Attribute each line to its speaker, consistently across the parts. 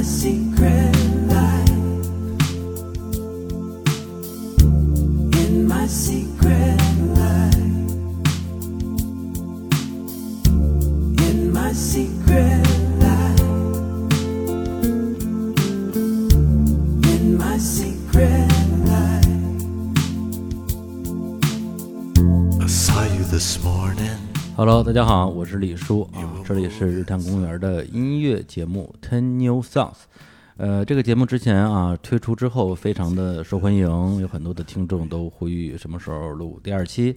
Speaker 1: secret life. In my secret life. In my secret life. In my secret life.
Speaker 2: I saw you this morning.
Speaker 3: Hello，大家好，我是李叔啊，这里是日坛公园的音乐节目 Ten New Songs。呃，这个节目之前啊推出之后，非常的受欢迎，有很多的听众都呼吁什么时候录第二期，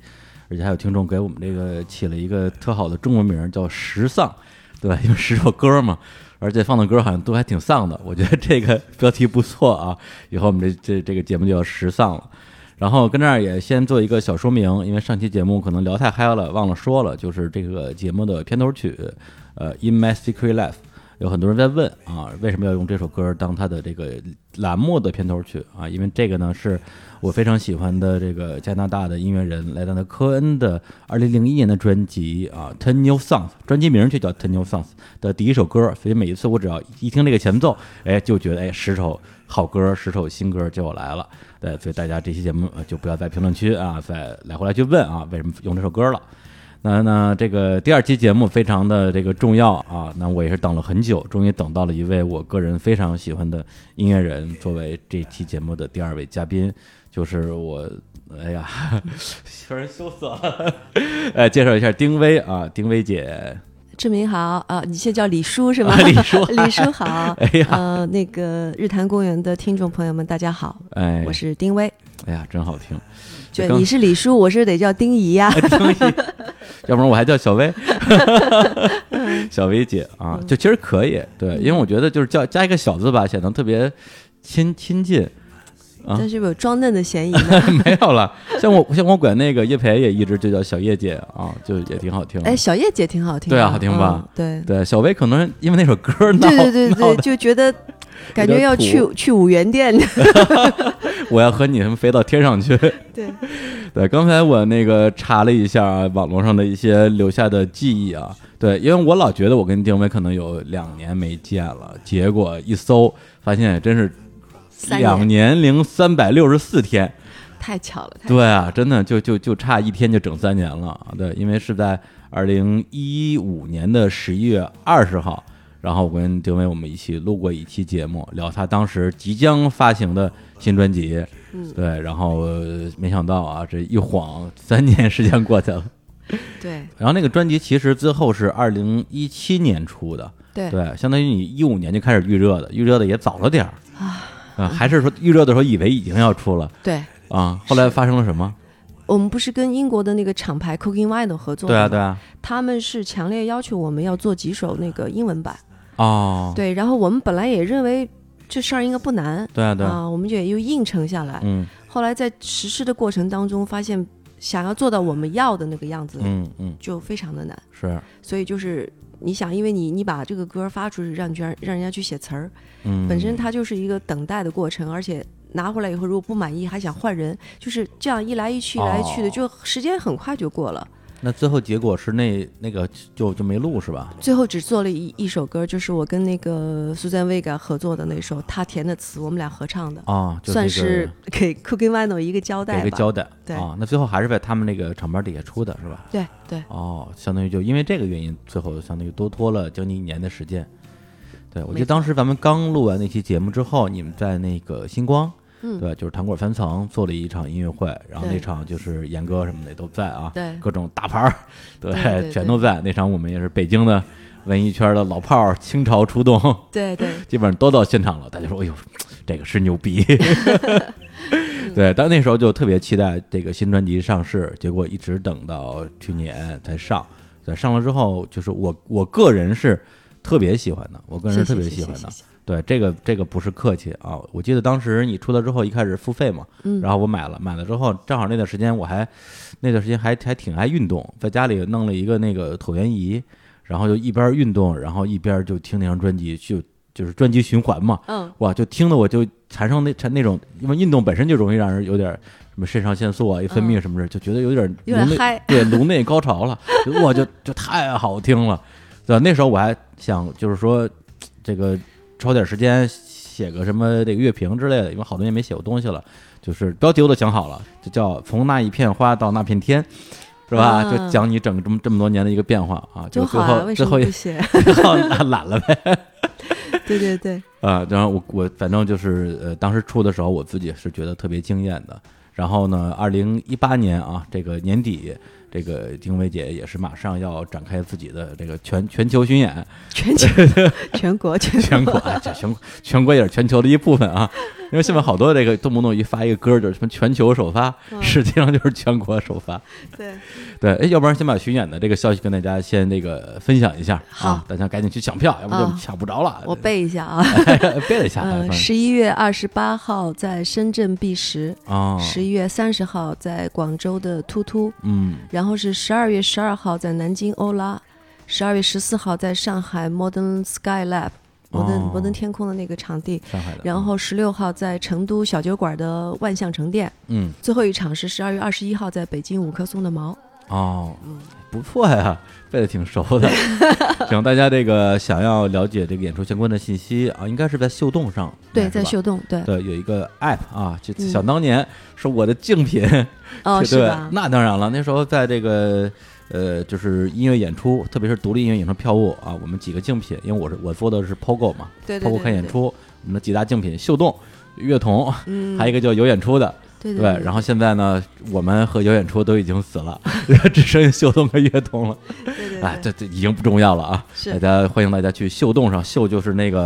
Speaker 3: 而且还有听众给我们这个起了一个特好的中文名儿，叫“时丧”，对吧？因为十首歌嘛，而且放的歌好像都还挺丧的，我觉得这个标题不错啊。以后我们这这这个节目就叫“时丧”了。然后跟这儿也先做一个小说明，因为上期节目可能聊太嗨了，忘了说了，就是这个节目的片头曲，呃，《In My Secret Life》，有很多人在问啊，为什么要用这首歌当它的这个栏目的片头曲啊？因为这个呢是我非常喜欢的这个加拿大的音乐人莱昂的科恩的二零零一年的专辑啊，《Ten New Songs》，专辑名就叫《Ten New Songs》的第一首歌，所以每一次我只要一听这个前奏，哎，就觉得哎，十首好歌，十首新歌就来了。对，所以大家这期节目呃就不要在评论区啊再来回来去问啊，为什么用这首歌了。那那这个第二期节目非常的这个重要啊，那我也是等了很久，终于等到了一位我个人非常喜欢的音乐人作为这期节目的第二位嘉宾，就是我，哎呀， 有人羞涩了， 呃，介绍一下丁薇啊，丁薇姐，
Speaker 4: 志明好啊，你现在叫李叔是吗？
Speaker 3: 啊李叔
Speaker 4: 李叔好。
Speaker 3: 哎呀
Speaker 4: 呃，那个日坛公园的听众朋友们，大家好，
Speaker 3: 哎
Speaker 4: 我是丁薇。
Speaker 3: 哎呀，真好听，
Speaker 4: 对，
Speaker 3: 刚哎
Speaker 4: 你是李叔，我是得叫丁怡呀、
Speaker 3: 东西， 要不然我还叫小 薇，小薇姐啊，
Speaker 4: 嗯
Speaker 3: 就其实可以，对，因为我觉得就是叫加一个小字吧，显得特别亲亲近。 啊
Speaker 4: 但是有装嫩的嫌疑 呢。
Speaker 3: 没有了，像我像我管那个叶培也一直就叫小叶姐啊，就也挺好听的。
Speaker 4: 哎，小叶姐挺好听的，
Speaker 3: 对啊好听吧
Speaker 4: 嗯对。
Speaker 3: 对，小薇可能因为那首歌闹
Speaker 4: 对对对
Speaker 3: 闹
Speaker 4: 对，
Speaker 3: 的，
Speaker 4: 就觉得感
Speaker 3: 有
Speaker 4: 觉
Speaker 3: 点
Speaker 4: 要去
Speaker 3: 土
Speaker 4: 去五 元店。
Speaker 3: 我要和你们飞到天上去。
Speaker 4: 对，
Speaker 3: 对，刚才我那个查了一下、啊、网络上的一些留下的记忆啊，对，因为我老觉得我跟丁薇可能有两年没见了，结果一搜发现真是
Speaker 4: 三
Speaker 3: 两
Speaker 4: 年
Speaker 3: 年零三百六十四天，
Speaker 4: 太巧了，太巧了
Speaker 3: 对啊，真的就就就差一天就整三年了啊，对，因为是在二零一五年的十一月二十号，然后我跟丁薇我们一起录过一期节目，聊她当时即将发行的新专辑，对，然后、呃没想到啊，这一晃三年时间过去了，
Speaker 4: 对
Speaker 3: 然后那个专辑其实最后是二零一七年出的，
Speaker 4: 对
Speaker 3: 对，相当于你一五年就开始预热的，预热的也早了点儿啊，还是说预热的时候以为已经要出了
Speaker 4: 对。
Speaker 3: 啊，后来发生了什么？
Speaker 4: 我们不是跟英国的那个厂牌 Cooking Wine 合作
Speaker 3: 对啊，
Speaker 4: 吗
Speaker 3: 对啊，
Speaker 4: 他们是强烈要求我们要做几首那个英文版，
Speaker 3: 哦，
Speaker 4: 对，然后我们本来也认为这事儿应该不难，
Speaker 3: 对啊，对啊，
Speaker 4: 啊，我们就也就应承下来。
Speaker 3: 嗯
Speaker 4: 后来在实施的过程当中，发现想要做到我们要的那个样子，
Speaker 3: 嗯嗯，
Speaker 4: 就非常的难。
Speaker 3: 是，
Speaker 4: 所以就是你想，因为你你把这个歌发出去，让你让让人家去写词儿，
Speaker 3: 嗯，
Speaker 4: 本身它就是一个等待的过程，而且。拿回来以后，如果不满意还想换人，就是这样一来一去，一来一去的，
Speaker 3: 哦
Speaker 4: 就时间很快就过了。
Speaker 3: 那最后结果是那那个就就没录是吧？
Speaker 4: 最后只做了一一首歌，就是我跟那个苏赞维嘎合作的那首，他填的词，我们俩合唱的，
Speaker 3: 啊，就
Speaker 4: 算
Speaker 3: 这个
Speaker 4: 是给 Cooking Wino 一个交代
Speaker 3: 给
Speaker 4: 吧。
Speaker 3: 个交代
Speaker 4: 对
Speaker 3: 啊。那最后还是在他们那个厂牌底下出的是吧？
Speaker 4: 对对，
Speaker 3: 哦，相当于就因为这个原因，最后相当于多拖了将近一年的时间。对，我记
Speaker 4: 没
Speaker 3: 得
Speaker 4: 错
Speaker 3: 当时咱们刚录完那期节目之后，你们在那个星光，
Speaker 4: 嗯
Speaker 3: 对，就是糖果翻层做了一场音乐会，然后那
Speaker 4: 对
Speaker 3: 场就是严哥什么的也都在啊，
Speaker 4: 对
Speaker 3: 各种大牌儿，对，
Speaker 4: 对对对
Speaker 3: 全都在。那场我们也是北京的文艺圈的老炮儿，倾巢出动，
Speaker 4: 对 对
Speaker 3: 基本上都到现场了，大家说：“哎呦，这个是牛逼！” 对，但那时候就特别期待这个新专辑上市，结果一直等到去年才上。对，上了之后，就是我我个人是特别喜欢的，我个人是特别喜欢的。
Speaker 4: 谢谢谢谢谢谢
Speaker 3: 对，这个这个不是客气啊！我记得当时你出来之后，一开始付费嘛，
Speaker 4: 嗯
Speaker 3: 然后我买了，买了之后正好那段时间我还那段时间还还挺爱运动，在家里弄了一个那个椭圆仪，然后就一边运动，然后一边就听那张专辑，就就是专辑循环嘛，
Speaker 4: 嗯，
Speaker 3: 哇，就听的我就产生那产那种，因为运动本身就容易让人有点什么肾上腺素啊、一分泌什么的，就觉得有点
Speaker 4: 嗯有点
Speaker 3: 颅内
Speaker 4: 嗨
Speaker 3: 对，颅内高潮了，就哇，就就太好听了，对吧？那时候我还想就是说，这个抽点时间写个什么这个乐评之类的，因为好多年没写过东西了。就是标题我都想好了，就叫从那一片花到那片天，是吧？
Speaker 4: 啊
Speaker 3: 就讲你整这么这么多年的一个变化 啊，就
Speaker 4: 多
Speaker 3: 最
Speaker 4: 好
Speaker 3: 后、
Speaker 4: 啊！
Speaker 3: 最
Speaker 4: 为什
Speaker 3: 后
Speaker 4: 么
Speaker 3: 也
Speaker 4: 不写？
Speaker 3: 最后懒了呗。
Speaker 4: 对对对，
Speaker 3: 啊，然后我我反正就是呃，当时出的时候我自己是觉得特别惊艳的。然后呢，二零一八年啊，这个年底，这个丁薇姐也是马上要展开自己的这个全全球巡演，
Speaker 4: 全球、 全国、全
Speaker 3: 全国啊，全全全国也是全球的一部分啊。因为现在好多这个动不动一发一个歌儿就是什么全球首发，
Speaker 4: 嗯
Speaker 3: 实际上就是全国首发。
Speaker 4: 对，
Speaker 3: 对，哎，要不然先把巡演的这个消息跟大家先这个分享一下啊
Speaker 4: 好，
Speaker 3: 大家赶紧去抢票，要不就
Speaker 4: 啊
Speaker 3: 抢不着了。
Speaker 4: 我背一下
Speaker 3: 哎
Speaker 4: 啊。
Speaker 3: 背了一下，
Speaker 4: 嗯，
Speaker 3: 反正
Speaker 4: 十一月二十八号在深圳 B 十，
Speaker 3: 啊，
Speaker 4: 十一月三十号在广州的突突，
Speaker 3: 嗯
Speaker 4: 然后是十二月十二号在南京欧拉，十二月十四号在上海 Modern Sky Lab，摩登
Speaker 3: 哦
Speaker 4: 摩登天空的那个场地，
Speaker 3: 上海的，嗯
Speaker 4: 然后十六号在成都小酒馆的万象城店，
Speaker 3: 嗯
Speaker 4: 最后一场是十二月二十一号在北京五棵松的毛。
Speaker 3: 哦，
Speaker 4: 嗯
Speaker 3: 不错呀，背的挺熟 的。行，大家这个想要了解这个演出相关的信息啊，应该是在秀动上，
Speaker 4: 对，
Speaker 3: 是吧
Speaker 4: 在秀动，对，
Speaker 3: 对有一个 app 啊，就
Speaker 4: 嗯
Speaker 3: 想当年是我的竞品，
Speaker 4: 哦，
Speaker 3: 对
Speaker 4: 是
Speaker 3: 对
Speaker 4: 吧？
Speaker 3: 那当然了，那时候在这个呃，就是音乐演出，特别是独立音乐演出票务啊，我们几个竞品，因为我是我做的是 POGO 嘛
Speaker 4: 对对对
Speaker 3: ，POGO 看演
Speaker 4: 对
Speaker 3: 出，我们的几大竞品秀动、乐童，还有一个叫有演出的。
Speaker 4: 嗯对
Speaker 3: 对
Speaker 4: 对，
Speaker 3: 然后现在呢，我们和有演出都已经死了， 只剩下秀动和乐童了。
Speaker 4: 对对
Speaker 3: 哎，
Speaker 4: 对
Speaker 3: 这这已经不重要了啊！
Speaker 4: 是
Speaker 3: 大家欢迎大家去秀动上，秀就是那个、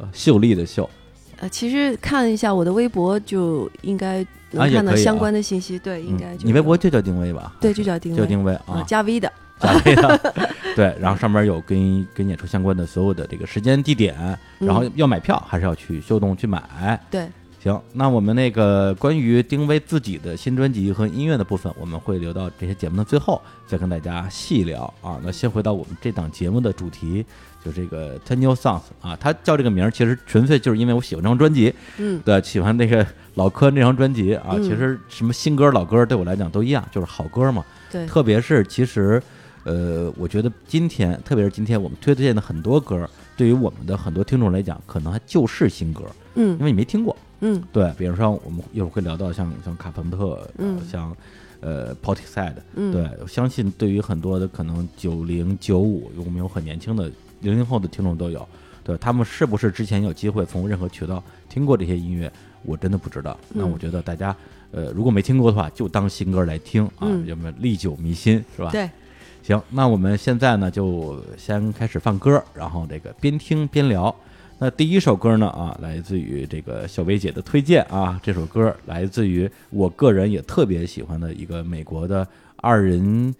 Speaker 3: 呃秀丽的秀，
Speaker 4: 呃，其实看一下我的微博就应该
Speaker 3: 啊
Speaker 4: 能
Speaker 3: 也
Speaker 4: 看到
Speaker 3: 可以
Speaker 4: 相
Speaker 3: 啊
Speaker 4: 关的信息，对，应
Speaker 3: 嗯
Speaker 4: 该就
Speaker 3: 你微
Speaker 4: 有
Speaker 3: 博就叫定位吧？
Speaker 4: 对就叫定
Speaker 3: 就
Speaker 4: 位
Speaker 3: 定位
Speaker 4: 啊
Speaker 3: 啊，
Speaker 4: 加 V 的，
Speaker 3: 加微的，对，然后上面有跟跟演出相关的所有的这个时间、地点，然
Speaker 4: 嗯
Speaker 3: 后要买票还是要去秀动去买。
Speaker 4: 对，
Speaker 3: 行，那我们那个关于丁薇自己的新专辑和音乐的部分，我们会留到这些节目的最后再跟大家细聊啊。那先回到我们这档节目的主题，就这个 Ten New Songs 啊，它叫这个名儿其实纯粹就是因为我喜欢这张专辑，
Speaker 4: 嗯，
Speaker 3: 对，喜欢那个老柯那张专辑啊。
Speaker 4: 嗯
Speaker 3: 其实什么新歌、老歌对我来讲都一样，就是好歌嘛。
Speaker 4: 对，
Speaker 3: 特别是其实，呃，我觉得今天，特别是今天我们推荐的很多歌，对于我们的很多听众来讲，可能还就是新歌，
Speaker 4: 嗯
Speaker 3: 因为你没听过。
Speaker 4: 嗯
Speaker 3: 对，比如说我们一会儿会聊到像像卡朋特，呃
Speaker 4: 嗯
Speaker 3: 像呃 p o t i s i d e
Speaker 4: 嗯，
Speaker 3: 对，我相信对于很多的可能九零九五，我们有很年轻的零零后的听众都有，对他们是不是之前有机会从任何渠道听过这些音乐，我真的不知道。那
Speaker 4: 嗯
Speaker 3: 我觉得大家呃如果没听过的话，就当新歌来听啊，
Speaker 4: 嗯
Speaker 3: 要么历久弥新是吧？
Speaker 4: 对，
Speaker 3: 行，那我们现在呢就先开始放歌，然后这个边听边聊。那第一首歌呢啊，来自于这个小薇姐的推荐啊，这首歌来自于我个人也特别喜欢的一个美国的二人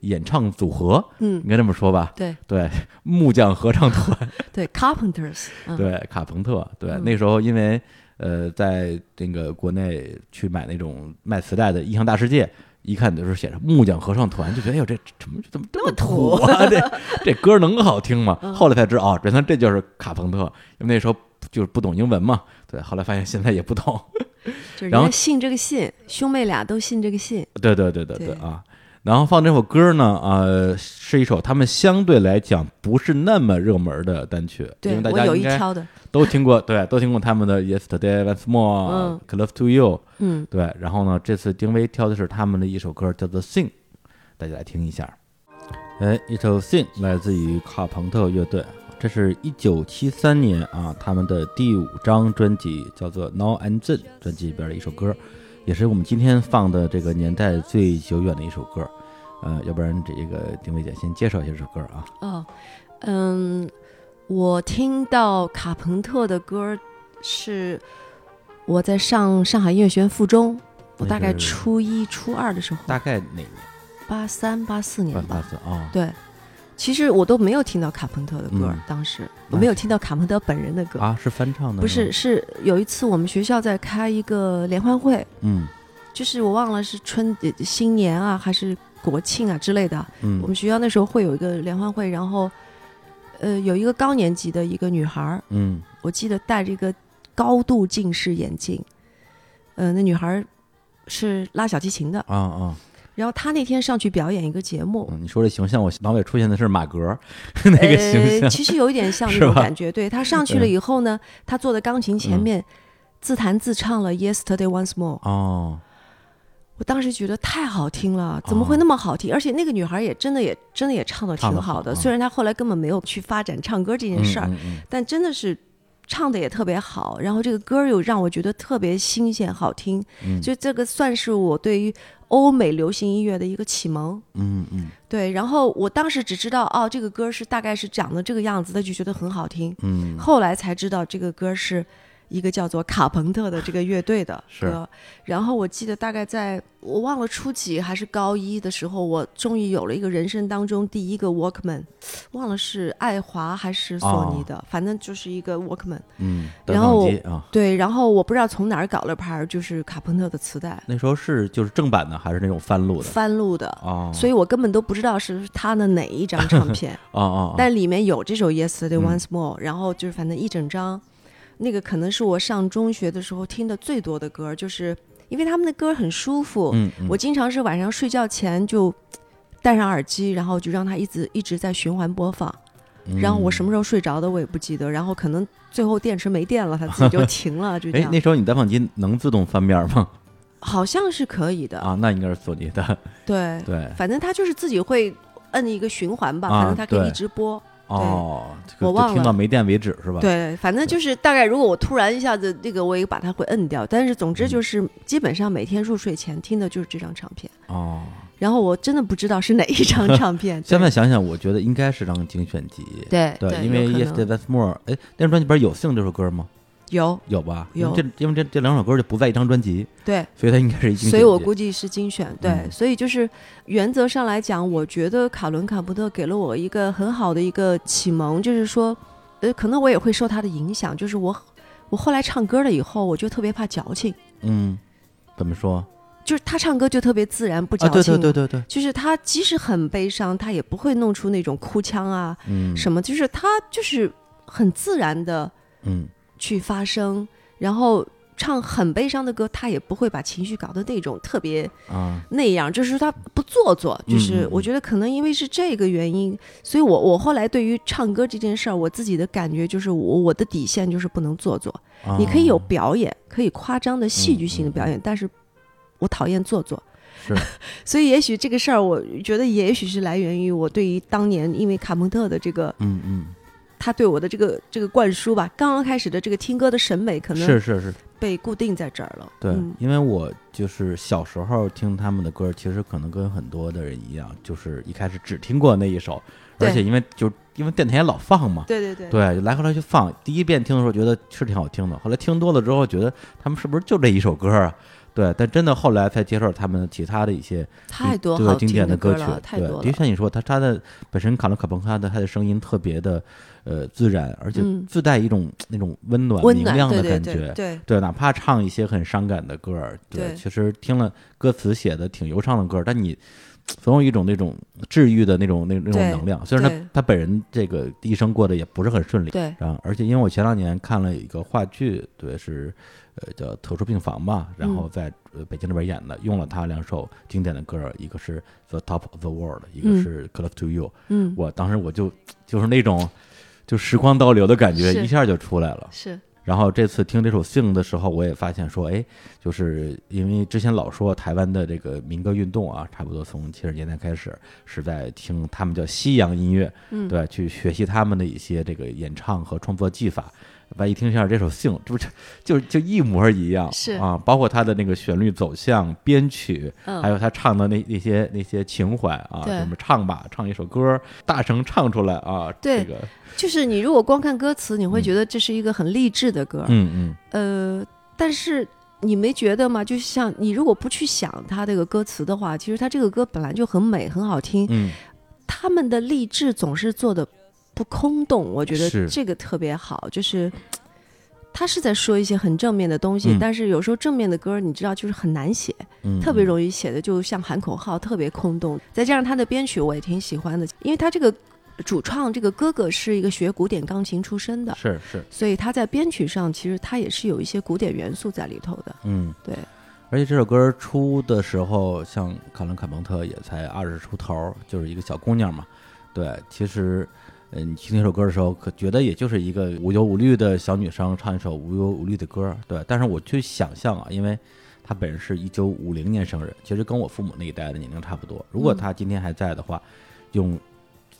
Speaker 3: 演唱组合，
Speaker 4: 嗯
Speaker 3: 应该这么说吧？
Speaker 4: 对
Speaker 3: 对，木匠合唱团，
Speaker 4: 对，Carpenters，嗯
Speaker 3: 对，卡朋特，对，那时候因为呃，在那个国内去买那种卖磁带的《异象大世界》，一看就是写着木匠合唱团，就觉得哎呦，这这怎么怎么这么土啊？这 这歌能好听吗？
Speaker 4: 嗯
Speaker 3: 后来才知道啊，原来这就是卡朋特，因为那时候就是不懂英文嘛，对，后来发现现在也不懂，
Speaker 4: 就是
Speaker 3: 然
Speaker 4: 人
Speaker 3: 后
Speaker 4: 家信这个信，兄妹俩都信这个信，
Speaker 3: 对对对对对
Speaker 4: 对
Speaker 3: 啊。然后放这首歌呢，呃，是一首他们相对来讲不是那么热门的单曲，因
Speaker 4: 对
Speaker 3: 为大
Speaker 4: 我
Speaker 3: 家
Speaker 4: 有
Speaker 3: 应
Speaker 4: 一
Speaker 3: 该
Speaker 4: 挑的，
Speaker 3: 都听过，对，都听过他们的 Yesterday Once More、
Speaker 4: 嗯
Speaker 3: Close to You，
Speaker 4: 嗯，
Speaker 3: 对。然后呢，这次丁薇挑的是他们的一首歌，叫做《Sing》，大家来听一下。哎，一首《Sing》来自于卡朋特乐队，这是一九七三年啊他们的第五张专辑，叫做《Now and Then》专辑里边的一首歌，也是我们今天放的这个年代最久远的一首歌。呃，要不然这个丁薇姐先介绍一下这首歌啊。
Speaker 4: 哦，嗯，我听到卡朋特的歌儿是我在上上海音乐学院附中，
Speaker 3: 那
Speaker 4: 我大概
Speaker 3: 是
Speaker 4: 初一、初二的时候，
Speaker 3: 大概哪年？
Speaker 4: 八三、八四年
Speaker 3: 八
Speaker 4: 吧，
Speaker 3: 四啊。
Speaker 4: 对。其实我都没有听到卡朋特的歌儿，
Speaker 3: 嗯
Speaker 4: 当时
Speaker 3: 那
Speaker 4: 我没有听到卡朋特本人的歌，
Speaker 3: 啊，是翻唱的吗？
Speaker 4: 不是，是有一次我们学校在开一个联欢会，
Speaker 3: 嗯
Speaker 4: 就是我忘了是春呃新年啊还是国庆啊之类的。
Speaker 3: 嗯
Speaker 4: 我们学校那时候会有一个联欢会，然后，呃，有一个高年级的一个女孩儿，
Speaker 3: 嗯
Speaker 4: 我记得戴着一个高度近视眼镜，呃，那女孩儿是拉小提琴的，
Speaker 3: 啊啊，
Speaker 4: 然后他那天上去表演一个节目，
Speaker 3: 嗯，你说这形象，我脑海里出现的是马格儿 那个形
Speaker 4: 呃，
Speaker 3: 象，
Speaker 4: 其实有一点像那
Speaker 3: 是
Speaker 4: 种
Speaker 3: 吧嗯
Speaker 4: 感觉。对他上去了以后呢，他坐在钢琴前面，自弹自唱了《Yesterday Once More》，
Speaker 3: 哦，
Speaker 4: 我当时觉得太好听了，怎么会那么好听？而且那个女孩也真的也真的也唱的
Speaker 3: 哦
Speaker 4: 挺
Speaker 3: 唱得
Speaker 4: 好
Speaker 3: 好
Speaker 4: 的，
Speaker 3: 嗯
Speaker 4: 虽然她后来根本没有去发展唱歌这件
Speaker 3: 嗯
Speaker 4: 事儿，
Speaker 3: 嗯嗯
Speaker 4: 但真的是唱的也特别好，然后这个歌儿又让我觉得特别新鲜好听，
Speaker 3: 嗯
Speaker 4: 所以这个算是我对于欧美流行音乐的一个启蒙。
Speaker 3: 嗯嗯
Speaker 4: 对，然后我当时只知道哦，这个歌是大概是长得这个样子的，就觉得很好听。
Speaker 3: 嗯，
Speaker 4: 后来才知道这个歌是一个叫做卡朋特的这个乐队的
Speaker 3: 是
Speaker 4: 歌。然后我记得大概在我忘了初几还是高一的时候，我终于有了一个人生当中第一个 Walkman，忘了是爱华还是索尼的，
Speaker 3: 哦
Speaker 4: 反正就是一个 Walkman。
Speaker 3: 嗯，
Speaker 4: 然后
Speaker 3: 单放机啊，
Speaker 4: 对，然后我不知道从哪儿搞了盘就是卡朋特的磁带，
Speaker 3: 那时候是就是正版的还是那种翻录的？
Speaker 4: 翻录的。
Speaker 3: 哦，
Speaker 4: 所以我根本都不知道是他的哪一张唱片，
Speaker 3: 哦哦，哦
Speaker 4: 但里面有这首《Yesterday
Speaker 3: 嗯
Speaker 4: Once More》，然后就是反正一整张，那个可能是我上中学的时候听的最多的歌，就是因为他们的歌很舒服，
Speaker 3: 嗯嗯
Speaker 4: 我经常是晚上睡觉前就戴上耳机，然后就让它一直一直在循环播放。
Speaker 3: 嗯
Speaker 4: 然后我什么时候睡着的我也不记得，然后可能最后电池没电了，它自己就停 了，就这
Speaker 3: 哎，
Speaker 4: 样
Speaker 3: 那。时候你单放机能自动翻面吗？
Speaker 4: 好像是可以的，
Speaker 3: 啊，那应该是索尼的，
Speaker 4: 对，
Speaker 3: 对，
Speaker 4: 反正它就是自己会摁一个循环吧，
Speaker 3: 啊
Speaker 4: 反正它可以
Speaker 3: 对
Speaker 4: 一直播。
Speaker 3: 哦，这个就
Speaker 4: 我忘
Speaker 3: 听
Speaker 4: 了
Speaker 3: 到没电为止是吧？，
Speaker 4: 对，反正就是大概，如果我突然一下子那个，我也把它会摁掉。但是总之就是，基本上每天入睡前听的就是这张唱片。
Speaker 3: 哦，
Speaker 4: 然后我真的不知道是哪一张唱片。对
Speaker 3: 现在想想，我觉得应该是张精选集，
Speaker 4: 对
Speaker 3: 对，因为
Speaker 4: 有可
Speaker 3: Yesterday
Speaker 4: 能
Speaker 3: That's More，哎，那张专辑里边有《性》这首歌吗？
Speaker 4: 有
Speaker 3: 有吧？
Speaker 4: 有
Speaker 3: 因为这因为这这两首歌就不在一张专辑，
Speaker 4: 对，
Speaker 3: 所以它应该是一精选集。
Speaker 4: 所以我估计是精选。对，
Speaker 3: 嗯
Speaker 4: 所以就是原则上来讲，我觉得卡伦卡伯特给了我一个很好的一个启蒙，就是说，呃，可能我也会受他的影响，就是我我后来唱歌了以后，我就特别怕矫情，
Speaker 3: 嗯，怎么说
Speaker 4: 就是他唱歌就特别自然不矫
Speaker 3: 啊？
Speaker 4: 情。
Speaker 3: 对对对对对，
Speaker 4: 就是他即使很悲伤，他也不会弄出那种哭腔啊、
Speaker 3: 嗯
Speaker 4: 什么，就是他就是很自然的
Speaker 3: 嗯
Speaker 4: 去发声，然后唱很悲伤的歌，他也不会把情绪搞得那种特别
Speaker 3: 啊
Speaker 4: 那样，就是他不做作，就是
Speaker 3: 嗯嗯
Speaker 4: 我觉得可能因为是这个原因，所以我我后来对于唱歌这件事儿，我自己的感觉就是我我的底线就是不能做作，
Speaker 3: 啊，
Speaker 4: 你可以有表演，可以夸张的戏剧性的
Speaker 3: 嗯
Speaker 4: 表演，但是我讨厌做作。
Speaker 3: 是
Speaker 4: 所以也许这个事儿，我觉得也许是来源于我对于当年因为卡蒙特的这个
Speaker 3: 嗯嗯，
Speaker 4: 他对我的这个这个灌输吧，刚刚开始的这个听歌的审美可能
Speaker 3: 是是是，
Speaker 4: 被固定在这儿了。
Speaker 3: 对
Speaker 4: 嗯，
Speaker 3: 因为我就是小时候听他们的歌，其实可能跟很多的人一样，就是一开始只听过那一首，
Speaker 4: 对
Speaker 3: 而且因为就因为电台也老放嘛，
Speaker 4: 对对对
Speaker 3: 对，来回来去放。第一遍听的时候觉得是挺好听的，后来听多了之后觉得他们是不是就这一首歌啊？对，但真的后来才接受他们其他的一些
Speaker 4: 太多
Speaker 3: 对
Speaker 4: 好
Speaker 3: 经
Speaker 4: 听
Speaker 3: 典
Speaker 4: 的
Speaker 3: 歌曲
Speaker 4: 了，太
Speaker 3: 对
Speaker 4: 多
Speaker 3: 的
Speaker 4: 了
Speaker 3: 确。像你说，他他的本身卡伦卡彭他的他的声音特别的呃自然，而且
Speaker 4: 嗯
Speaker 3: 自带一种那种温暖、
Speaker 4: 温
Speaker 3: 明
Speaker 4: 暖，
Speaker 3: 亮
Speaker 4: 对
Speaker 3: 的
Speaker 4: 对
Speaker 3: 感
Speaker 4: 对
Speaker 3: 觉。
Speaker 4: 对
Speaker 3: 对，哪怕唱一些很伤感的歌儿，对，
Speaker 4: 对
Speaker 3: 其实听了歌词写的挺忧伤的歌儿，但你总有一种那种治愈的那种那那种
Speaker 4: 对
Speaker 3: 能量。虽然
Speaker 4: 对
Speaker 3: 他他本人这个一生过得也不是很顺利，
Speaker 4: 对，
Speaker 3: 然后，而且因为我前两年看了一个话剧，对，是呃叫《特殊病房》嘛，然
Speaker 4: 嗯
Speaker 3: 后在、呃北京这边演的，用了他两首经典的歌儿，一个是《The Top of the World》，一个
Speaker 4: 嗯
Speaker 3: 是《Close to You》
Speaker 4: 嗯，
Speaker 3: 我当时我就就是那种就时光倒流的感觉，
Speaker 4: 是
Speaker 3: 一下就出来了。
Speaker 4: 是
Speaker 3: 然后这次听这首《Sing》的时候，我也发现说，哎，就是因为之前老说台湾的这个民歌运动啊，差不多从七十年代开始是在听他们叫西洋音乐，
Speaker 4: 嗯
Speaker 3: 对，去学习他们的一些这个演唱和创作技法。万一听一下这首《Sing》，这不是就就一模一样
Speaker 4: 是
Speaker 3: 啊？包括它的那个旋律走向、编曲，
Speaker 4: 嗯
Speaker 3: 还有他唱的那那些那些情怀啊，
Speaker 4: 对
Speaker 3: 什么唱吧，唱一首歌，大声唱出来啊，
Speaker 4: 对
Speaker 3: 这个，
Speaker 4: 就是你如果光看歌词，你会觉得这是一个很励志的歌儿，
Speaker 3: 嗯嗯，
Speaker 4: 呃，但是你没觉得吗？就像你如果不去想它这个歌词的话，其实它这个歌本来就很美，很好听。
Speaker 3: 嗯，
Speaker 4: 他们的励志总是做的不空洞，我觉得
Speaker 3: 是
Speaker 4: 这个特别好，就是。他是在说一些很正面的东西，
Speaker 3: 嗯
Speaker 4: 但是有时候正面的歌，你知道就是很难写，
Speaker 3: 嗯
Speaker 4: 特别
Speaker 3: 嗯
Speaker 4: 容易写的就像喊口号，特别空洞。再加上他的编曲，我也挺喜欢的，因为他这个主创这个哥哥是一个学古典钢琴出身的，
Speaker 3: 是是，
Speaker 4: 所以他在编曲上其实他也是有一些古典元素在里头的。
Speaker 3: 嗯。
Speaker 4: 对，
Speaker 3: 而且这首歌出的时候，像卡伦·卡朋特也才二十出头，就是一个小姑娘嘛。对，其实，嗯、你听这首歌的时候，可觉得也就是一个无忧无虑的小女生唱一首无忧无虑的歌。对，但是我去想象啊，因为她本人是一九五零年生人，其实跟我父母那一代的年龄差不多。如果她今天还在的话，用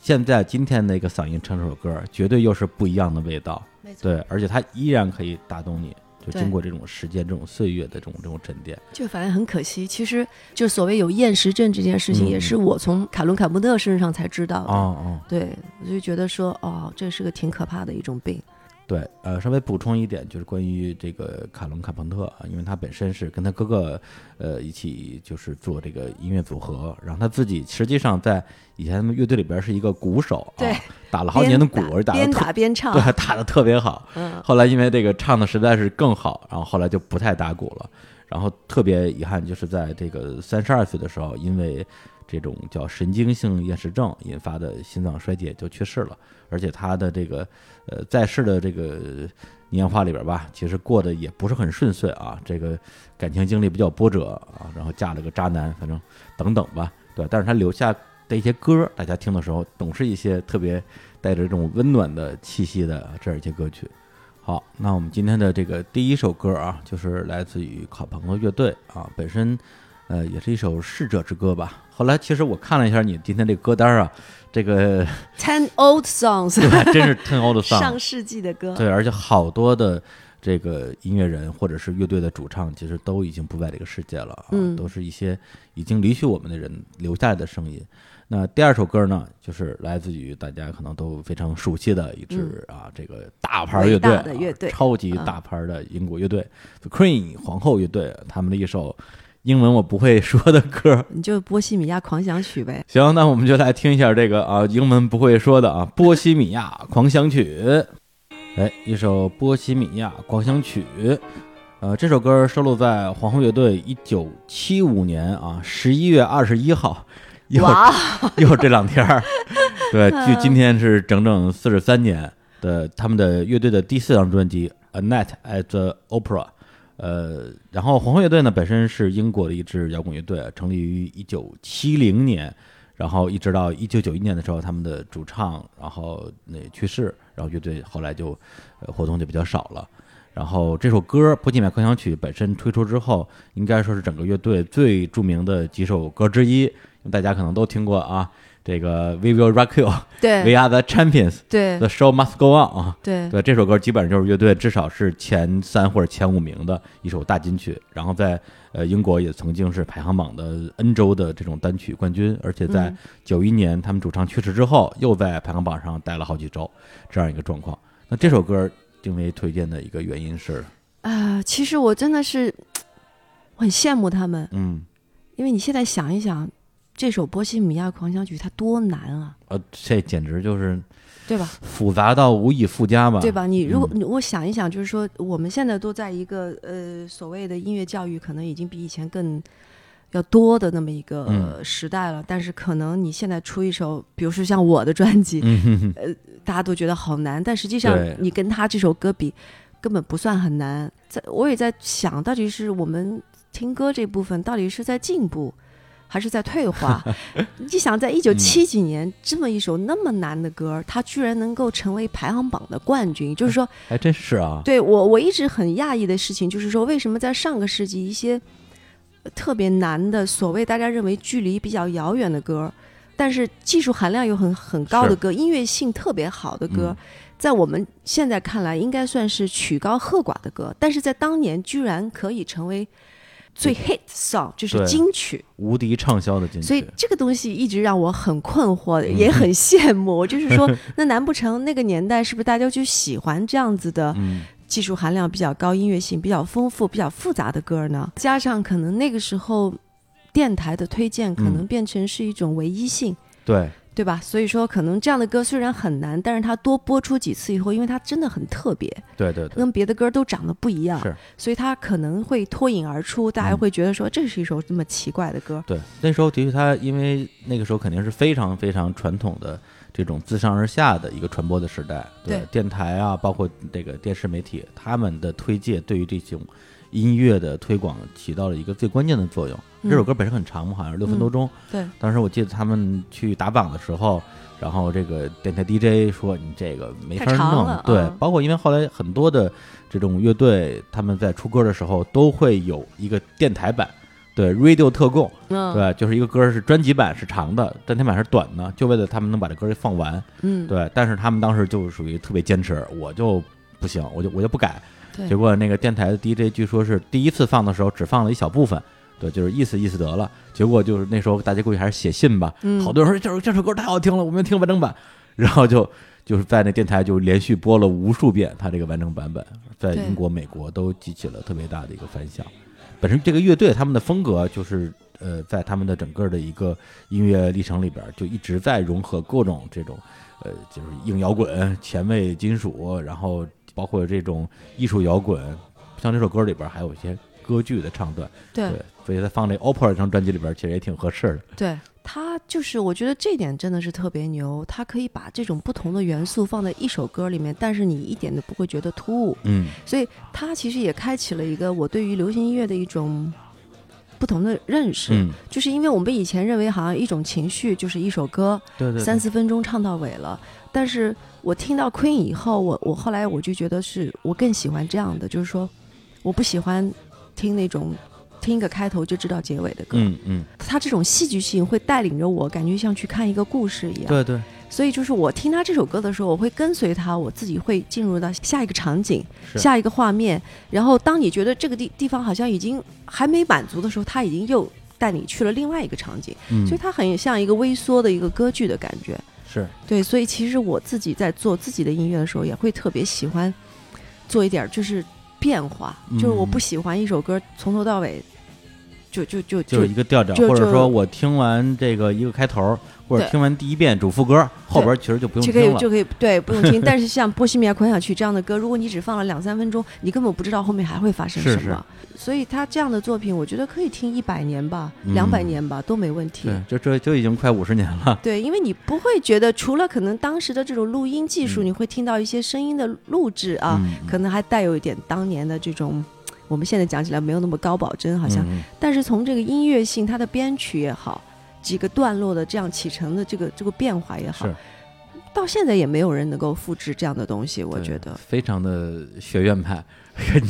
Speaker 3: 现在今天那个嗓音唱这首歌，绝对又是不一样的味道。
Speaker 4: 没错，
Speaker 3: 对，而且它依然可以打动你，就
Speaker 4: 对
Speaker 3: 经过这种时间、这种岁月的这种这种沉淀。
Speaker 4: 就反正很可惜。其实就所谓有厌食症这件事情，
Speaker 3: 嗯
Speaker 4: 也是我从卡伦·卡布特身上才知道的。
Speaker 3: 哦哦，
Speaker 4: 对，我就觉得说，哦，这是个挺可怕的一种病。
Speaker 3: 对，呃，稍微补充一点，就是关于这个卡隆·卡朋特啊，因为他本身是跟他哥哥，呃，一起就是做这个音乐组合，然后他自己实际上在以前他们乐队里边是一个鼓手、啊，
Speaker 4: 对，
Speaker 3: 打了好几年的鼓，
Speaker 4: 边
Speaker 3: 而打的
Speaker 4: 边
Speaker 3: 特
Speaker 4: 打边唱，
Speaker 3: 对，打的特别好。
Speaker 4: 嗯
Speaker 3: 后来因为这个唱的实在是更好，然后后来就不太打鼓了。然后特别遗憾，就是在这个三十二岁的时候，因为这种叫神经性厌食症引发的心脏衰竭就去世了。而且他的这个呃在世的这个年华里边吧，其实过得也不是很顺遂啊，这个呃感情经历比较波折啊，然后嫁了个渣男，反正等等吧，对。但是他留下的一些歌，大家听的时候总是一些特别带着这种温暖的气息的这样一些歌曲。好，那我们今天的这个第一首歌啊，就是来自于卡朋克乐队啊，本身呃也是一首逝者之歌吧。后来其实我看了一下你今天这个歌单啊，这个
Speaker 4: Ten Old Songs，
Speaker 3: 对吧，真是 Ten Old Song，
Speaker 4: 上世纪的歌。
Speaker 3: 对，而且好多的这个音乐人或者是乐队的主唱，其实都已经不在这个世界了、啊，
Speaker 4: 嗯
Speaker 3: 都是一些已经离去我们的人留下来的声音。那第二首歌呢，就是来自于大家可能都非常熟悉的一支啊，这个大牌
Speaker 4: 嗯伟
Speaker 3: 乐队,、啊
Speaker 4: 大的乐队嗯
Speaker 3: 超级大牌的英国乐队、The Queen 皇后乐队，他们的一首英文我不会说的歌。
Speaker 4: 你就《波西米亚狂想曲》呗。
Speaker 3: 行，那我们就来听一下这个啊，英文不会说的啊，《波西米亚狂想曲》。哎，一首《波西米亚狂想曲》。呃，这首歌收录在皇后乐队一九七五年啊十一月二十一号，又
Speaker 4: 哇，
Speaker 3: 又这两天儿，对，距今天是整整四十三年的他们的乐队的第四张专辑《A Night at the Opera》。呃，然后皇后乐队呢，本身是英国的一支摇滚乐队，啊成立于一九七零年，然后一直到一九九一年的时候，他们的主唱然后那去世，然后乐队后来就呃活动就比较少了。然后这首歌《波西米亚狂想曲》本身推出之后，应该说是整个乐队最著名的几首歌之一，大家可能都听过啊。这个 We Will Rock You, We
Speaker 4: 对
Speaker 3: Are the Champions,
Speaker 4: 对
Speaker 3: The Show Must Go On 啊。
Speaker 4: 对
Speaker 3: 对，这首歌基本上就是乐队至少是前三或者前五名的一首大金曲，然后在呃英国也曾经是排行榜的 N 周的这种单曲冠军，而且
Speaker 4: 嗯
Speaker 3: 在九一年他们主唱去世之后，又在排行榜上待了好几周，这样一个状况。那这首歌定为推荐的一个原因是，
Speaker 4: 啊、其实我真的是我很羡慕他们，
Speaker 3: 嗯
Speaker 4: 因为你现在想一想，这首《波西米亚狂想曲》它多难啊，
Speaker 3: 呃，这简直就是
Speaker 4: 对吧？
Speaker 3: 复杂到无以复加吧？
Speaker 4: 对？吧？你如果、
Speaker 3: 嗯
Speaker 4: 你我想一想，就是说我们现在都在一个呃所谓的音乐教育，可能已经比以前更要多的那么一个、
Speaker 3: 嗯
Speaker 4: 呃时代了。但是可能你现在出一首，比如说像我的专辑，呃
Speaker 3: 嗯哼哼，
Speaker 4: 大家都觉得好难，但实际上
Speaker 3: 对
Speaker 4: 你跟他这首歌比，根本不算很难。在我也在想，到底是我们听歌这部分到底是在进步，还是在 退化？你想，在一九七几
Speaker 3: 嗯
Speaker 4: 年，这么一首那么难的歌，它居然能够成为排行榜的冠军，就是说，
Speaker 3: 还真是啊。
Speaker 4: 对我我一直很讶异的事情，就是说，为什么在上个世纪一些呃特别难的，所谓大家认为距离比较遥远的歌，但是技术含量又很很高的
Speaker 3: 是
Speaker 4: 歌，音乐性特别好的歌，
Speaker 3: 嗯
Speaker 4: 在我们现在看来应该算是曲高和寡的歌，但是在当年居然可以成为最 hit song，就是
Speaker 3: 对
Speaker 4: 金曲。
Speaker 3: 无敌畅销的金曲，
Speaker 4: 所以这个东西一直让我很困惑，
Speaker 3: 嗯
Speaker 4: 也很羡慕。就是 说，那难不成那个年代是不是大家就喜欢这样子的
Speaker 3: 嗯
Speaker 4: 技术含量比较高、音乐性比较丰富、比较复杂的歌呢？加上可能那个时候电台的推荐可
Speaker 3: 嗯
Speaker 4: 能变成是一种唯一性。
Speaker 3: 对，
Speaker 4: 对吧？所以说，可能这样的歌虽然很难，但是它多播出几次以后，因为它真的很特别，
Speaker 3: 对对对，
Speaker 4: 跟别的歌都长得不一样，
Speaker 3: 是嗯
Speaker 4: 所以它可能会脱颖而出，大家会觉得说这是一首这么奇怪的歌。
Speaker 3: 对。那时候的确，他因为那个时候肯定是非常非常传统的这种自上而下的一个传播的时代，
Speaker 4: 对
Speaker 3: 电台啊，包括这个电视媒体，他们的推介对于这种音乐的推广起到了一个最关键的作用。
Speaker 4: 嗯
Speaker 3: 这首歌本身很长嘛，好像是六分多钟。
Speaker 4: 对，
Speaker 3: 当时我记得他们去打榜的时候，然后这个电台 DJ 说你这个没法
Speaker 4: 太长
Speaker 3: 弄
Speaker 4: 了，
Speaker 3: 对，
Speaker 4: 嗯
Speaker 3: 包括因为后来很多的这种乐队，他们在出歌的时候都会有一个电台版，对 radio 特供，
Speaker 4: 嗯，
Speaker 3: 对，就是一个歌是专辑版是长的，单天版是短的，就为了他们能把这歌给放完，
Speaker 4: 嗯，
Speaker 3: 对，但是他们当时就属于特别坚持，我就不行，我就我就不改，
Speaker 4: 对
Speaker 3: 结果那个电台的 DJ 据说是第一次放的时候只放了一小部分，对，就是意思意思得了。结果就是那时候大家估计还是写信吧，
Speaker 4: 嗯
Speaker 3: 好多人说这首这首歌太好听了，我们要听完整版， 然后就就是在那电台就连续播了无数遍他这个完整版本，在
Speaker 4: 对
Speaker 3: 英国、美国都激起了特别大的一个反响。本身这个乐队他们的风格就是。呃，在他们的整个的一个音乐历程里边儿，就一直在融合各种这种，呃，就是硬摇滚、前卫金属，然后包括这种艺术摇滚，像这首歌里边还有一些歌剧的唱段，
Speaker 4: 对
Speaker 3: 对，所以他放这 opera 这张专辑里边其实也挺合适的，
Speaker 4: 对，他就是我觉得这点真的是特别牛，他可以把这种不同的元素放在一首歌里面，但是你一点都不会觉得突兀，
Speaker 3: 嗯
Speaker 4: 所以他其实也开启了一个我对于流行音乐的一种不同的认识，
Speaker 3: 嗯，
Speaker 4: 就是因为我们以前认为好像一种情绪就是一首歌，
Speaker 3: 嗯对对
Speaker 4: 三四分钟唱到尾了。但是我听到 Queen 以后，我我后来我就觉得是我更喜欢这样的，就是说我不喜欢听那种听一个开头就知道结尾的歌，
Speaker 3: 嗯嗯，
Speaker 4: 它这种戏剧性会带领着我，感觉像去看一个故事一样。
Speaker 3: 对对
Speaker 4: 所以就是我听他这首歌的时候，我会跟随他，我自己会进入到下一个场景、
Speaker 3: 是
Speaker 4: 下一个画面。然后当你觉得这个地地方好像已经还没满足的时候，他已经又带你去了另外一个场景，
Speaker 3: 嗯
Speaker 4: 所以它很像一个微缩的一个歌剧的感觉。
Speaker 3: 是
Speaker 4: 对，所以其实我自己在做自己的音乐的时候，也会特别喜欢做一点儿就是变化，就是我不
Speaker 3: 嗯
Speaker 4: 喜欢一首歌从头到尾就就就
Speaker 3: 就是一个调调，
Speaker 4: 就
Speaker 3: 或者
Speaker 4: 就
Speaker 3: 说我听完这个一个开头，或者
Speaker 4: 对
Speaker 3: 听完第一遍主副歌，后边其实就不用
Speaker 4: 就可以
Speaker 3: 听了
Speaker 4: 就，可以对不用 听，但是像《波西米亚狂想曲》这样的歌，如果你只放了两三分钟，你根本不知道后面还会发生
Speaker 3: 是
Speaker 4: 什么。所以他这样的作品，我觉得可以听一百年吧，
Speaker 3: 嗯
Speaker 4: 两百、年吧都没问题。
Speaker 3: 对，这这就已经快五十年了，
Speaker 4: 对，因为你不会觉得，除了可能当时的这种录音技术，
Speaker 3: 嗯
Speaker 4: 你会听到一些声音的录制啊，
Speaker 3: 嗯嗯
Speaker 4: 可能还带有一点当年的这种，我们现在讲起来没有那么高保真，好像。
Speaker 3: 嗯
Speaker 4: 但是从这个音乐性，它的编曲也好，几个段落的这样起承的这个这个变化也好
Speaker 3: 是，
Speaker 4: 到现在也没有人能够复制这样的东西，我
Speaker 3: 对
Speaker 4: 觉得。
Speaker 3: 非常的学院派，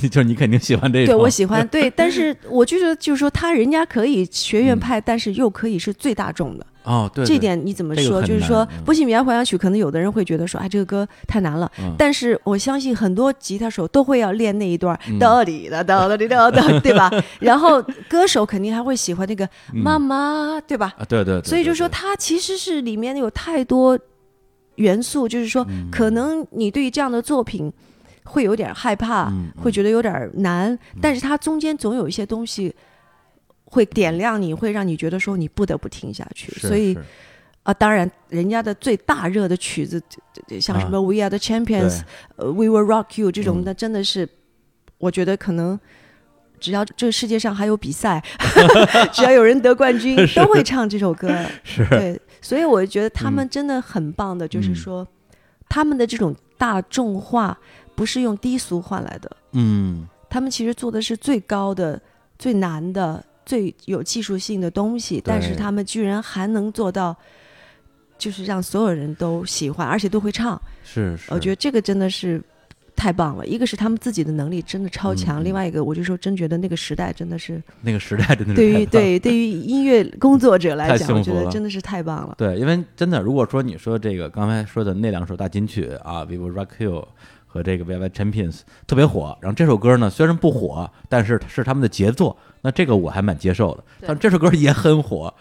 Speaker 3: 你就是你肯定喜欢这种，
Speaker 4: 对，我喜欢对，但是我就觉得，就是说，他人家可以学
Speaker 3: 嗯
Speaker 4: 院派，但是又可以是最大众的，
Speaker 3: 哦，对，
Speaker 4: 这
Speaker 3: 对
Speaker 4: 点你怎么
Speaker 3: 这个
Speaker 4: 说？
Speaker 3: 很
Speaker 4: 就是
Speaker 3: 难
Speaker 4: 说，
Speaker 3: 嗯
Speaker 4: 波西米亚狂想曲》可能有的人会觉得说，哎，这个歌太难了。
Speaker 3: 嗯
Speaker 4: 但是我相信很多吉他手都会要练那一段
Speaker 3: 嗯
Speaker 4: 到底的到底的到，对吧？ 然后歌手肯定还会喜欢那个妈妈，对吧？
Speaker 3: 嗯啊，对对，对
Speaker 4: 所以就
Speaker 3: 对
Speaker 4: 说
Speaker 3: 对
Speaker 4: 它其实是里面有太多元素，就是说
Speaker 3: 嗯
Speaker 4: 可能你对于这样的作品会有点害怕，
Speaker 3: 嗯嗯
Speaker 4: 会觉得有点难，但是它中间总有一些东西会点亮你，会让你觉得说你不得不听下去。
Speaker 3: 是
Speaker 4: 所以
Speaker 3: 是
Speaker 4: 啊，当然人家的最大热的曲子，像什么《We Are the Champions》呃《We Will Rock You》这种，那真的是我觉得可能。只要这个世界上还有比赛，只要有人得冠军，都会唱这首歌。
Speaker 3: 是
Speaker 4: 对，所以我觉得他们真的很棒的，就是说、他们的这种大众化不是用低俗换来的，
Speaker 3: 嗯
Speaker 4: 他们其实做的是最高的、最难的、最有技术性的东西，但是
Speaker 3: 对
Speaker 4: 他们居然还能做到，就是让所有人都喜欢，而且都会唱。
Speaker 3: 是是，
Speaker 4: 我觉得这个真的是。太棒了！一个是他们自己的能力真的超强，
Speaker 3: 嗯嗯
Speaker 4: 另外一个我就说，真觉得那个时代真的是
Speaker 3: 那个时代真的是太
Speaker 4: 对于
Speaker 3: 棒了
Speaker 4: 对对于音乐工作者来
Speaker 3: 太
Speaker 4: 讲，
Speaker 3: 幸
Speaker 4: 我觉
Speaker 3: 福
Speaker 4: 得
Speaker 3: 了
Speaker 4: 真的是太棒了。
Speaker 3: 对，因为真的，如果说你说这个刚才说的那两首大金曲啊，Vivo Rock You 和这个 V Y Champions 特别火，然后这首歌呢虽然不火，但是是他们的杰作，那这个我还蛮接受的。
Speaker 4: 对
Speaker 3: 但这首歌也很火，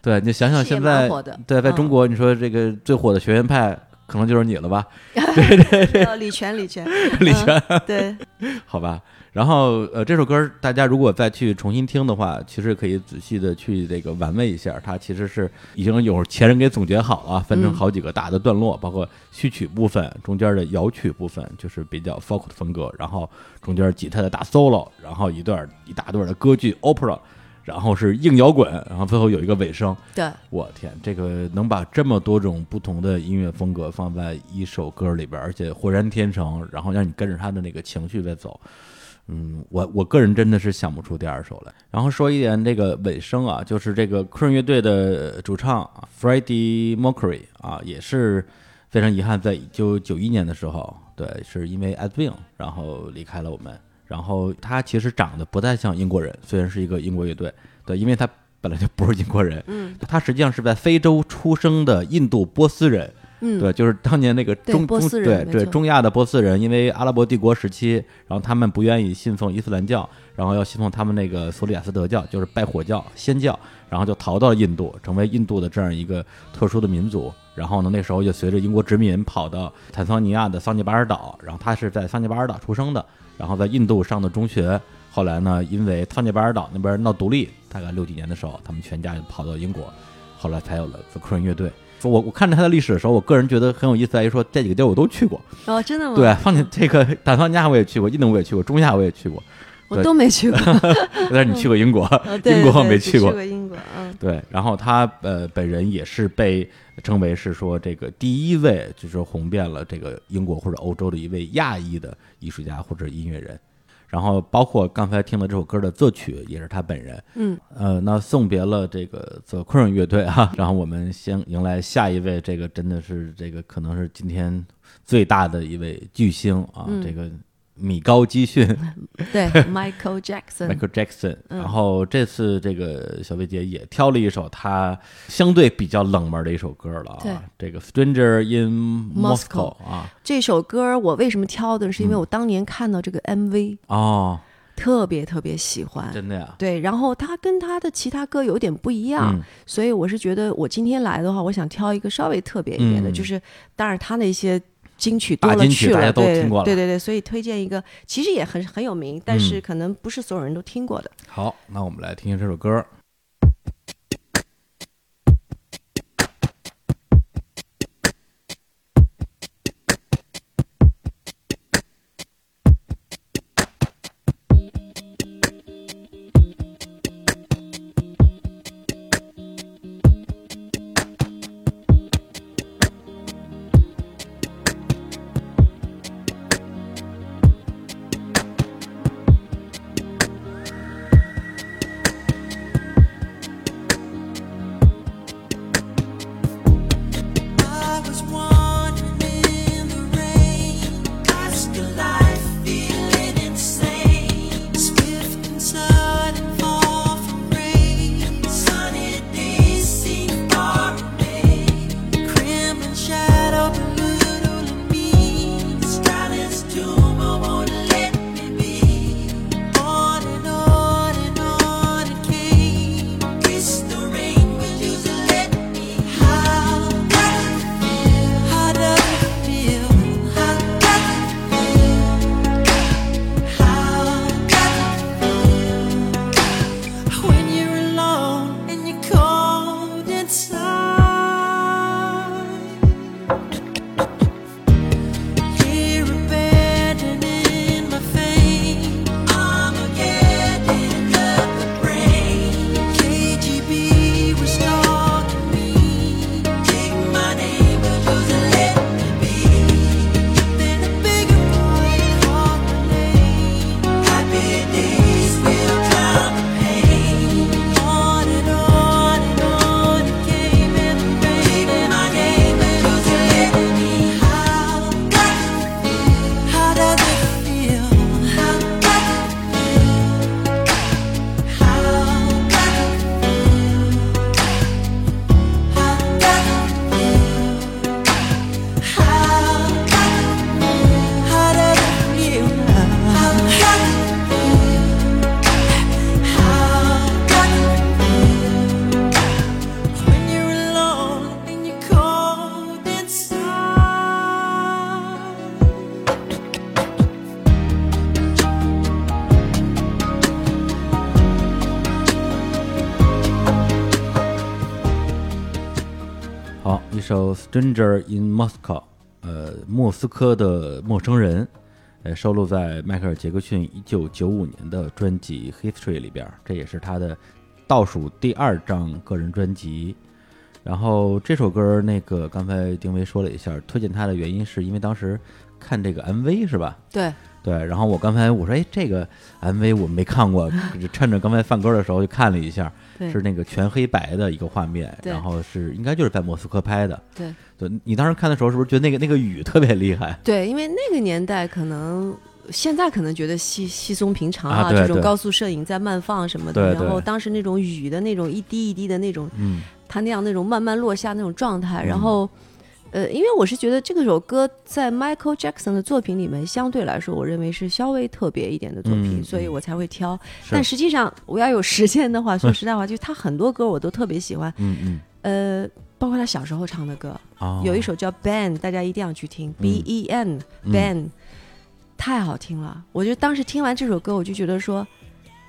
Speaker 3: 对，你想想
Speaker 4: 是也
Speaker 3: 现
Speaker 4: 蛮
Speaker 3: 在
Speaker 4: 火的
Speaker 3: 对，在中
Speaker 4: 嗯
Speaker 3: 国你说这个最火的学院派。可能就是你了 吧，
Speaker 4: 呃，李泉，李泉，
Speaker 3: 李泉，
Speaker 4: 嗯对，
Speaker 3: 好吧。然后呃，这首歌大家如果再去重新听的话，其实可以仔细的去这个玩味一下，它其实是已经有前人给总结好了，分成好几个大的段落，包括序曲部分、中间的摇曲部分，就是比较 folk 的风格，然后中间吉他的大 solo，然后一段一大段的歌剧 opera，然后是硬摇滚，然后最后有一个尾声。
Speaker 4: 对，
Speaker 3: 我天，这个能把这么多种不同的音乐风格放在一首歌里边，而且浑然天成，然后让你跟着他的那个情绪在走，嗯，我我个人真的是想不出第二首来。然后说一点这个尾声啊，就是这个酷人乐队的主唱 Freddie Mercury 啊，也是非常遗憾，在一九九一年的时候，对，是因为艾滋病然后离开了我们。然后他其实长得不太像英国人，虽然是一个英国乐队，对，因为他本来就不是英国人，嗯，他实际上是在非洲出生的印度波斯人，
Speaker 4: 嗯
Speaker 3: 对，就是当年那个
Speaker 4: 对
Speaker 3: 中
Speaker 4: 波
Speaker 3: 中
Speaker 4: 斯人
Speaker 3: 对
Speaker 4: 没
Speaker 3: 对
Speaker 4: 错
Speaker 3: 中亚的波斯人，因为阿拉伯帝国时期，然后他们不愿意信奉伊斯兰教，然后要信奉他们那个索里亚斯德教，就是拜火教、仙教，然后就逃到印度，成为印度的这样一个特殊的民族。然后呢，那时候就随着英国殖民跑到坦桑尼亚的桑尼巴尔岛，然后他是在桑尼巴尔岛出生的，然后在印度上的中学。后来呢，因为桑尼巴尔岛那边闹独立，大概六几年的时候，他们全家就跑到英国，后来才有了 The Queen 乐队。说我我看着他的历史的时候，我个人觉得很有意思，在于说这几个地儿我都去过，
Speaker 4: 哦，真的吗？
Speaker 3: 对，啊放进这个坦桑尼亚我也去过，印度我也去过，中亚我也去过，
Speaker 4: 我都没去过，
Speaker 3: 但是你去过英国，
Speaker 4: 哦对
Speaker 3: 英国我
Speaker 4: 对
Speaker 3: 没
Speaker 4: 只去
Speaker 3: 过。
Speaker 4: 英国，嗯，
Speaker 3: 对，然后他呃本人也是被称为是说这个第一位，就是说红遍了这个英国或者欧洲的一位亚裔的艺术家或者音乐人。然后包括刚才听的这首歌的作曲也是他本人，
Speaker 4: 嗯，
Speaker 3: 呃，那送别了这个 The Queen 乐队啊，然后我们先迎来下一位，这个真的是这个可能是今天最大的一位巨星啊，
Speaker 4: 嗯
Speaker 3: 这个米高基逊，
Speaker 4: 对，Michael Jackson，
Speaker 3: Michael Jackson，、然嗯后这次这个小薇姐也挑了一首她相对比较冷门的一首歌了
Speaker 4: 对
Speaker 3: 啊，这个《Stranger in
Speaker 4: Moscow
Speaker 3: Moscow》啊，
Speaker 4: 这首歌我为什么挑的？
Speaker 3: 嗯
Speaker 4: 是因为我当年看到这个 MV，、
Speaker 3: 哦，
Speaker 4: 特别特别喜欢。
Speaker 3: 真的呀，
Speaker 4: 对，然后它跟它的其他歌有点不一样，
Speaker 3: 嗯
Speaker 4: 所以我是觉得我今天来的话，我想挑一个稍微特别一点的，
Speaker 3: 嗯
Speaker 4: 就是当然它那些金曲多
Speaker 3: 大
Speaker 4: 了
Speaker 3: 金曲
Speaker 4: 去了，
Speaker 3: 大家都
Speaker 4: 对
Speaker 3: 听过了
Speaker 4: 对对对，所以推荐一个其实也很很有名，但是
Speaker 3: 嗯
Speaker 4: 可能不是所有人都听过的。
Speaker 3: 好，那我们来听听这首歌。
Speaker 1: I was wandering in the rain, past the life, feeling insane. Skift and sudden fall from rain. Sunny days seem far away. Crimson shadow belittling me. Silence tomb won't let me be. On and on and on it came. Kiss the rain, will you let me? How does it feel? How does it feel? How does it feel? How does it feel? When you're alone and you're cold inside. Here abandoned in my fame, Armageddon of the brain. KGB was stalking me. Take my name, but you let me be. Then a bigger boy called my name. Happy days will drown the pain. On and on and on it came in the rain. Take my name, but you let me. How does it how does it feel? How does it feel? How does it feel? How does it feel? How does it feel? How does it feel? How does it feel? How does it feel? When you're alone and you're cold inside.
Speaker 3: 好，一首《Stranger in Moscow》，呃，莫斯科的陌生人，呃，收录在迈克尔·杰克逊一九九五年的专辑《History》里边儿，这也是他的倒数第二张个人专辑。然后这首歌儿，那个刚才丁薇说了一下，推荐他的原因是因为当时看这个 MV 是吧？
Speaker 4: 对，
Speaker 3: 对，然后我刚才我说，哎，这个 MV 我没看过，就趁着刚才放歌的时候就看了一下，
Speaker 4: 对
Speaker 3: 是那个全黑白的一个画面，
Speaker 4: 对
Speaker 3: 然后是应该就是在莫斯科拍的。
Speaker 4: 对
Speaker 3: 对，你当时看的时候是不是觉得那个那个雨特别厉害？
Speaker 4: 对，因为那个年代可能。现在可能觉得稀稀松平常啊，
Speaker 3: 啊对
Speaker 4: 这种
Speaker 3: 对
Speaker 4: 高速摄影在慢放什么
Speaker 3: 对
Speaker 4: 的，
Speaker 3: 对
Speaker 4: 然后当时那种雨的那种一滴一滴的那种
Speaker 3: 嗯，
Speaker 4: 它那样那种慢慢落下那种状态，
Speaker 3: 嗯
Speaker 4: 然后，呃，因为我是觉得这个首歌在 Michael Jackson 的作品里面，相对来说，我认为是稍微特别一点的作品，
Speaker 3: 嗯
Speaker 4: 所以我才会挑。
Speaker 3: 是
Speaker 4: 但实际上，我要有时间的话，说 实在话，就他很多歌我都特别喜欢，
Speaker 3: 嗯嗯
Speaker 4: 呃，包括他小时候唱的歌，
Speaker 3: 啊，
Speaker 4: 有一首叫《Ben》，大家一定要去听、
Speaker 3: 嗯
Speaker 4: b E N Ben，、太好听了。我就当时听完这首歌，我就觉得说，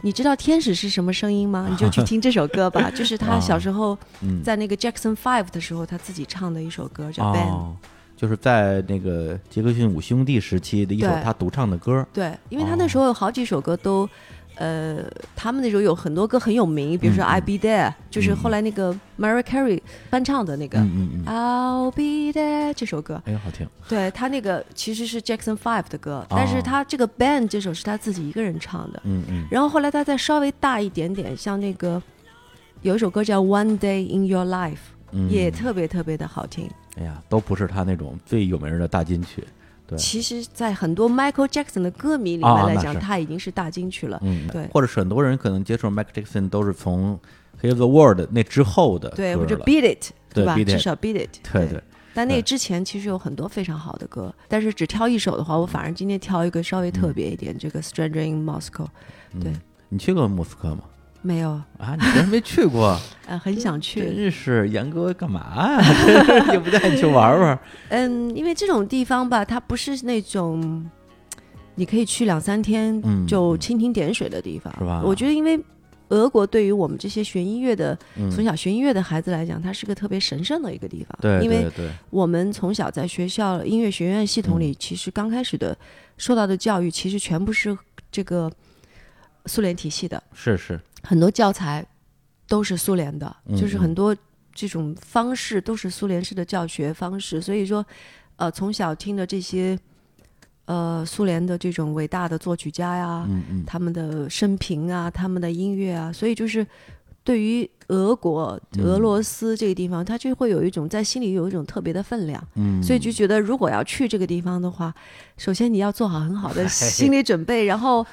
Speaker 4: 你知道天使是什么声音 吗？你就去听这首歌吧， 就是
Speaker 3: 啊
Speaker 4: 他小时候
Speaker 3: 嗯
Speaker 4: 在那个 Jackson Five 的时候，他自己唱的一首歌叫 Ben，、
Speaker 3: 哦，就是在那个杰克逊五兄弟时期的一首
Speaker 4: 对
Speaker 3: 他独唱的歌。
Speaker 4: 对，因为他那时候有好几首歌都，呃，他们那时候有很多歌很有名，比如说
Speaker 3: 嗯
Speaker 4: I Be There，、就是后来那个 Mariah Carey 翻唱的那个。
Speaker 3: 嗯嗯嗯，
Speaker 4: I'll be there 这首歌，
Speaker 3: 哎呦，好听。
Speaker 4: 对他那个其实是 Jackson Five 的
Speaker 3: 哦
Speaker 4: 歌，但是他这个 Band 这首是他自己一个人唱的。
Speaker 3: 嗯嗯
Speaker 4: 然后后来他再稍微大一点点，像那个有一首歌叫《One Day in Your Life》，
Speaker 3: 嗯，
Speaker 4: 也特别特别的好听。
Speaker 3: 哎呀，都不是他那种最有名的大金曲。对
Speaker 4: 其实，在很多 Michael Jackson 的歌迷里
Speaker 3: 啊
Speaker 4: 面来
Speaker 3: 那
Speaker 4: 讲，
Speaker 3: 是
Speaker 4: 他已经是大金曲了。
Speaker 3: 嗯，
Speaker 4: 对
Speaker 3: 或者是很多人可能接触 Michael Jackson 都是从《Hear the World》那之后的
Speaker 4: 对，
Speaker 3: 歌
Speaker 4: 或者
Speaker 3: 了
Speaker 4: Beat It，
Speaker 3: 对
Speaker 4: 吧？
Speaker 3: ，Beat It
Speaker 4: 至少 Beat It。
Speaker 3: 对对。
Speaker 4: 但那
Speaker 3: 对
Speaker 4: 之前其实有很多非常好的歌，但是只挑一首的话，我反而今天挑一个稍微特别一点，这个《Stranger in Moscow》
Speaker 3: 你去过莫斯科吗？
Speaker 4: 没有，
Speaker 3: 啊，你竟然没去过，
Speaker 4: 呃，很想去。
Speaker 3: 真是严哥干嘛呀？ 也不带你去玩玩。
Speaker 4: 嗯，因为这种地方吧，它不是那种你可以去两三天
Speaker 3: 嗯
Speaker 4: 就蜻蜓点水的地方，
Speaker 3: 是吧
Speaker 4: 我觉得，因为俄国对于我们这些学音乐的、
Speaker 3: 嗯
Speaker 4: 从小学音乐的孩子来讲，它是个特别神圣的一个地方。
Speaker 3: 对
Speaker 4: 因为
Speaker 3: 对对，
Speaker 4: 我们从小在学校音乐学院系
Speaker 3: 嗯
Speaker 4: 统里，其实刚开始的受到的教育，其实全部是这个苏联体系的，
Speaker 3: 是是，
Speaker 4: 很多教材都是苏联的，
Speaker 3: 嗯
Speaker 4: 就是
Speaker 3: 嗯
Speaker 4: 很多这种方式都是苏联式的教学方式，所以说，呃，从小听的这些，呃，苏联的这种伟大的作曲家呀，
Speaker 3: 嗯嗯
Speaker 4: 他们的生平啊，他们的音乐啊，所以就是对于俄国、俄罗斯这个地方，他就会有一种在心里有一种特别的分量，
Speaker 3: 嗯，
Speaker 4: 所以就觉得如果要去这个地方的话，首先你要做好很好 的心理准备，然后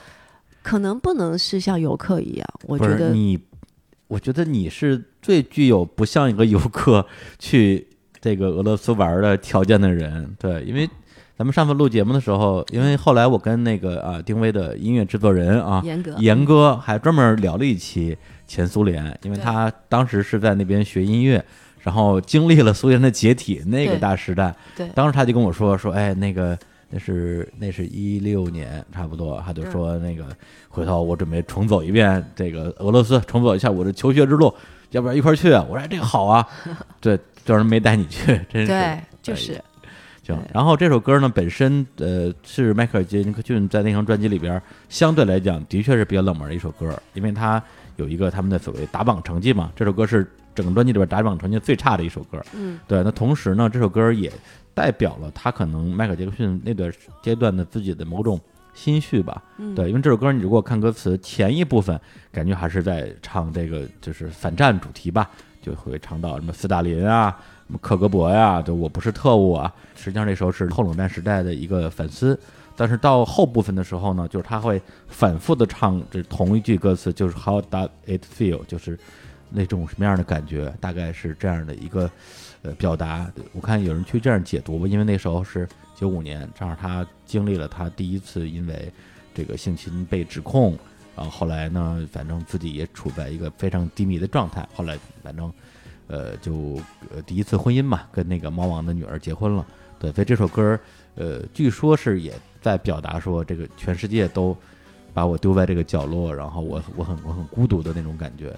Speaker 4: 可能不能是像游客一样，我
Speaker 3: 不
Speaker 4: 觉
Speaker 3: 是
Speaker 4: 得
Speaker 3: 你，我觉得你是最具有不像一个游客去这个俄罗斯玩的条件的人，对，因为咱们上次录节目的时候，因为后来我跟那个啊丁薇的音乐制作人啊
Speaker 4: 严格。
Speaker 3: 严哥还专门聊了一期前苏联，因为
Speaker 4: 对
Speaker 3: 他当时是在那边学音乐。然后经历了苏联的解体那个
Speaker 4: 对
Speaker 3: 大时代，
Speaker 4: 对
Speaker 3: 当时他就跟我说说，哎，那个那是那是一六年差不多，他就
Speaker 4: 嗯
Speaker 3: 说那个回头我准备重走一遍这个俄罗斯，重走一下我的求学之路，要不然一块儿去啊？我说哎这个好啊， 对，就是没带你去，真是
Speaker 4: 对，就
Speaker 3: 哎
Speaker 4: 是
Speaker 3: 行
Speaker 4: 对。
Speaker 3: 然后这首歌呢，本身呃是迈克尔·杰克逊在那张专辑里边儿相对来讲的确是比较冷门的一首歌，因为它有一个他们的所谓打榜成绩嘛，这首歌是整个专辑里边打榜成绩最差的一首歌。
Speaker 4: 嗯，
Speaker 3: 对。那同时呢，这首歌也代表了他可能迈克尔·杰克逊那段阶段的自己的某种。心绪吧，
Speaker 4: 嗯
Speaker 3: 对，因为这首歌你如果看歌词前一部分，感觉还是在唱这个就是反战主题吧，就会唱到什么斯大林啊，什么克格勃呀，就我不是特务啊。实际上那时候是后冷战时代的一个反思，但是到后部分的时候呢，就是他会反复的唱这同一句歌词，就是 How does it feel，就是那种什么样的感觉，大概是这样的一个呃表达。我看有人去这样解读吧，因为那时候是九五年，正好他经历了他第一次因为这个性侵被指控。然后后来呢，反正自己也处在一个非常低迷的状态。后来反正呃，就呃第一次婚姻嘛，跟那个猫王的女儿结婚了。对，所以这首歌儿，呃，据说是也在表达说，这个全世界都把我丢在这个角落，然后我我很我很孤独的那种感觉。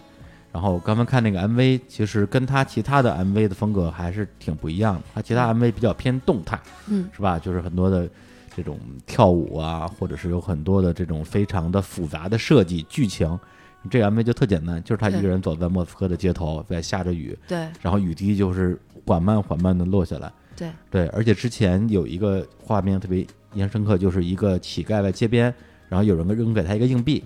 Speaker 3: 然后刚刚看那个 MV，其实跟他其他的 MV 的风格还是挺不一样的。他其他 MV 比较偏动态，
Speaker 4: 嗯，
Speaker 3: 是吧？就是很多的这种跳舞啊，或者是有很多的这种非常的复杂的设计剧情。这个 MV 就特简单，就是他一个
Speaker 4: 对
Speaker 3: 人走在莫斯科的街头，在下着雨，
Speaker 4: 对
Speaker 3: 然后雨滴就是缓慢缓慢的落下来。
Speaker 4: 对
Speaker 3: 对，而且之前有一个画面特别印象深刻，就是一个乞丐在街边，然后有人扔给他一个硬币，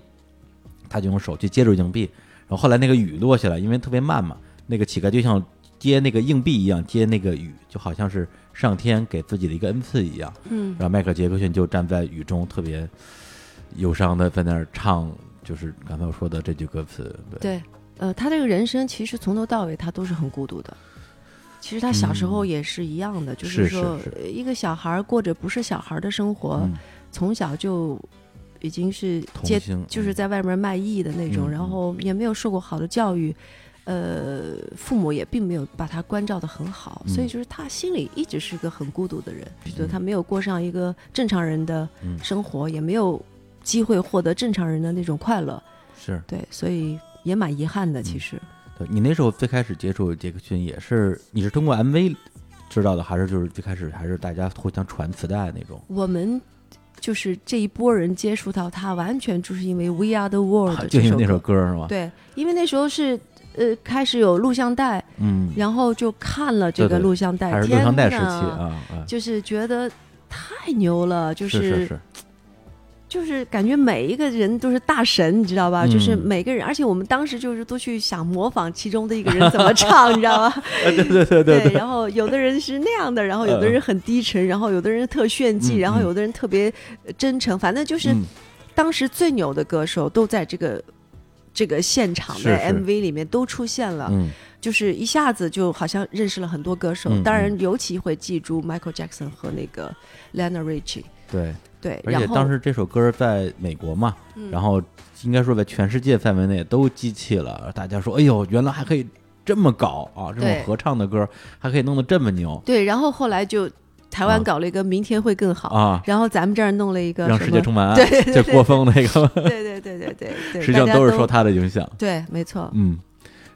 Speaker 3: 他就用手去接住硬币，然后后来那个雨落下来，因为特别慢嘛，那个乞丐就像接那个硬币一样接那个雨，就好像是上天给自己的一个恩赐一样。
Speaker 4: 嗯，
Speaker 3: 然后迈克尔杰克逊就站在雨中，特别忧伤的在那儿唱，就是刚才我说的这句歌词。对，
Speaker 4: 对，呃，他这个人生其实从头到尾他都是很孤独的。其实他小时候也是一样的，就
Speaker 3: 嗯
Speaker 4: 是
Speaker 3: 是
Speaker 4: 说
Speaker 3: 是
Speaker 4: 呃一个小孩儿过着不是小孩儿的生活，
Speaker 3: 嗯
Speaker 4: 从小就已经是
Speaker 3: 童
Speaker 4: 接
Speaker 3: 星
Speaker 4: 就是在外面卖艺的那种，
Speaker 3: 嗯
Speaker 4: 然后也没有受过好的教育，呃，父母也并没有把他关照的很好，
Speaker 3: 嗯
Speaker 4: 所以就是他心里一直是个很孤独的人，觉得他没有过上一个正常人的
Speaker 3: 嗯
Speaker 4: 生活，也没有机会获得正常人的那种快乐，
Speaker 3: 是
Speaker 4: 对，所以也蛮遗憾的，
Speaker 3: 嗯
Speaker 4: 其实。
Speaker 3: 对你那时候最开始接触杰克逊也是，你是通过 MV 知道的，还是就是最开始还是大家互相传磁带那种？
Speaker 4: 我们就是这一波人接触到他，完全就是因为《We Are the World
Speaker 3: 啊》就
Speaker 4: 这
Speaker 3: 因
Speaker 4: 首
Speaker 3: 为
Speaker 4: 歌。
Speaker 3: 那首歌是吗？，
Speaker 4: 对，因为那时候是呃开始有录像带，
Speaker 3: 嗯，
Speaker 4: 然后就看了这
Speaker 3: 对
Speaker 4: 个
Speaker 3: 对
Speaker 4: 录像带，
Speaker 3: 还是录
Speaker 4: 天
Speaker 3: 像带时期
Speaker 4: 呐
Speaker 3: 啊，啊
Speaker 4: 就是觉得太牛了，就是
Speaker 3: 是是，
Speaker 4: 就是感觉每一个人都是大神，你知道吧？就是
Speaker 3: 嗯
Speaker 4: 每个人，而且我们当时就是都去想模仿其中的一个人怎么唱，你知道吧？
Speaker 3: 对对对对
Speaker 4: 对，然后有的人是那样的，然后有的人很低沉，然后有的人特炫技，
Speaker 3: 嗯
Speaker 4: 然
Speaker 3: 嗯
Speaker 4: 后有的人特别呃真诚，反正就是
Speaker 3: 嗯
Speaker 4: 当时最牛的歌手都在这个这个现场的
Speaker 3: 是是
Speaker 4: MV 里面都出现了，
Speaker 3: 嗯，
Speaker 4: 就是一下子就好像认识了很多歌手。
Speaker 3: 嗯
Speaker 4: 当然，尤其会记住 Michael Jackson 和那个 Lana Richie。
Speaker 3: 对。
Speaker 4: 对，
Speaker 3: 而且
Speaker 4: 然后嗯
Speaker 3: 当时这首歌在美国嘛，然后应该说在全世界范围内都激起了大家说：“哎呦，原来还可以这么搞啊！这种
Speaker 4: 对
Speaker 3: 合唱的歌还可以弄得这么牛
Speaker 4: 对，然后后来就台湾
Speaker 3: 啊
Speaker 4: 搞了一个明天会更好，
Speaker 3: 啊
Speaker 4: 然后咱们这儿弄了一个
Speaker 3: 让
Speaker 4: 什
Speaker 3: 世界
Speaker 4: 么
Speaker 3: 充满爱。”
Speaker 4: 对对
Speaker 3: 这
Speaker 4: 对
Speaker 3: 郭峰那个，
Speaker 4: 对对对对对对，
Speaker 3: 实际上
Speaker 4: 大家
Speaker 3: 都
Speaker 4: 都
Speaker 3: 是受他的影响。
Speaker 4: 对，没错，
Speaker 3: 嗯，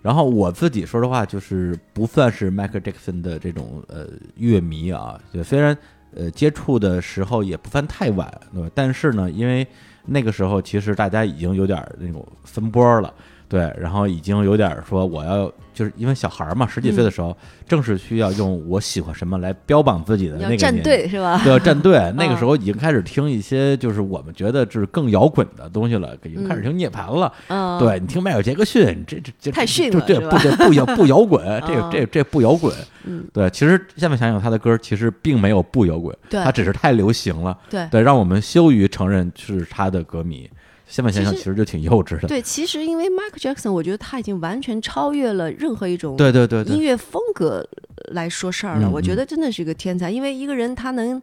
Speaker 3: 然后我自己说实话，就是不算是 Michael Jackson 的这种呃乐迷啊，就虽然呃接触的时候也不算太晚，对吧？但是呢，因为那个时候其实大家已经有点儿那种分波了。对，然后已经有点儿说我要，就是因为小孩儿嘛，十几
Speaker 4: 嗯
Speaker 3: 岁的时候，正是需要用我喜欢什么来标榜自己的
Speaker 4: 你
Speaker 3: 那
Speaker 4: 要
Speaker 3: 个
Speaker 4: 站
Speaker 3: 年纪
Speaker 4: 队是吧？
Speaker 3: 对，站 队。那个时候已经开始听一些就是我们觉得就是更摇滚的东西了，已经开始听涅槃了。
Speaker 4: 嗯，
Speaker 3: 对你听迈克尔杰克逊，这这这
Speaker 4: 太逊
Speaker 3: 这
Speaker 4: 了
Speaker 3: 这
Speaker 4: 是
Speaker 3: 不
Speaker 4: 吧
Speaker 3: 这不摇不摇滚， 这个
Speaker 4: 啊
Speaker 3: 这这不摇滚。
Speaker 4: 嗯
Speaker 3: 对，其实下面想想他的歌其实并没有不摇滚，
Speaker 4: 对
Speaker 3: 他只是太流行了，
Speaker 4: 对
Speaker 3: 对，让我们羞于承认是他的歌迷。下面想想
Speaker 4: 其
Speaker 3: 其
Speaker 4: 实
Speaker 3: 实就挺幼稚的，
Speaker 4: 对，其实因为 Michael Jackson，我觉得他已经完全超越了任何一种
Speaker 3: 对对对对，
Speaker 4: 音乐风格来说事儿了。
Speaker 3: 嗯
Speaker 4: 我觉得真的是一个天才，因为一个人他能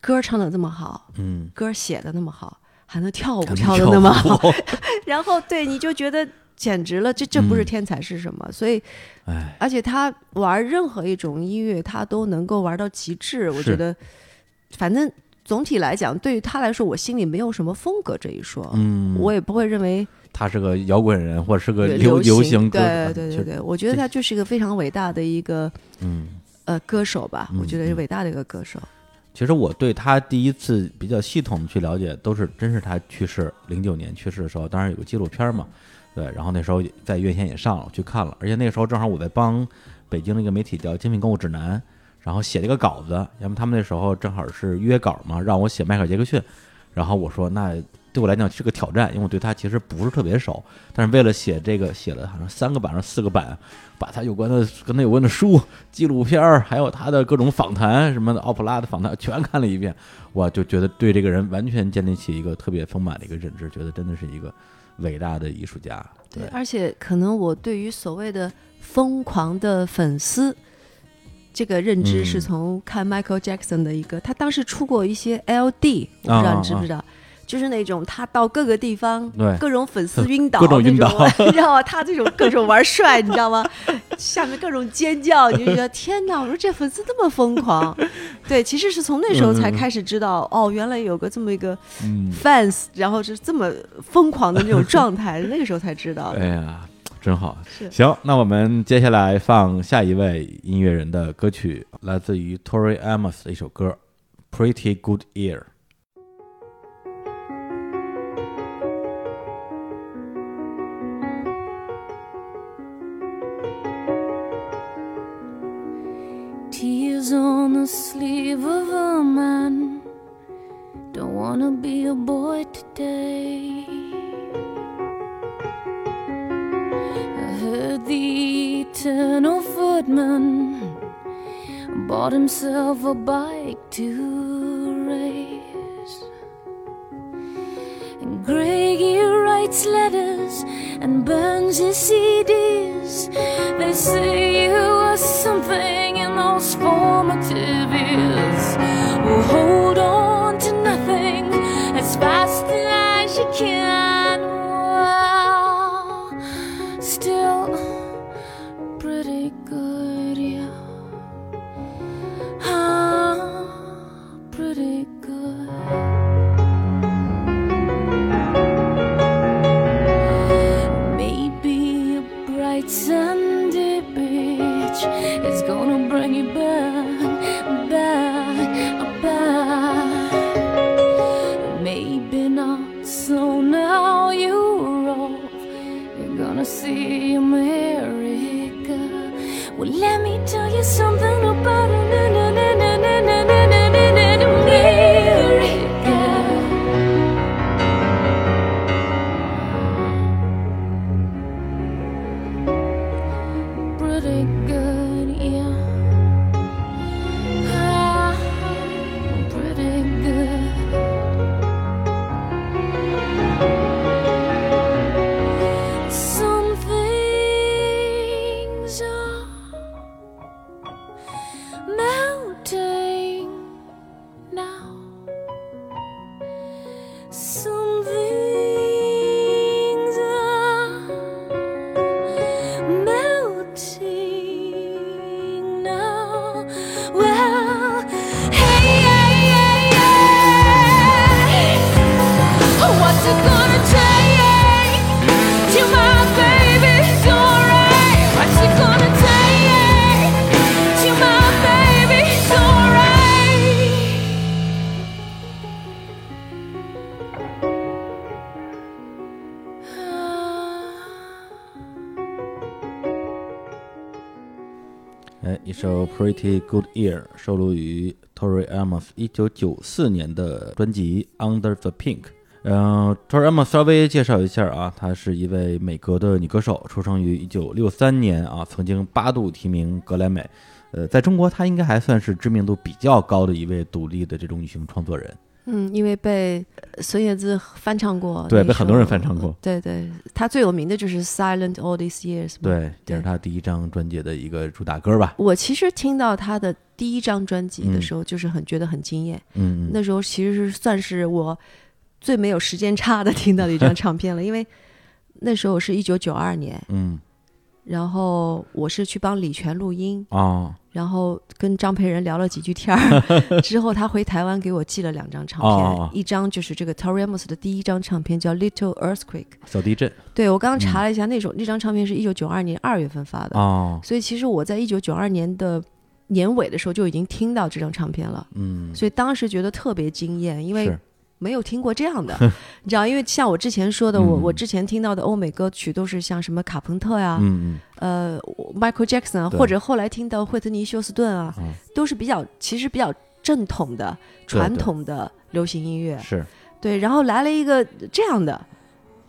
Speaker 4: 歌唱的这么好，
Speaker 3: 嗯，
Speaker 4: 歌写的那么好，还能跳舞
Speaker 3: 还能
Speaker 4: 跳的
Speaker 3: 跳
Speaker 4: 那么
Speaker 3: 舞
Speaker 4: 好，然后对你就觉得简直了，这这不是
Speaker 3: 嗯
Speaker 4: 天才是什么？所以
Speaker 3: 哎，
Speaker 4: 而且他玩任何一种音乐，他都能够玩到极致。我
Speaker 3: 是
Speaker 4: 觉得，反正总体来讲，对于他来说，我心里没有什么风格这一说。
Speaker 3: 嗯，
Speaker 4: 我也不会认为
Speaker 3: 他是个摇滚人，或者是个
Speaker 4: 对
Speaker 3: 流
Speaker 4: 流
Speaker 3: 行歌手，嗯
Speaker 4: 对对
Speaker 3: 其
Speaker 4: 对
Speaker 3: 实，
Speaker 4: 对，我觉得
Speaker 3: 这
Speaker 4: 他就是一个非常伟大的一个
Speaker 3: 嗯。
Speaker 4: 呃歌手吧，
Speaker 3: 嗯
Speaker 4: 我觉得是
Speaker 3: 嗯
Speaker 4: 伟大的一个歌手。
Speaker 3: 其实我对他第一次比较系统地去了解，都是真是他去世零九年去世的时候，当然有个纪录片嘛，对，然后那时候也在院线也上了，我去看了，而且那个时候正好我在帮北京的一个媒体叫《精品购物指南》，然后写了一个稿子，要么他们那时候正好是约稿嘛，让我写迈克尔·杰克逊，然后我说那对我来讲是个挑战，因为我对他其实不是特别熟，但是为了写这个，写了好像三个版还是四个版，把他有关的跟他有关的书、纪录片儿，还有他的各种访谈什么的，奥普拉的访谈全看了一遍，我就觉得对这个人完全建立起一个特别丰满的一个认知，觉得真的是一个伟大的艺术家。对，
Speaker 4: 而且可能我对于所谓的疯狂的粉丝。这个认知
Speaker 3: 嗯
Speaker 4: 是从看 Michael Jackson 的一个，他当时出过一些 LD，我不知
Speaker 3: 啊啊
Speaker 4: 道你知不知道，就是那种他到各个地方，
Speaker 3: 对
Speaker 4: 各种 粉丝晕倒，
Speaker 3: 各种晕倒
Speaker 4: 那种，你 知道吗？他这种各种玩帅，你知道吗？下面各种尖叫，你就觉得天哪！我说这粉丝这么疯狂，对，其实是从那时候才开始知道，哦，原来有个这么一个
Speaker 3: 嗯，
Speaker 4: fans，然后是这么疯狂的那种状态，那个时候才 知道。
Speaker 3: 哎呀，真好。
Speaker 4: 是
Speaker 3: 行，那我们接下来放下一位音乐人的歌曲，来自于 Tori Amos 的一首歌《Pretty Good Ear》。
Speaker 5: Tears on the sleeve of a man wanna be a boy today. I heard the eternal footman bought himself a bike to race. And Greggy writes letters and burns his CDs. They say you were something in those formative years. Well, hold on to nothing as fast as you can. Well, still pretty good, yeah. Ah, pretty good. Maybe a bright Sunday beach is gonna bring you back, back, back. Maybe not, so now you're off. You're gonna see America. Well, let me tell you something about America. pretty good, yeah. Ah, pretty good. Some things are melting now. Some things are melting now. Well, hey, hey, hey, hey. What's it gonna take till my baby's alright? What's it gonna take till my baby's alright?
Speaker 3: 哎，一首《Pretty Good Year》收录于 Tori Amos 一九九四年的专辑《Under the Pink》。嗯，Tori Amos 稍微介绍一下啊，她是一位美国的女歌手，出生于一九六三年啊，曾经八度提名格莱美。呃，在中国，她应该还算是知名度比较高的一位独立的这种女性创作人。
Speaker 4: 嗯，因为被呃孙燕姿翻唱过，
Speaker 3: 对
Speaker 4: 那
Speaker 3: 被很多
Speaker 4: 首
Speaker 3: 人翻唱过
Speaker 4: 对对，她最有名的就是《Silent All These Years》。，
Speaker 3: 对，也是她第一张专辑的一个主打歌吧。
Speaker 4: 我其实听到她的第一张专辑的时候，就是很觉得很惊艳。
Speaker 3: 嗯，
Speaker 4: 那时候其实是算是我最没有时间差的听到的一张唱片了，因为那时候是一九九二年，
Speaker 3: 嗯
Speaker 4: 然后我是去帮李泉录音，
Speaker 3: 哦
Speaker 4: 然后跟张培仁聊了几句天儿， 之后他回台湾给我寄了两张唱片，
Speaker 3: 哦哦哦
Speaker 4: 一张就是这个 Tori Amos 的第一张唱片叫《Little Earthquake》。
Speaker 3: 小地震
Speaker 4: 对我刚刚
Speaker 3: 嗯
Speaker 4: 查了一下，那首那张唱片是一九九二年二月份发的，
Speaker 3: 哦，
Speaker 4: 所以其实我在一九九二年的年尾的时候就已经听到这张唱片了，
Speaker 3: 嗯，
Speaker 4: 所以当时觉得特别惊艳，因为
Speaker 3: 是
Speaker 4: 没有听过这 样的，你知道，因为像我之前说
Speaker 3: 嗯
Speaker 4: 的，我我之前听到的欧美歌曲都是像什么卡朋特呀、
Speaker 3: 嗯
Speaker 4: 呃我，Michael Jackson 啊，
Speaker 3: 对
Speaker 4: 或者后来听到惠特尼休斯顿啊，
Speaker 3: 嗯
Speaker 4: 都是比较其实比较正统的、
Speaker 3: 对
Speaker 4: 传统的流行音乐
Speaker 3: 嗯。是
Speaker 4: 对，然后来了一个这样的，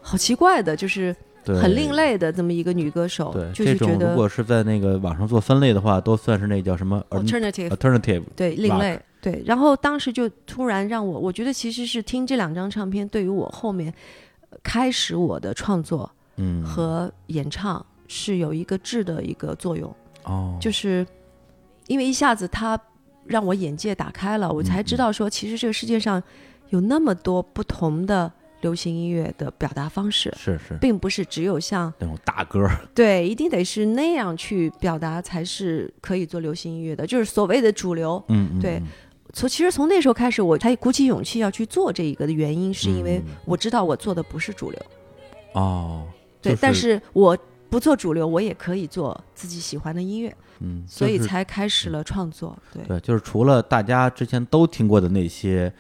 Speaker 4: 好奇怪的，就是
Speaker 3: 对
Speaker 4: 很另类的这么一个女歌手
Speaker 3: 对，，
Speaker 4: 就
Speaker 3: 这
Speaker 4: 是觉
Speaker 3: 种如
Speaker 4: 得
Speaker 3: 果是在那个网上做分类的话，都算是那叫什么 altern-
Speaker 4: 哦 alternative
Speaker 3: alternative
Speaker 4: 对另
Speaker 3: 呃 rock
Speaker 4: 类对。然后当时就突然让我，我觉得其实是听这两张唱片对于我后面呃开始我的创作
Speaker 3: 嗯
Speaker 4: 和演唱是有一个质的一个作用。
Speaker 3: 哦，
Speaker 4: 就是因为一下子他让我眼界打开了，我才
Speaker 3: 嗯
Speaker 4: 知道说，其实这个世界上有那么多不同的流行音乐的表达方式，
Speaker 3: 是是
Speaker 4: 并不是只有像
Speaker 3: 那种大歌儿，
Speaker 4: 对，一定得是那样去表达才是可以做流行音乐的，就是所谓的主流。
Speaker 3: 嗯嗯
Speaker 4: 对
Speaker 3: 嗯
Speaker 4: 从其实从那时候开始，我才鼓起勇气要去做这一个的原因，是因
Speaker 3: 嗯
Speaker 4: 为我知道我做的不是主流，
Speaker 3: 哦，
Speaker 4: 对，
Speaker 3: 就
Speaker 4: 但是我不做主流，我也可以做自己喜欢的音乐，
Speaker 3: 嗯，
Speaker 4: 所以
Speaker 3: 就是
Speaker 4: 才开始了创作。对，
Speaker 3: 对，就是除了大家之前都听过的那些。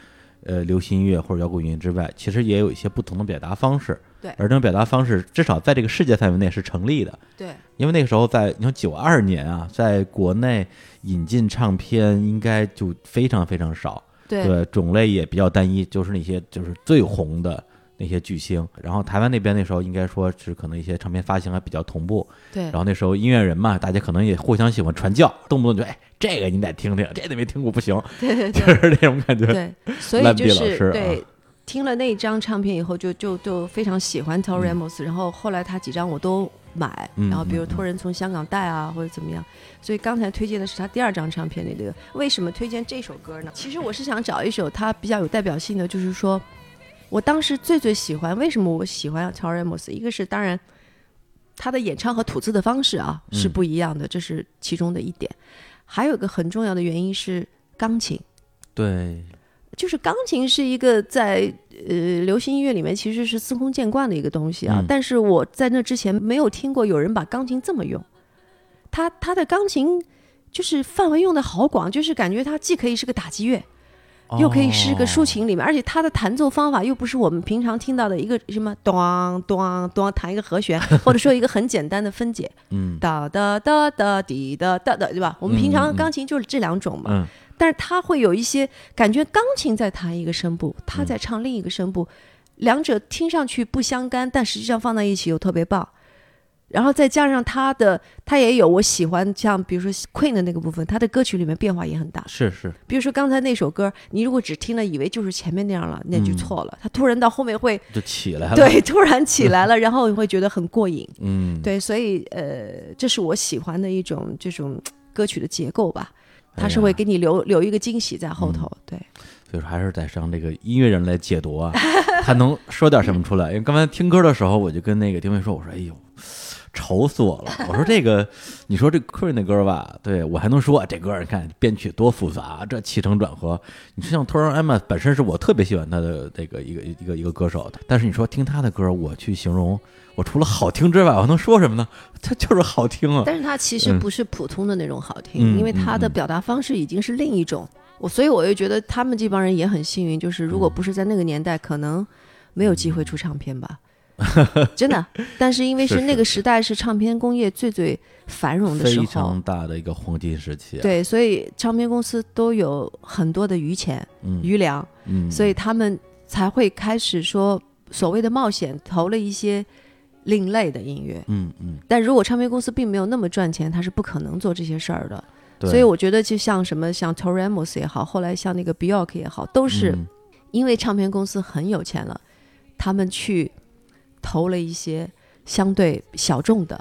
Speaker 3: 呃，流行音乐或者摇滚音乐之外，其实也有一些不同的表达方式。
Speaker 4: 对
Speaker 3: 而这种表达方式至少在这个世界范围内是成立的。
Speaker 4: 对，
Speaker 3: 因为那个时候在，你说九二年啊，在国内引进唱片应该就非常非常少，
Speaker 4: 对
Speaker 3: 对，种类也比较单一，就是那些就是最红的那些巨星。然后台湾那边那时候应该说是可能一些唱片发行还比较同步，
Speaker 4: 对
Speaker 3: 然后那时候音乐人嘛，大家可能也互相喜欢传教，动不动就哎这个你得听听，这个没听过不行，
Speaker 4: 对对对
Speaker 3: 就是那种感觉。
Speaker 4: 对， 所以
Speaker 3: 烂
Speaker 4: 就
Speaker 3: 地老
Speaker 4: 是
Speaker 3: 师啊
Speaker 4: 对。听了那一张唱片以后就，就就非常喜欢 t o r Ramos，、然后后来他几张我都买，
Speaker 3: 嗯
Speaker 4: 然后比如
Speaker 3: 嗯
Speaker 4: 托人从香港带啊，或者怎么样，所以刚才推荐的是他第二张唱片里的。为什么推荐这首歌呢？其实我是想找一首他比较有代表性的，就是说我当时最最喜欢，为什么我喜欢 t o r Ramos？一个是当然他的演唱和吐字的方式啊
Speaker 3: 嗯
Speaker 4: 是不一样的，这是其中的一点，还有一个很重要的原因是钢琴。
Speaker 3: 对，
Speaker 4: 就是钢琴是一个在呃流行音乐里面其实是司空见惯的一个东西啊，
Speaker 3: 嗯
Speaker 4: 但是我在那之前没有听过有人把钢琴这么用。他他的钢琴就是范围用的好广，就是感觉它既可以是个打击乐，
Speaker 3: 哦
Speaker 4: 又可以是个抒情里面，而且它的弹奏方法又不是我们平常听到的一个什么咚咚咚弹一个和弦，或者说一个很简单的分解，
Speaker 3: 嗯
Speaker 4: 哒哒哒哒滴哒哒哒，对吧？我们
Speaker 3: 嗯
Speaker 4: 平
Speaker 3: 嗯
Speaker 4: 常
Speaker 3: 嗯
Speaker 4: 钢琴就是这两种嘛，
Speaker 3: 嗯，
Speaker 4: 但是它会有一些感觉，钢琴在弹一个声部，他在唱另一个声部，两者听上去不相干，但实际上放在一起又特别棒。然后再加上他的，他也有我喜欢像比如说 Queen 的那个部分，他的歌曲里面变化也很大。
Speaker 3: 是是，
Speaker 4: 比如说刚才那首歌，你如果只听了以为就是前面那样了，那就错了。他突然到后面会
Speaker 3: 就起来了。，
Speaker 4: 对突然起来了，然后你会觉得很过瘾。
Speaker 3: 嗯，
Speaker 4: 对，所以呃，这是我喜欢的一种这种歌曲的结构吧，它是
Speaker 3: 哎呀嗯
Speaker 4: 会给你留留一个惊喜在后头。对，
Speaker 3: 所以说还是得让这个音乐人来解读啊， 他能说点什么出来。因为刚才听歌的时候，我就跟那个丁薇说，我说：“哎呦，愁死我了！”我说：“这个，你说这 Queen 的歌吧，对我还能说啊这歌，你看编曲多复杂，这起承转合。你就像 t o r Emma 哎本身是我特别喜欢他的这个一个一个一个歌手，但是你说听他的歌，我去形容，我除了好听之外，我还能说什么呢？他就是好听啊。
Speaker 4: 但是它其实
Speaker 3: 嗯
Speaker 4: 不是普通的那种好听，
Speaker 3: 嗯
Speaker 4: 因为它的
Speaker 3: 嗯嗯
Speaker 4: 表达方式已经是另一种。我所以我就觉得他们这帮人也很幸运，就是
Speaker 3: 嗯
Speaker 4: 如果不是在那个年代，可能没有机会出唱 片吧。真的，但是因为
Speaker 3: 是
Speaker 4: 是
Speaker 3: 是
Speaker 4: 那个时代是唱片工业最最繁荣的时
Speaker 3: 非
Speaker 4: 候
Speaker 3: 常，大的一个黄金时期、啊，，
Speaker 4: 对，所以唱片公司都有很多的余钱、
Speaker 3: 嗯
Speaker 4: 余粮，
Speaker 3: 嗯，
Speaker 4: 所以他们才会开始说所谓的冒险，投了一些另类的音乐。
Speaker 3: 嗯嗯，
Speaker 4: 但如果唱片公司并没有那么赚钱，他是不可能做这些事儿的。
Speaker 3: 对
Speaker 4: 所以我觉得，就像什么像 t o r a m o s 也好，后来像那个 Bjork 也好，都是
Speaker 3: 嗯
Speaker 4: 因为唱片公司很有钱了，他们去投了一些相对小众的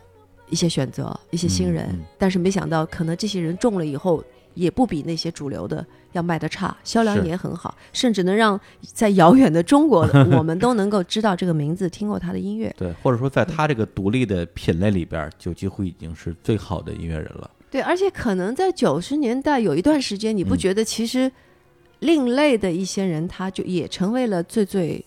Speaker 4: 一些选择，一些新人。
Speaker 3: 嗯嗯
Speaker 4: 但是没想到，可能这些人中了以后，也不比那些主流的要卖得差，销量
Speaker 3: 是
Speaker 4: 也很好，甚至能让在遥远的中国的我们都能够知道这个名字，听过他的音乐。
Speaker 3: 对，或者说在他这个独立的品类里边儿，就几乎已经是最好的音乐人了。
Speaker 4: 对，而且可能在九十年代有一段时间，你不
Speaker 3: 嗯
Speaker 4: 觉得其实另类的一些人，他就也成为了最最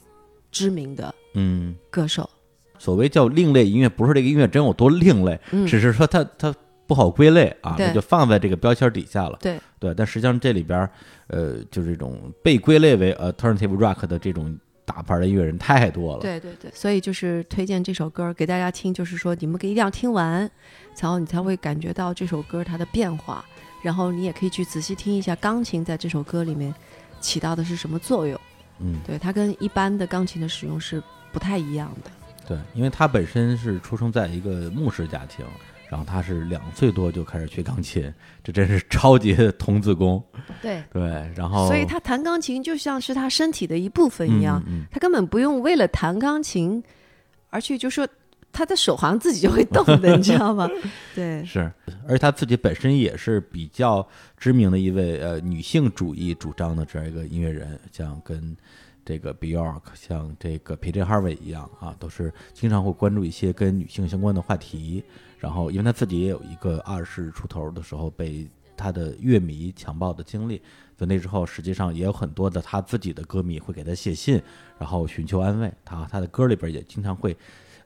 Speaker 4: 知名的
Speaker 3: 嗯，
Speaker 4: 歌手。
Speaker 3: 所谓叫另类音乐，不是这个音乐真有多另类，
Speaker 4: 嗯，
Speaker 3: 只是说它它不好归类啊，
Speaker 4: 对
Speaker 3: 那就放在这个标签底下了。
Speaker 4: 对
Speaker 3: 对，但实际上这里边儿，呃，就是这种被归类为 alternative rock 的这种大牌的音乐人太多了。，
Speaker 4: 对对对，所以就是推荐这首歌给大家听，就是说你们一定要听完，然后你才会感觉到这首歌它的变化，然后你也可以去仔细听一下钢琴在这首歌里面起到的是什么作用。
Speaker 3: 嗯，
Speaker 4: 对，它跟一般的钢琴的使用是不太一样的。
Speaker 3: 对，因为他本身是出生在一个牧师家庭。然后他是两岁多就开始学钢琴，这真是超级童子功。
Speaker 4: 对，
Speaker 3: 对，然后
Speaker 4: 所以他弹钢琴就像是他身体的一部分一样，
Speaker 3: 嗯嗯嗯
Speaker 4: 他根本不用为了弹钢琴而去就说他的手好像自己就会动的，你知道吗？ 对，
Speaker 3: 是，而且她自己本身也是比较知名的一位呃女性主义主张的这样一个音乐人，像跟这个 Bjork、像这个 PJ Harvey 一样啊，都是经常会关注一些跟女性相关的话题。然后，因为她自己也有一个二十出头的时候被她的乐迷强暴的经历，所以那之后实际上也有很多的她自己的歌迷会给她写信，然后寻求安慰。她她的歌里边也经常会。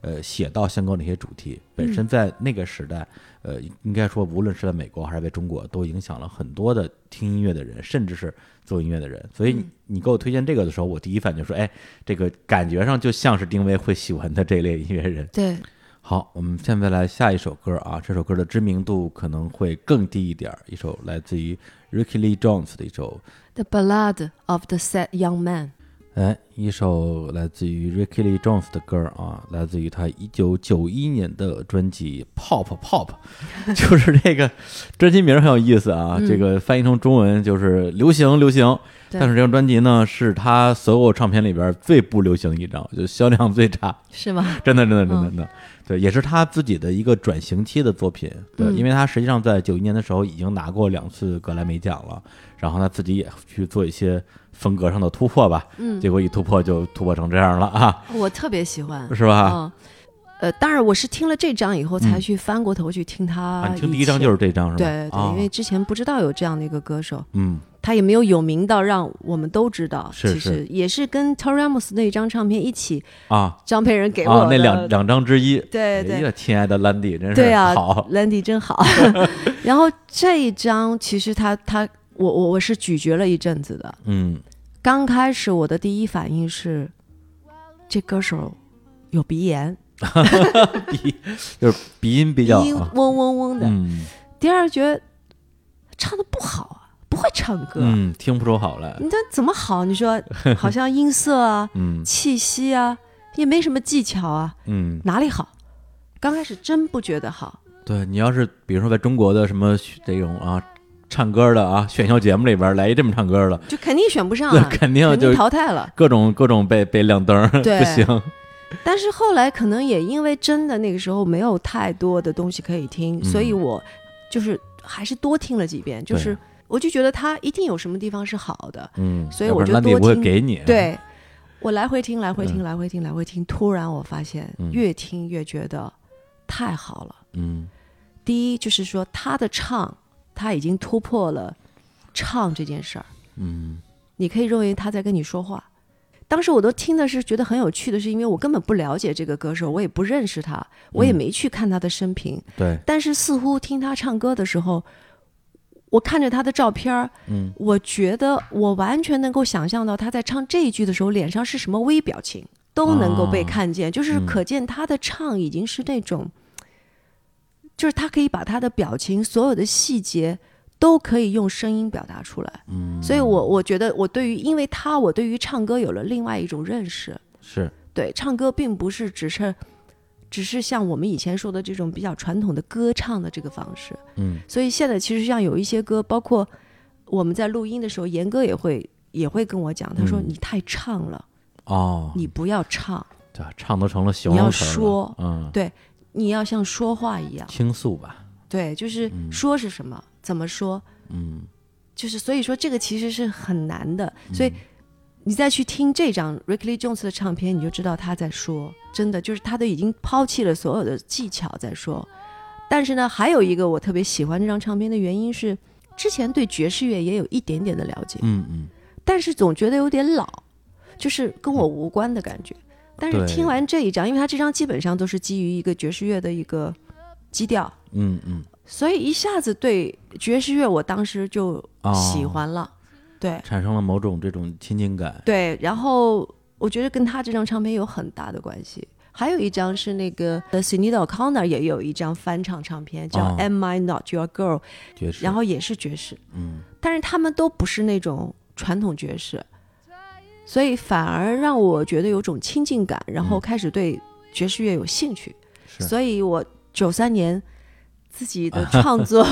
Speaker 3: 呃，写到相关的一些主题，本身在那个时代，呃，应该说，无论是在美国还是在中国，都影响了很多的听音乐的人，甚至是做音乐的人。所以你你给我推荐这个的时候，我第一反应就说，哎，这个感觉上就像是丁薇会喜欢的这类音乐人。
Speaker 4: 对，
Speaker 3: 好，我们现在来下一首歌啊，这首歌的知名度可能会更低一点儿，一首来自于 Ricky Lee Jones 的一首，
Speaker 4: The Ballad of the Sad Young Man。
Speaker 3: 哎，一首来自于 Ricky Lee Jones 的歌啊，来自于他一九九一年的专辑《Pop Pop》，就是这个专辑名很有意思啊，这个翻译成中文就是流行流行。
Speaker 4: 对
Speaker 3: 但是这张专辑呢，是他所有唱片里边最不流行的一张，就销量最差。
Speaker 4: 是吗？
Speaker 3: 真的，真的，真的，
Speaker 4: 嗯
Speaker 3: 真的，对，也是他自己的一个转型期的作品。对，
Speaker 4: 嗯
Speaker 3: 因为他实际上在九一年的时候已经拿过两次格莱美奖了，然后他自己也去做一些风格上的突破吧。嗯，结果一突破就突破成这样了 啊，
Speaker 4: 我特别喜欢，
Speaker 3: 是吧？啊嗯
Speaker 4: 嗯，呃，当然我是听了这张以后才去翻过头去听他
Speaker 3: 啊，
Speaker 4: 以前。
Speaker 3: 你听第一张就是这张是吧？
Speaker 4: 对对对，
Speaker 3: 啊
Speaker 4: 因为之前不知道有这样的一个歌手，
Speaker 3: 嗯，
Speaker 4: 他也没有有名到让我们都知道。
Speaker 3: 是
Speaker 4: 其
Speaker 3: 是
Speaker 4: 实也是跟 t o r a m o s 那一张唱片一起，
Speaker 3: 啊
Speaker 4: 张培仁给我
Speaker 3: 啊，那
Speaker 4: 的
Speaker 3: 两两张之一。
Speaker 4: 对
Speaker 3: 哎
Speaker 4: 对
Speaker 3: 呀，亲爱的兰迪，真是
Speaker 4: 对啊
Speaker 3: 好，
Speaker 4: ，Landy 真好。然后这一张其实他他我我我是咀嚼了一阵子的，
Speaker 3: 嗯，
Speaker 4: 刚开始我的第一反应是，这歌手有鼻炎，
Speaker 3: 就是鼻音比
Speaker 4: 鼻
Speaker 3: 较
Speaker 4: 音
Speaker 3: 啊
Speaker 4: 嗡嗡嗡的。
Speaker 3: 嗯
Speaker 4: 第二觉得唱的不好啊，不会唱歌，
Speaker 3: 嗯，听不出好来，
Speaker 4: 你这怎么好？你说好像音色啊、
Speaker 3: 嗯
Speaker 4: 气息啊，也没什么技巧啊，
Speaker 3: 嗯。
Speaker 4: 哪里好？刚开始真不觉得好，
Speaker 3: 对你要是比如说在中国的什么这种啊唱歌的啊选秀节目里边来一这么唱歌的，
Speaker 4: 就肯定选不 上
Speaker 3: 对
Speaker 4: 啊，
Speaker 3: 肯定就
Speaker 4: 淘汰了。
Speaker 3: 各种各种被被亮灯儿，
Speaker 4: 对
Speaker 3: 不行。
Speaker 4: 但是后来可能也因为真的那个时候没有太多的东西可以听，
Speaker 3: 嗯
Speaker 4: 所以我就是还是多听了几遍，就
Speaker 3: 对
Speaker 4: 是我就觉得他一定有什么地方是好的，
Speaker 3: 嗯，
Speaker 4: 所以
Speaker 3: 要
Speaker 4: 我
Speaker 3: 不然
Speaker 4: 就
Speaker 3: 兰迪
Speaker 4: 多
Speaker 3: 不会
Speaker 4: 听
Speaker 3: 给你。，
Speaker 4: 对。我来回听，来回听，来回听，来回听。突然我发现
Speaker 3: 嗯，
Speaker 4: 越听越觉得太好了。
Speaker 3: 嗯，
Speaker 4: 第一就是说，他的唱他已经突破了唱这件事儿。
Speaker 3: 嗯，
Speaker 4: 你可以认为他在跟你说话。当时我都听的是觉得很有趣的，是因为我根本不了解这个歌手，我也不认识他，我也
Speaker 3: 嗯
Speaker 4: 没去看他的生平。
Speaker 3: 对，
Speaker 4: 但是似乎听他唱歌的时候，我看着他的照片儿，
Speaker 3: 嗯，
Speaker 4: 我觉得我完全能够想象到他在唱这一句的时候脸上是什么微表情，都能够被看
Speaker 3: 嗯
Speaker 4: 见，就是可见他的唱已经是那种，就是他可以把他的表情所有的细节都可以用声音表达出来，嗯，所以我我觉得我对于因为他，我对于唱歌有了另外一种认识，
Speaker 3: 是，
Speaker 4: 对，唱歌并不是只是只是像我们以前说的这种比较传统的歌唱的这个方式。
Speaker 3: 嗯，
Speaker 4: 所以现在其实像有一些歌，包括我们在录音的时候，严哥也会也会跟我讲，他说
Speaker 3: 嗯
Speaker 4: 你太唱了，
Speaker 3: 哦，
Speaker 4: 你不要唱，
Speaker 3: 对，唱都成了形
Speaker 4: 你要
Speaker 3: 容词儿了
Speaker 4: 说
Speaker 3: 嗯，
Speaker 4: 对，你要像说话一样，
Speaker 3: 倾诉吧，
Speaker 4: 对，就是说是什么，怎么说，
Speaker 3: 嗯，
Speaker 4: 就是所以说这个其实是很难的，所以。你再去听这张 Ricky Lee Jones 的唱片，你就知道他在说，真的就是他都已经抛弃了所有的技巧在说。但是呢，还有一个我特别喜欢这张唱片的原因是，之前对爵士乐也有一点点的了解，
Speaker 3: 嗯嗯，
Speaker 4: 但是总觉得有点老，就是跟我无关的感觉。但是
Speaker 3: 对
Speaker 4: 听完这一张，因为他这张基本上都是基于一个爵士乐的一个基调，
Speaker 3: 嗯嗯，
Speaker 4: 所以一下子对爵士乐，我当时就
Speaker 3: 哦
Speaker 4: 喜欢了，对
Speaker 3: 产生了某种这种亲近感。
Speaker 4: 对。然后我觉得跟他这张唱片有很大的关系。还有一张是那个呃 c i n i d a O'Connor 也有一张翻唱唱片叫
Speaker 3: 哦
Speaker 4: 《Am I Not Your Girl》，
Speaker 3: 爵士，
Speaker 4: 然后也是爵士，
Speaker 3: 嗯，
Speaker 4: 但是他们都不是那种传统爵士，所以反而让我觉得有种亲近感，然后开始对爵士乐有兴趣。
Speaker 3: 是
Speaker 4: 所以我九三年自己的 创作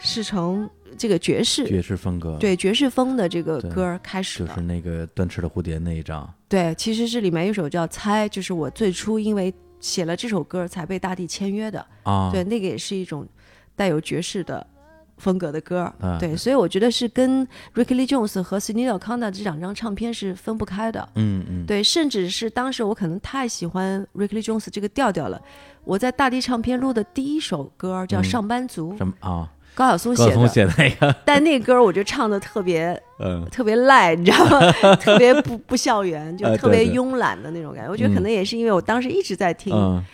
Speaker 4: 是从这个爵士
Speaker 3: 爵士风格，，
Speaker 4: 对爵士风的这个
Speaker 3: 嗯对
Speaker 4: 歌儿开始
Speaker 3: 就
Speaker 4: 的。
Speaker 3: 是那个断翅的蝴蝶那一张，
Speaker 4: 对，其实是里面有一首叫《猜》，就是我最初因为写了这首歌儿才被大地签约的。
Speaker 3: 啊，
Speaker 4: 对，那个也是一种带有爵士的风格的歌儿。
Speaker 3: 啊
Speaker 4: 对，所以我觉得是跟 Ricky Lee Jones 和 c i n i d a O'Connor 这两张唱片是分不开的。
Speaker 3: 嗯嗯，
Speaker 4: 对，甚至是当时我可能太喜欢 Ricky Lee Jones 这个调调了。我在大地唱片录的第一首歌儿叫
Speaker 3: 嗯
Speaker 4: 《上班族》，
Speaker 3: 什么啊？
Speaker 4: 高晓松写
Speaker 3: 高
Speaker 4: 的，
Speaker 3: 晓松写的那个，
Speaker 4: 但那歌儿我就唱的特别
Speaker 3: 嗯，
Speaker 4: 特别赖， 你知道 吗？特别不不校园，就
Speaker 3: 呃
Speaker 4: 特别
Speaker 3: 对对
Speaker 4: 慵懒的那种感觉。我觉得可能也是因为我当时一直在听
Speaker 3: 嗯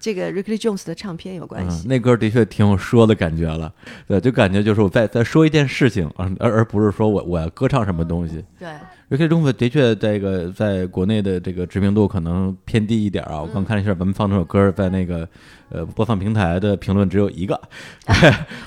Speaker 4: 这个 Ricky Lee Jones 的唱片有关
Speaker 3: 嗯，
Speaker 4: 系。
Speaker 3: 那歌的确挺有说的感觉了，对，就感觉就是我在在说一件事情，而而而不是说我我要歌唱什么东西。
Speaker 4: 对，
Speaker 3: ，Ricky 中分的确这个在国内的这个知名度可能偏低一点啊。我刚看了一下，咱们放这首歌在那个呃播放平台的评论只有一个，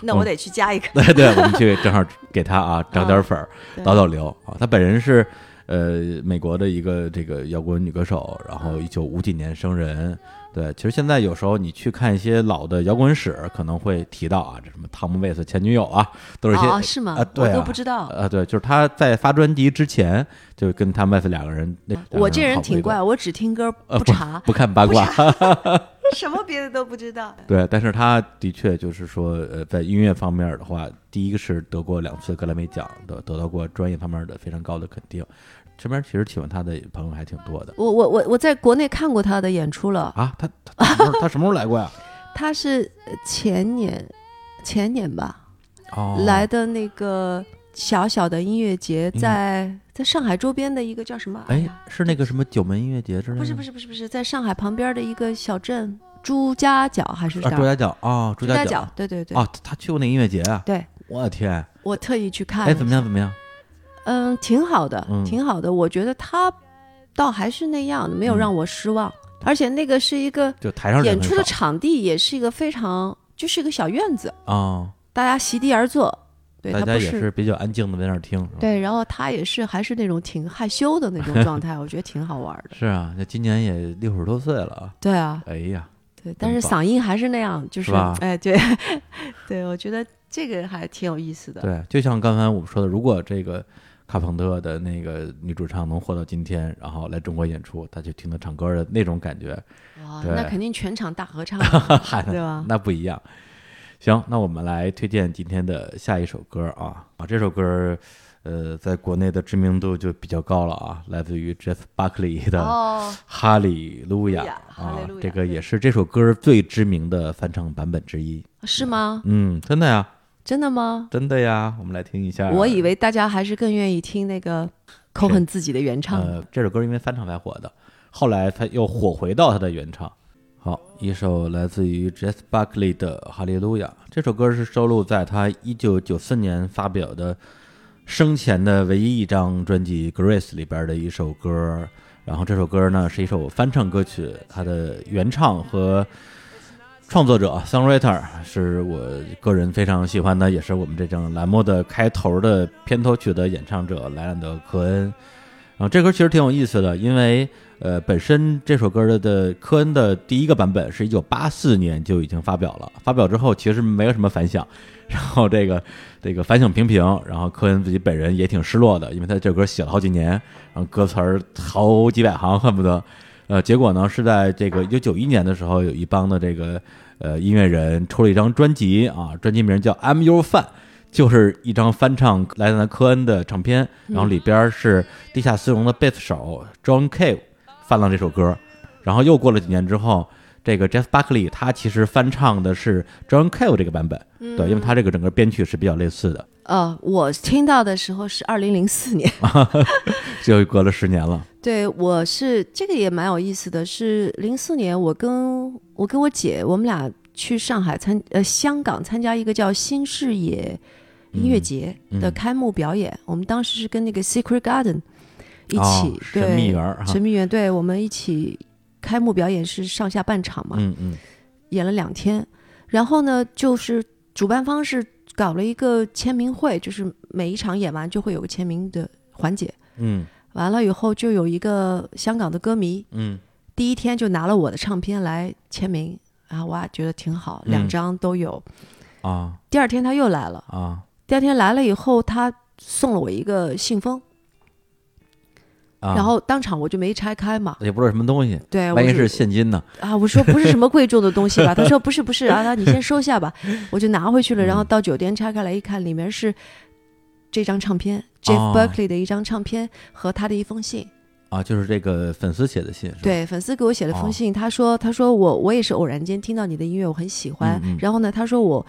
Speaker 4: 那
Speaker 3: 嗯
Speaker 4: 我得去加一个。
Speaker 3: 对对，我们去正好给他啊涨点粉儿，
Speaker 4: 对
Speaker 3: 导导流啊。他本人是呃美国的一个这个摇滚女歌手，然后一九五几年生人。对，其实现在有时候你去看一些老的摇滚史，可能会提到啊，这什么汤姆·卫斯前女友啊，都是一些
Speaker 4: 哦，是吗？
Speaker 3: 啊，对啊
Speaker 4: 我都不知道。
Speaker 3: 啊，对，就是他在发专辑之前，就跟汤姆·卫斯两个人。那
Speaker 4: 我这人
Speaker 3: 好
Speaker 4: 挺
Speaker 3: 过一
Speaker 4: 怪，
Speaker 3: 段
Speaker 4: 我只听歌
Speaker 3: 呃
Speaker 4: 不查，
Speaker 3: 不看八卦。
Speaker 4: 什么别的都不知道。
Speaker 3: 对，但是他的确就是说，呃，在音乐方面的话，第一个是得过两次格莱美奖的，得到过专业方面的非常高的肯定。身边其实喜欢他的朋友还挺多的
Speaker 4: 我我我我在国内看过他的演出了，
Speaker 3: 啊。他他他什么时候他什么时候来过呀？
Speaker 4: 他是呃前年前年吧、
Speaker 3: 哦，
Speaker 4: 来的那个小小的音乐节在，在、上海周边的一个叫什么？
Speaker 3: 嗯哎
Speaker 4: 呀，
Speaker 3: 是那个什么九门音乐节之类的？
Speaker 4: 不是不是不是不是，在上海旁边的一个小镇朱家角还是
Speaker 3: 啊，
Speaker 4: 啥？
Speaker 3: 朱家角啊，朱
Speaker 4: 朱
Speaker 3: 家
Speaker 4: 角，对对对，
Speaker 3: 啊，他他去过那音乐节啊？
Speaker 4: 对，
Speaker 3: 我的天，
Speaker 4: 我特意去看
Speaker 3: 哎，
Speaker 4: 了，
Speaker 3: 怎么样怎么样？
Speaker 4: 嗯，挺好的，
Speaker 3: 嗯
Speaker 4: 挺好的。我觉得他倒还是那样，没有
Speaker 3: 嗯
Speaker 4: 让我失望。而且那个是一个
Speaker 3: 就台上人
Speaker 4: 演
Speaker 3: 很
Speaker 4: 出
Speaker 3: 少
Speaker 4: 的场地，也是一个非常就是一个小院子，
Speaker 3: 啊，
Speaker 4: 大家席地而坐。对，
Speaker 3: 大
Speaker 4: 他
Speaker 3: 家
Speaker 4: 不
Speaker 3: 也是比较安静的在那儿听。是吧，
Speaker 4: 对，然后他也是还是那种挺害羞的那种状态，我觉得挺好玩的。
Speaker 3: 是啊，那今年也六十多岁了啊。
Speaker 4: 对啊，
Speaker 3: 哎呀，
Speaker 4: 对，但是
Speaker 3: 棒
Speaker 4: 嗓音还是那样，就是
Speaker 3: 吧
Speaker 4: 哎，对，对，我觉得这个还挺有意思的。
Speaker 3: 对，就像刚才我们说的，如果这个卡朋特的那个女主唱能活到今天，然后来中国演出，她就听她唱歌的那种感觉，
Speaker 4: 哇，
Speaker 3: 对
Speaker 4: 那肯定全场大合 唱
Speaker 3: 哈哈，
Speaker 4: 对吧
Speaker 3: 那不一样。行，那我们来推荐今天的下一首歌啊啊，这首歌。呃，在国内的知名度就比较高了啊，来自于 Jeff Buckley 的
Speaker 4: 哦
Speaker 3: 《哈利路亚
Speaker 4: 路》亚哈
Speaker 3: 啊
Speaker 4: 利路，
Speaker 3: 这
Speaker 4: 亚
Speaker 3: 个也是这首歌最知名的翻唱版本之一。
Speaker 4: 是吗？
Speaker 3: 嗯，真的呀，
Speaker 4: 真的吗？
Speaker 3: 真的呀，我们来听一下。
Speaker 4: 我以为大家还是更愿意听那个口
Speaker 3: 啊是
Speaker 4: 很自己的原唱。
Speaker 3: 呃，这首歌因为翻唱才火的，后来他又火回到他的原唱。好，一首来自于 Jess Buckley 的《哈利路亚》，这首歌是收录在他1994年发表的生前的唯一一张专辑《Grace》里边的一首歌。然后这首歌呢是一首翻唱歌曲，它的原唱和创作者 songwriter 是我个人非常喜欢的，也是我们这张栏目的开头的片头曲的演唱者莱朗德·科恩。然后啊这歌其实挺有意思的，因为呃，本身这首歌的的科恩的第一个版本是一九八四年就已经发表了，发表之后其实没有什么反响，然后这个这个反响平平，然后科恩自己本人也挺失落的，因为他这首歌写了好几年，然后歌词儿好几百行，恨不得。呃，结果呢是在这个一九九一年的时候，有一帮的这个呃音乐人出了一张专辑啊，专辑名叫《I'm Your Fan》，就是一张翻唱莱昂纳科恩的唱片，然后里边是地下丝绒的贝斯手 John Cave 翻了这首歌，然后又过了几年之后。这个 Jeff Buckley 他其实翻唱的是 John Cale 这个版本，
Speaker 4: 嗯
Speaker 3: 对，因为他这个整个编曲是比较类似的，
Speaker 4: 呃，我听到的时候是二零零四年，
Speaker 3: 就隔了十年了。
Speaker 4: 对，我是这个也蛮有意思的，是零四年我跟我跟我姐，我们俩去上海参呃香港参加一个叫新视野音
Speaker 3: 嗯
Speaker 4: 乐节的开幕表演，我们当时是跟那个 Secret Garden 一起、
Speaker 3: 哦
Speaker 4: 对
Speaker 3: 神秘园儿哈
Speaker 4: 神秘园，对我们一起开幕表演是上下半场嘛，
Speaker 3: 嗯嗯，
Speaker 4: 演了两天，然后呢，就是主办方是搞了一个签名会，就是每一场演完就会有个签名的环节。
Speaker 3: 嗯
Speaker 4: 完了以后，就有一个香港的歌迷，
Speaker 3: 嗯，
Speaker 4: 第一天就拿了我的唱片来签名，啊，哇，觉得挺好，
Speaker 3: 嗯
Speaker 4: 两张都有。
Speaker 3: 啊
Speaker 4: 第二天他又来了，
Speaker 3: 啊
Speaker 4: 第二天来了以后，他送了我一个信封，
Speaker 3: 啊！
Speaker 4: 然后当场我就没拆开嘛。
Speaker 3: 也不知道什么东西，
Speaker 4: 对，
Speaker 3: 万一
Speaker 4: 我就是
Speaker 3: 现金呢？
Speaker 4: 啊，我说不是什么贵重的东西吧？ 他说不是不是啊，那你先收下吧，我就拿回去了。
Speaker 3: 嗯
Speaker 4: 然后到酒店拆开来一看，里面是这张唱片、j e f f
Speaker 3: 哦
Speaker 4: Berkeley 的一张唱片和他的一封信。
Speaker 3: 啊，就是这个粉丝写的信，是吧？
Speaker 4: 对，粉丝给我写了
Speaker 3: 哦
Speaker 4: 封信，他说他说我我也是偶然间听到你的音乐，我很喜欢。
Speaker 3: 嗯嗯
Speaker 4: 然后呢，他说我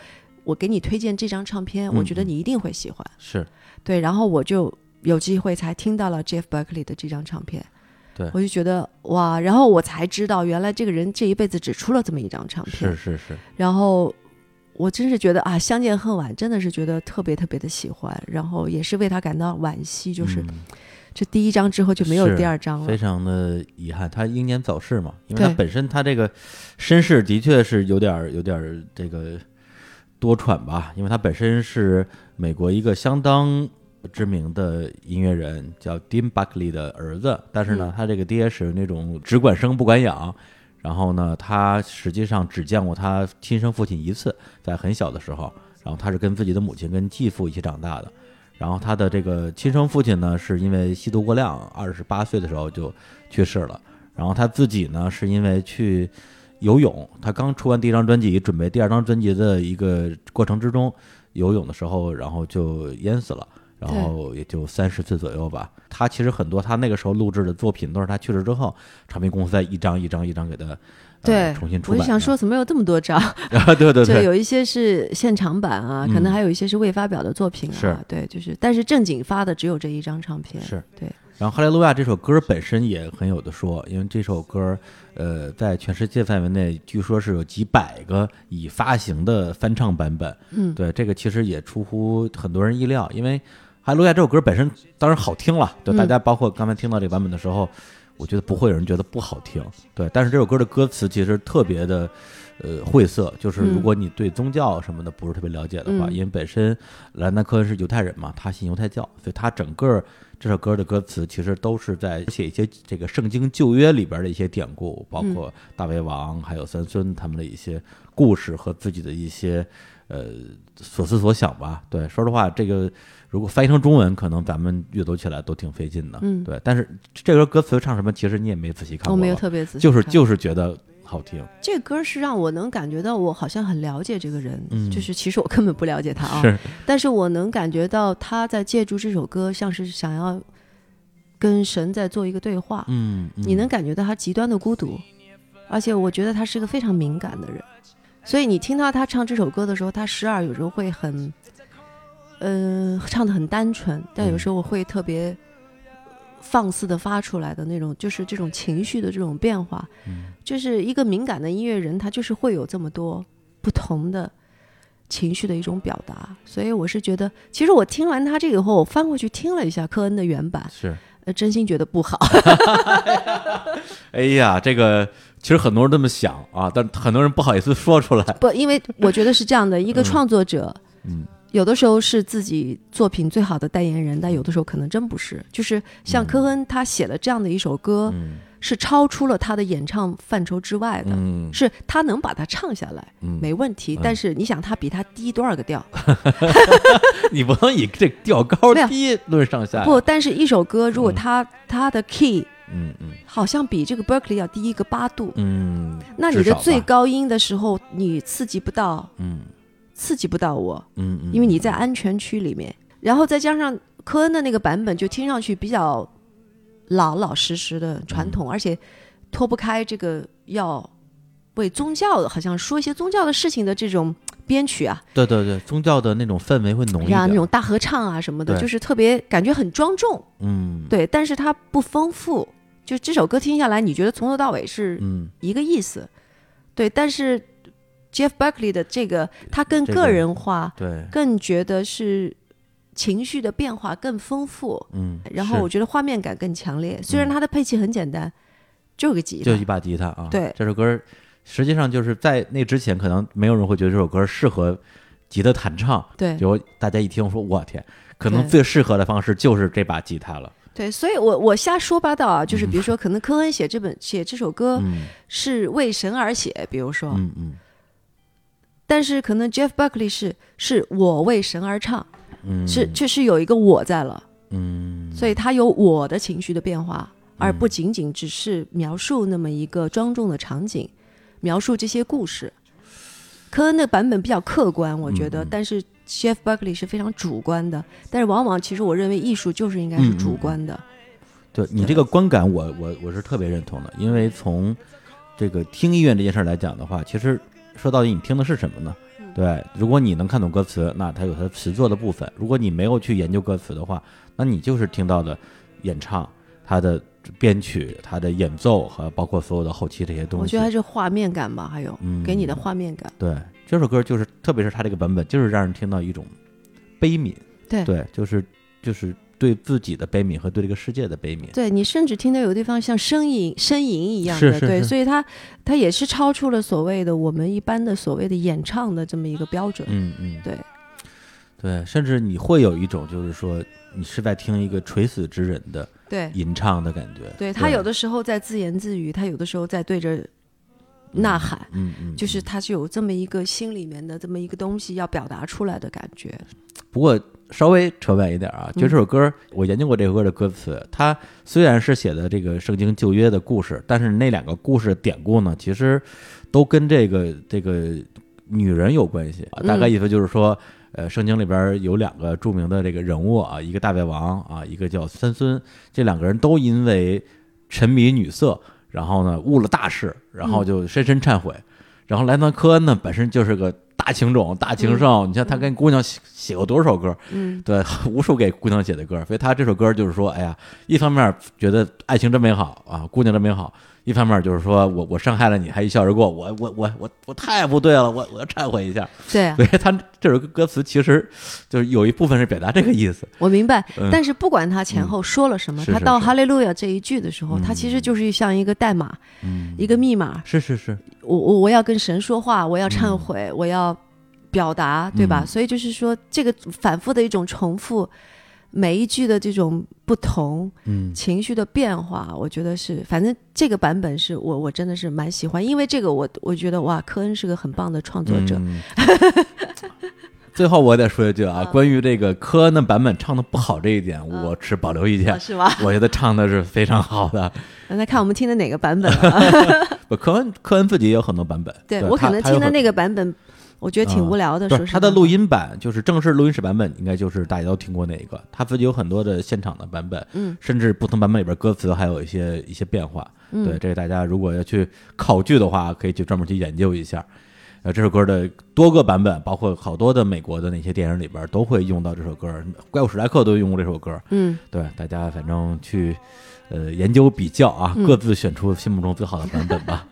Speaker 4: 我给你推荐这张唱片，我觉得
Speaker 3: 嗯嗯
Speaker 4: 你一定会喜欢。
Speaker 3: 是
Speaker 4: 对，然后我就有机会才听到了 Jeff Buckley 的这张唱片，
Speaker 3: 对
Speaker 4: 我就觉得哇，然后我才知道原来这个人这一辈子只出了这么一张唱片
Speaker 3: 是，是是，
Speaker 4: 然后我真是觉得啊，相见恨晚，真的是觉得特别特别的喜欢，然后也是为他感到惋惜，就是
Speaker 3: 嗯
Speaker 4: 这第一章之后就没有
Speaker 3: 是
Speaker 4: 第二章
Speaker 3: 非
Speaker 4: 了。
Speaker 3: 常的遗憾，他英年早逝嘛，因为他
Speaker 4: 对
Speaker 3: 本身他这个身世的确是有点儿有点儿这个多舛吧，因为他本身是美国一个相当知名的音乐人叫 Dean Buckley 的儿子，但是呢，
Speaker 4: 嗯
Speaker 3: 他这个爹是那种只管生不管养。然后呢，他实际上只见过他亲生父亲一次，在很小的时候，然后他是跟自己的母亲跟继父一起长大的，然后他的这个亲生父亲呢，是因为吸毒过量，二十八岁的时候就去世了。然后他自己呢，是因为去游泳，他刚出完第一张专辑，准备第二张专辑的一个过程之中，游泳的时候，然后就淹死了。然后也就三十岁左右吧。他其实很多他那个时候录制的作品都是他去世之后，唱片公司在一张一张一张给他、呃、
Speaker 4: 对，
Speaker 3: 重新出
Speaker 4: 我
Speaker 3: 版
Speaker 4: 就
Speaker 3: 的。
Speaker 4: 想说，怎么有这么多章？
Speaker 3: 啊， 对对
Speaker 4: 对，
Speaker 3: 对，
Speaker 4: 有一些是现场版啊，可能还有一些是未发表的作品啊。
Speaker 3: 是
Speaker 4: 对，就是但是正经发的只有这一张唱片。
Speaker 3: 是
Speaker 4: 对，
Speaker 3: 然后《哈利路亚》这首歌本身也很有的说，因为这首歌，呃，在全世界范围内，据说是有几百个已发行的翻唱版本。嗯，对，这个其实也出乎很多人意料，因为《哈利路亚》这首歌本身当然好听了，对、大家包括刚才听到这个版本的时候，我觉得不会有人觉得不好听。对，但是这首歌的歌词其实特别的。呃，晦涩，就是如
Speaker 4: 嗯
Speaker 3: 果你对宗教什么的不是特别了解的话，因为本身兰纳科恩是犹太人嘛，他信犹太教，所以他整个这首歌的歌词其实都是在写一些这个圣经旧约里边的一些典故，包
Speaker 4: 嗯
Speaker 3: 括大卫王还有三孙他们的一些故事和自己的一些呃所思所想吧。对，说实话，这个如果翻译成中文，可能咱们阅读起来都挺费劲的。嗯，对。但是这歌歌词唱什么，其实你也没仔细看过
Speaker 4: 我
Speaker 3: 吧，
Speaker 4: 没有特别仔细
Speaker 3: 就是
Speaker 4: 看啊
Speaker 3: 就是觉得好听。
Speaker 4: 这歌是让我能感觉到我好像很了解这个人，就是其实我根本不了解他啊，
Speaker 3: 嗯是
Speaker 4: 但是我能感觉到他在借助这首歌，像是想要跟神在做一个对话。
Speaker 3: 嗯，嗯
Speaker 4: 你能感觉到他极端的孤独，而且我觉得他是个非常敏感的人，所以你听到他唱这首歌的时候，他时而有时候会很，呃，唱的很单纯，但有时候我会特别放肆的发出来的那种，就是这种情绪的这种变化，就是一个敏感的音乐人，他就是会有这么多不同的。情绪的一种表达，所以我是觉得，其实我听完他这个以后，我翻过去听了一下科恩的原版，
Speaker 3: 是。
Speaker 4: 呃，真心觉得不好。
Speaker 3: 哎呀，这个其实很多人这么想啊，但很多人不好意思说出来。
Speaker 4: 不，因为我觉得是这样的，一个创作者，
Speaker 3: 嗯，
Speaker 4: 有的时候是自己作品最好的代言人，但有的时候可能真不是。就是像科恩，他写了这样的一首歌，
Speaker 3: 嗯
Speaker 4: 是超出了他的演唱范畴之外的。
Speaker 3: 嗯，
Speaker 4: 是他能把它唱下来，
Speaker 3: 嗯哎
Speaker 4: 没问题。但是你想，他比他低多少个调？
Speaker 3: 你不能以这调高
Speaker 4: 没有
Speaker 3: 低论上下。
Speaker 4: 不，，但是一首歌如果他、他的 key
Speaker 3: 嗯嗯
Speaker 4: 好像比这个 Berkeley 要低一个八度，
Speaker 3: 嗯，
Speaker 4: 那你
Speaker 3: 至
Speaker 4: 的
Speaker 3: 少吧
Speaker 4: 最，高音的时候，你刺激不到，
Speaker 3: 嗯
Speaker 4: 刺激不到我。
Speaker 3: 嗯嗯，
Speaker 4: 因为你在安全区里面，然后再加上科恩的那个版本，就听上去比较老老实实的传统，
Speaker 3: 嗯
Speaker 4: 而且脱不开这个要为宗教好像说一些宗教的事情的这种编曲啊，
Speaker 3: 对对对，宗教的那种氛围会浓一
Speaker 4: 呀，
Speaker 3: 点，
Speaker 4: 那种大合唱啊什么的，
Speaker 3: 对
Speaker 4: 就是特别感觉很庄重，
Speaker 3: 嗯
Speaker 4: 对，但是它不丰富。就这首歌听下来，你觉得从头到尾是
Speaker 3: 嗯
Speaker 4: 一个意思，对，但是 Jeff Buckley 的这个，他更
Speaker 3: 这个
Speaker 4: 个人化，
Speaker 3: 对
Speaker 4: 更觉得是情绪的变化更丰富，
Speaker 3: 嗯，
Speaker 4: 然后
Speaker 3: 是嗯
Speaker 4: 我觉得画面感更强烈。虽然它的配器很简单，就个吉
Speaker 3: 就一
Speaker 4: 他，
Speaker 3: 把吉他啊。
Speaker 4: 对
Speaker 3: 这首歌实际上就是在那之前，可能没有人会觉得这首歌适合吉他弹唱。
Speaker 4: 对
Speaker 3: 结果大家一听说，我天，可能
Speaker 4: 对
Speaker 3: 最适合的方式就是这把吉他了。
Speaker 4: 对，所以我我瞎说八道啊，就是比如说，可能科恩写这本写这首歌
Speaker 3: 嗯
Speaker 4: 是为神而写，比如说，
Speaker 3: 嗯嗯
Speaker 4: 但是可能 Jeff Buckley 是是我为神而唱，
Speaker 3: 嗯，
Speaker 4: 是就是有一个我在了，
Speaker 3: 嗯
Speaker 4: 所以他有我的情绪的变化，而不仅仅只是描述那么一个庄重的场景，描述这些故事。科恩的版本比较客观，我觉
Speaker 3: 嗯
Speaker 4: 得，但是 Jeff Buckley 是非常主观的。但是往往其实我认为艺术就是应该
Speaker 3: 嗯
Speaker 4: 是主观的，
Speaker 3: 对你这个观感我，我我是特别认同的，因为从这个听音乐这件事儿来讲的话，其实说到底你听的是什么呢？
Speaker 4: 嗯
Speaker 3: 对，如果你能看懂歌词，那它有它词作的部分；如果你没有去研究歌词的话，那你就是听到的演唱、它的编曲、它的演奏和包括所有的后期这些东西。
Speaker 4: 我觉得还是画面感吧，还有、
Speaker 3: 嗯
Speaker 4: 给你的画面感。
Speaker 3: 对这首歌就是，特别是它这个版本，就是让人听到一种悲悯。
Speaker 4: 对
Speaker 3: 对，就是就是对自己的悲悯和对这个世界的悲悯。
Speaker 4: 对你甚至听到有地方像呻吟、呻吟一样
Speaker 3: 是
Speaker 4: 的，
Speaker 3: 是
Speaker 4: 对，
Speaker 3: 是
Speaker 4: 所以它它也是超出了所谓的我们一般的所谓的演唱的这么一个标准。
Speaker 3: 嗯嗯，
Speaker 4: 对
Speaker 3: 对，甚至你会有一种就是说你是在听一个垂死之人的
Speaker 4: 对
Speaker 3: 吟唱的感觉。
Speaker 4: 对，他有的时候在自言自语，他有的时候在对着呐喊，
Speaker 3: 嗯嗯，
Speaker 4: 就是他是有这么一个心里面的这么一个东西要表达出来的感觉。
Speaker 3: 不过稍微扯远一点啊，就这首歌儿，我研究过这首歌的歌词，它虽然是写的这个圣经旧约的故事，但是那两个故事典故呢，其实都跟这个这个女人有关系、啊。大概意思就是说。呃，圣经里边儿有两个著名的这个人物啊，一个大卫王啊，一个叫三孙，这两个人都因为沉迷女色，然后呢误了大事，然后就深深忏悔。然后莱昂纳科恩呢，本身就是个大情种、大情圣，你像他跟姑娘写写过多少首歌，
Speaker 4: 嗯，
Speaker 3: 对， 无数给姑娘写的歌，所以他这首歌就是说，哎呀，一方面觉得爱情真美好啊，姑娘真美好。一方面就是说我我伤害了你还一笑而过，我我我我我太不对了，我我要忏悔一下。
Speaker 4: 对啊
Speaker 3: 所以他这首歌词其实就是有一部分是表达这个意思。
Speaker 4: 我明白
Speaker 3: 嗯，
Speaker 4: 但是不管他前后说了什么，
Speaker 3: 是是
Speaker 4: 他到
Speaker 3: 是嗯
Speaker 4: 哈利路亚这一句的时候，他其实就是像一个代码，一个密码。
Speaker 3: 是是是，
Speaker 4: 我我我要跟神说话，我要忏悔，我要表达，对吧？
Speaker 3: 嗯
Speaker 4: 所以就是说，这个反复的一种重复，每一句的这种不同
Speaker 3: 嗯
Speaker 4: 情绪的变化，我觉得是，反正这个版本是我我真的是蛮喜欢，因为这个我我觉得哇，科恩是个很棒的创作者。
Speaker 3: 嗯 最后我得说一句
Speaker 4: 嗯
Speaker 3: 啊，关于这个科恩的版本唱的不好这一点，我持保留意
Speaker 4: 啊
Speaker 3: 见。
Speaker 4: 是吗？
Speaker 3: 我觉得唱的是非常好的。
Speaker 4: 那看我们听的哪个版本 啊？
Speaker 3: 不，科恩科恩自己也有很多版本，
Speaker 4: 对我可能听的那个版本，我觉得挺
Speaker 3: 啊
Speaker 4: 无聊的。
Speaker 3: 不
Speaker 4: 说
Speaker 3: 是
Speaker 4: 实
Speaker 3: 他的
Speaker 4: 话
Speaker 3: 录音版，就是正式录音室版本，应该就是大家都听过那一个。他自己有很多的现场的版本，
Speaker 4: 嗯，
Speaker 3: 甚至不同版本里边歌词还有一些一些变化。
Speaker 4: 嗯
Speaker 3: 对，这个大家如果要去考据的话，可以去专门去研究一下。呃，这首歌的多个版本，包括好多的美国的那些电影里边都会用到这首歌，怪物史莱克都用过这首歌。
Speaker 4: 嗯，
Speaker 3: 对，大家反正去呃研究比较啊，
Speaker 4: 嗯
Speaker 3: 各自选出心目中最好的版本吧。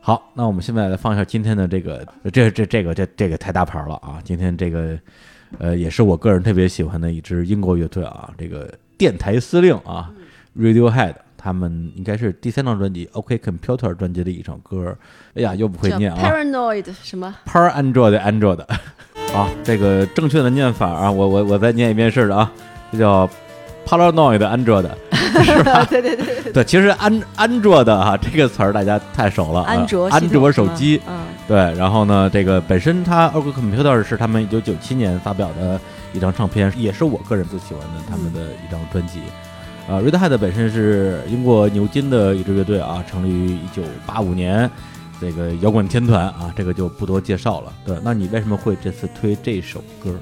Speaker 3: 好，那我们现在来放一下今天的这个，这这这个这这个太大牌了啊！今天这个呃也是我个人特别喜欢的一支英国乐队啊，这个电台司令啊，Radiohead。他们应该是第三张专辑《OK Computer》专辑的一首歌，哎呀，又不会
Speaker 4: 叫
Speaker 3: 念啊
Speaker 4: Paranoid 什么？
Speaker 3: ，Par Android Android 啊，这个正确的念法啊，我我我再念一遍试试啊，这叫 Paranoid Android，是 吧？对对对对，其实安安卓的啊这个词儿大家太熟了啊，
Speaker 4: 安卓系
Speaker 3: 安
Speaker 4: 统
Speaker 3: 卓
Speaker 4: 是
Speaker 3: 手
Speaker 4: 吗
Speaker 3: 机，
Speaker 4: 嗯，
Speaker 3: 对，然后呢，这个本身它《o 呃 r g Computer》是他们一九九七年发表的一张唱片，也是我个人最喜欢的他们的一张专辑。呃，Radiohead 本身是英国牛津的一支乐队啊，成立于一九八五年，这个摇滚天团啊，这个就不多介绍了。对，那你为什么会这次推这首歌？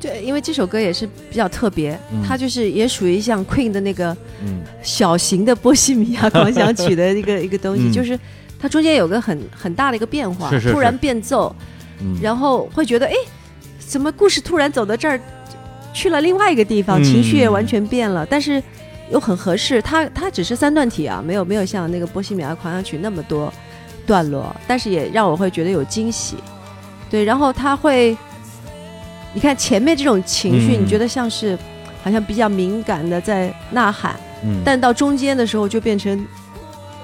Speaker 4: 对，因为这首歌也是比较特别，
Speaker 3: 嗯
Speaker 4: 它就是也属于像 Queen 的那个
Speaker 3: 嗯
Speaker 4: 小型的波西米亚狂想曲的一个一个东西，
Speaker 3: 嗯
Speaker 4: 就是它中间有个很很大的一个变化，
Speaker 3: 是是是
Speaker 4: 突然变奏，
Speaker 3: 嗯，
Speaker 4: 然后会觉得哎，怎么故事突然走到这儿去了另外一个地方，
Speaker 3: 嗯
Speaker 4: 情绪也完全变了，但是又很合适。它它只是三段体啊，没有没有像那个波西米亚狂想曲那么多段落，但是也让我会觉得有惊喜。对，然后它会，你看前面这种情绪，
Speaker 3: 嗯
Speaker 4: 你觉得像是好像比较敏感的在呐喊。
Speaker 3: 嗯，
Speaker 4: 但到中间的时候就变成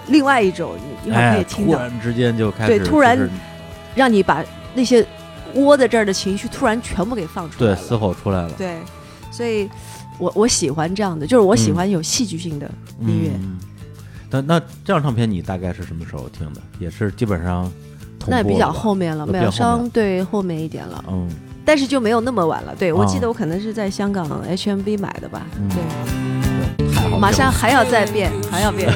Speaker 4: 另外一种，你一会儿可
Speaker 3: 哎，
Speaker 4: 以听
Speaker 3: 突
Speaker 4: 到，
Speaker 3: 然之间就开始
Speaker 4: 对
Speaker 3: 就是，
Speaker 4: 突然让你把那些窝在这儿的情绪突然全部给放出来
Speaker 3: 对
Speaker 4: 了。
Speaker 3: 嘶吼出来了，
Speaker 4: 对所以我我喜欢这样的，就是我喜欢有戏剧性的音乐。
Speaker 3: 嗯那那这张唱片你大概是什么时候听的？也是基本上同
Speaker 4: 那也
Speaker 3: 步
Speaker 4: 比较
Speaker 3: 了吧
Speaker 4: 后面了，
Speaker 3: 比
Speaker 4: 没
Speaker 3: 较
Speaker 4: 有
Speaker 3: 后面
Speaker 4: 相对后面一点了，
Speaker 3: 嗯
Speaker 4: 但是就没有那么晚了。对，我
Speaker 3: 啊
Speaker 4: 记得我可能是在香港 HMV 买的吧。
Speaker 3: 嗯
Speaker 4: 对，
Speaker 3: 太好了，嗯
Speaker 4: 马上还要再变，还 要变。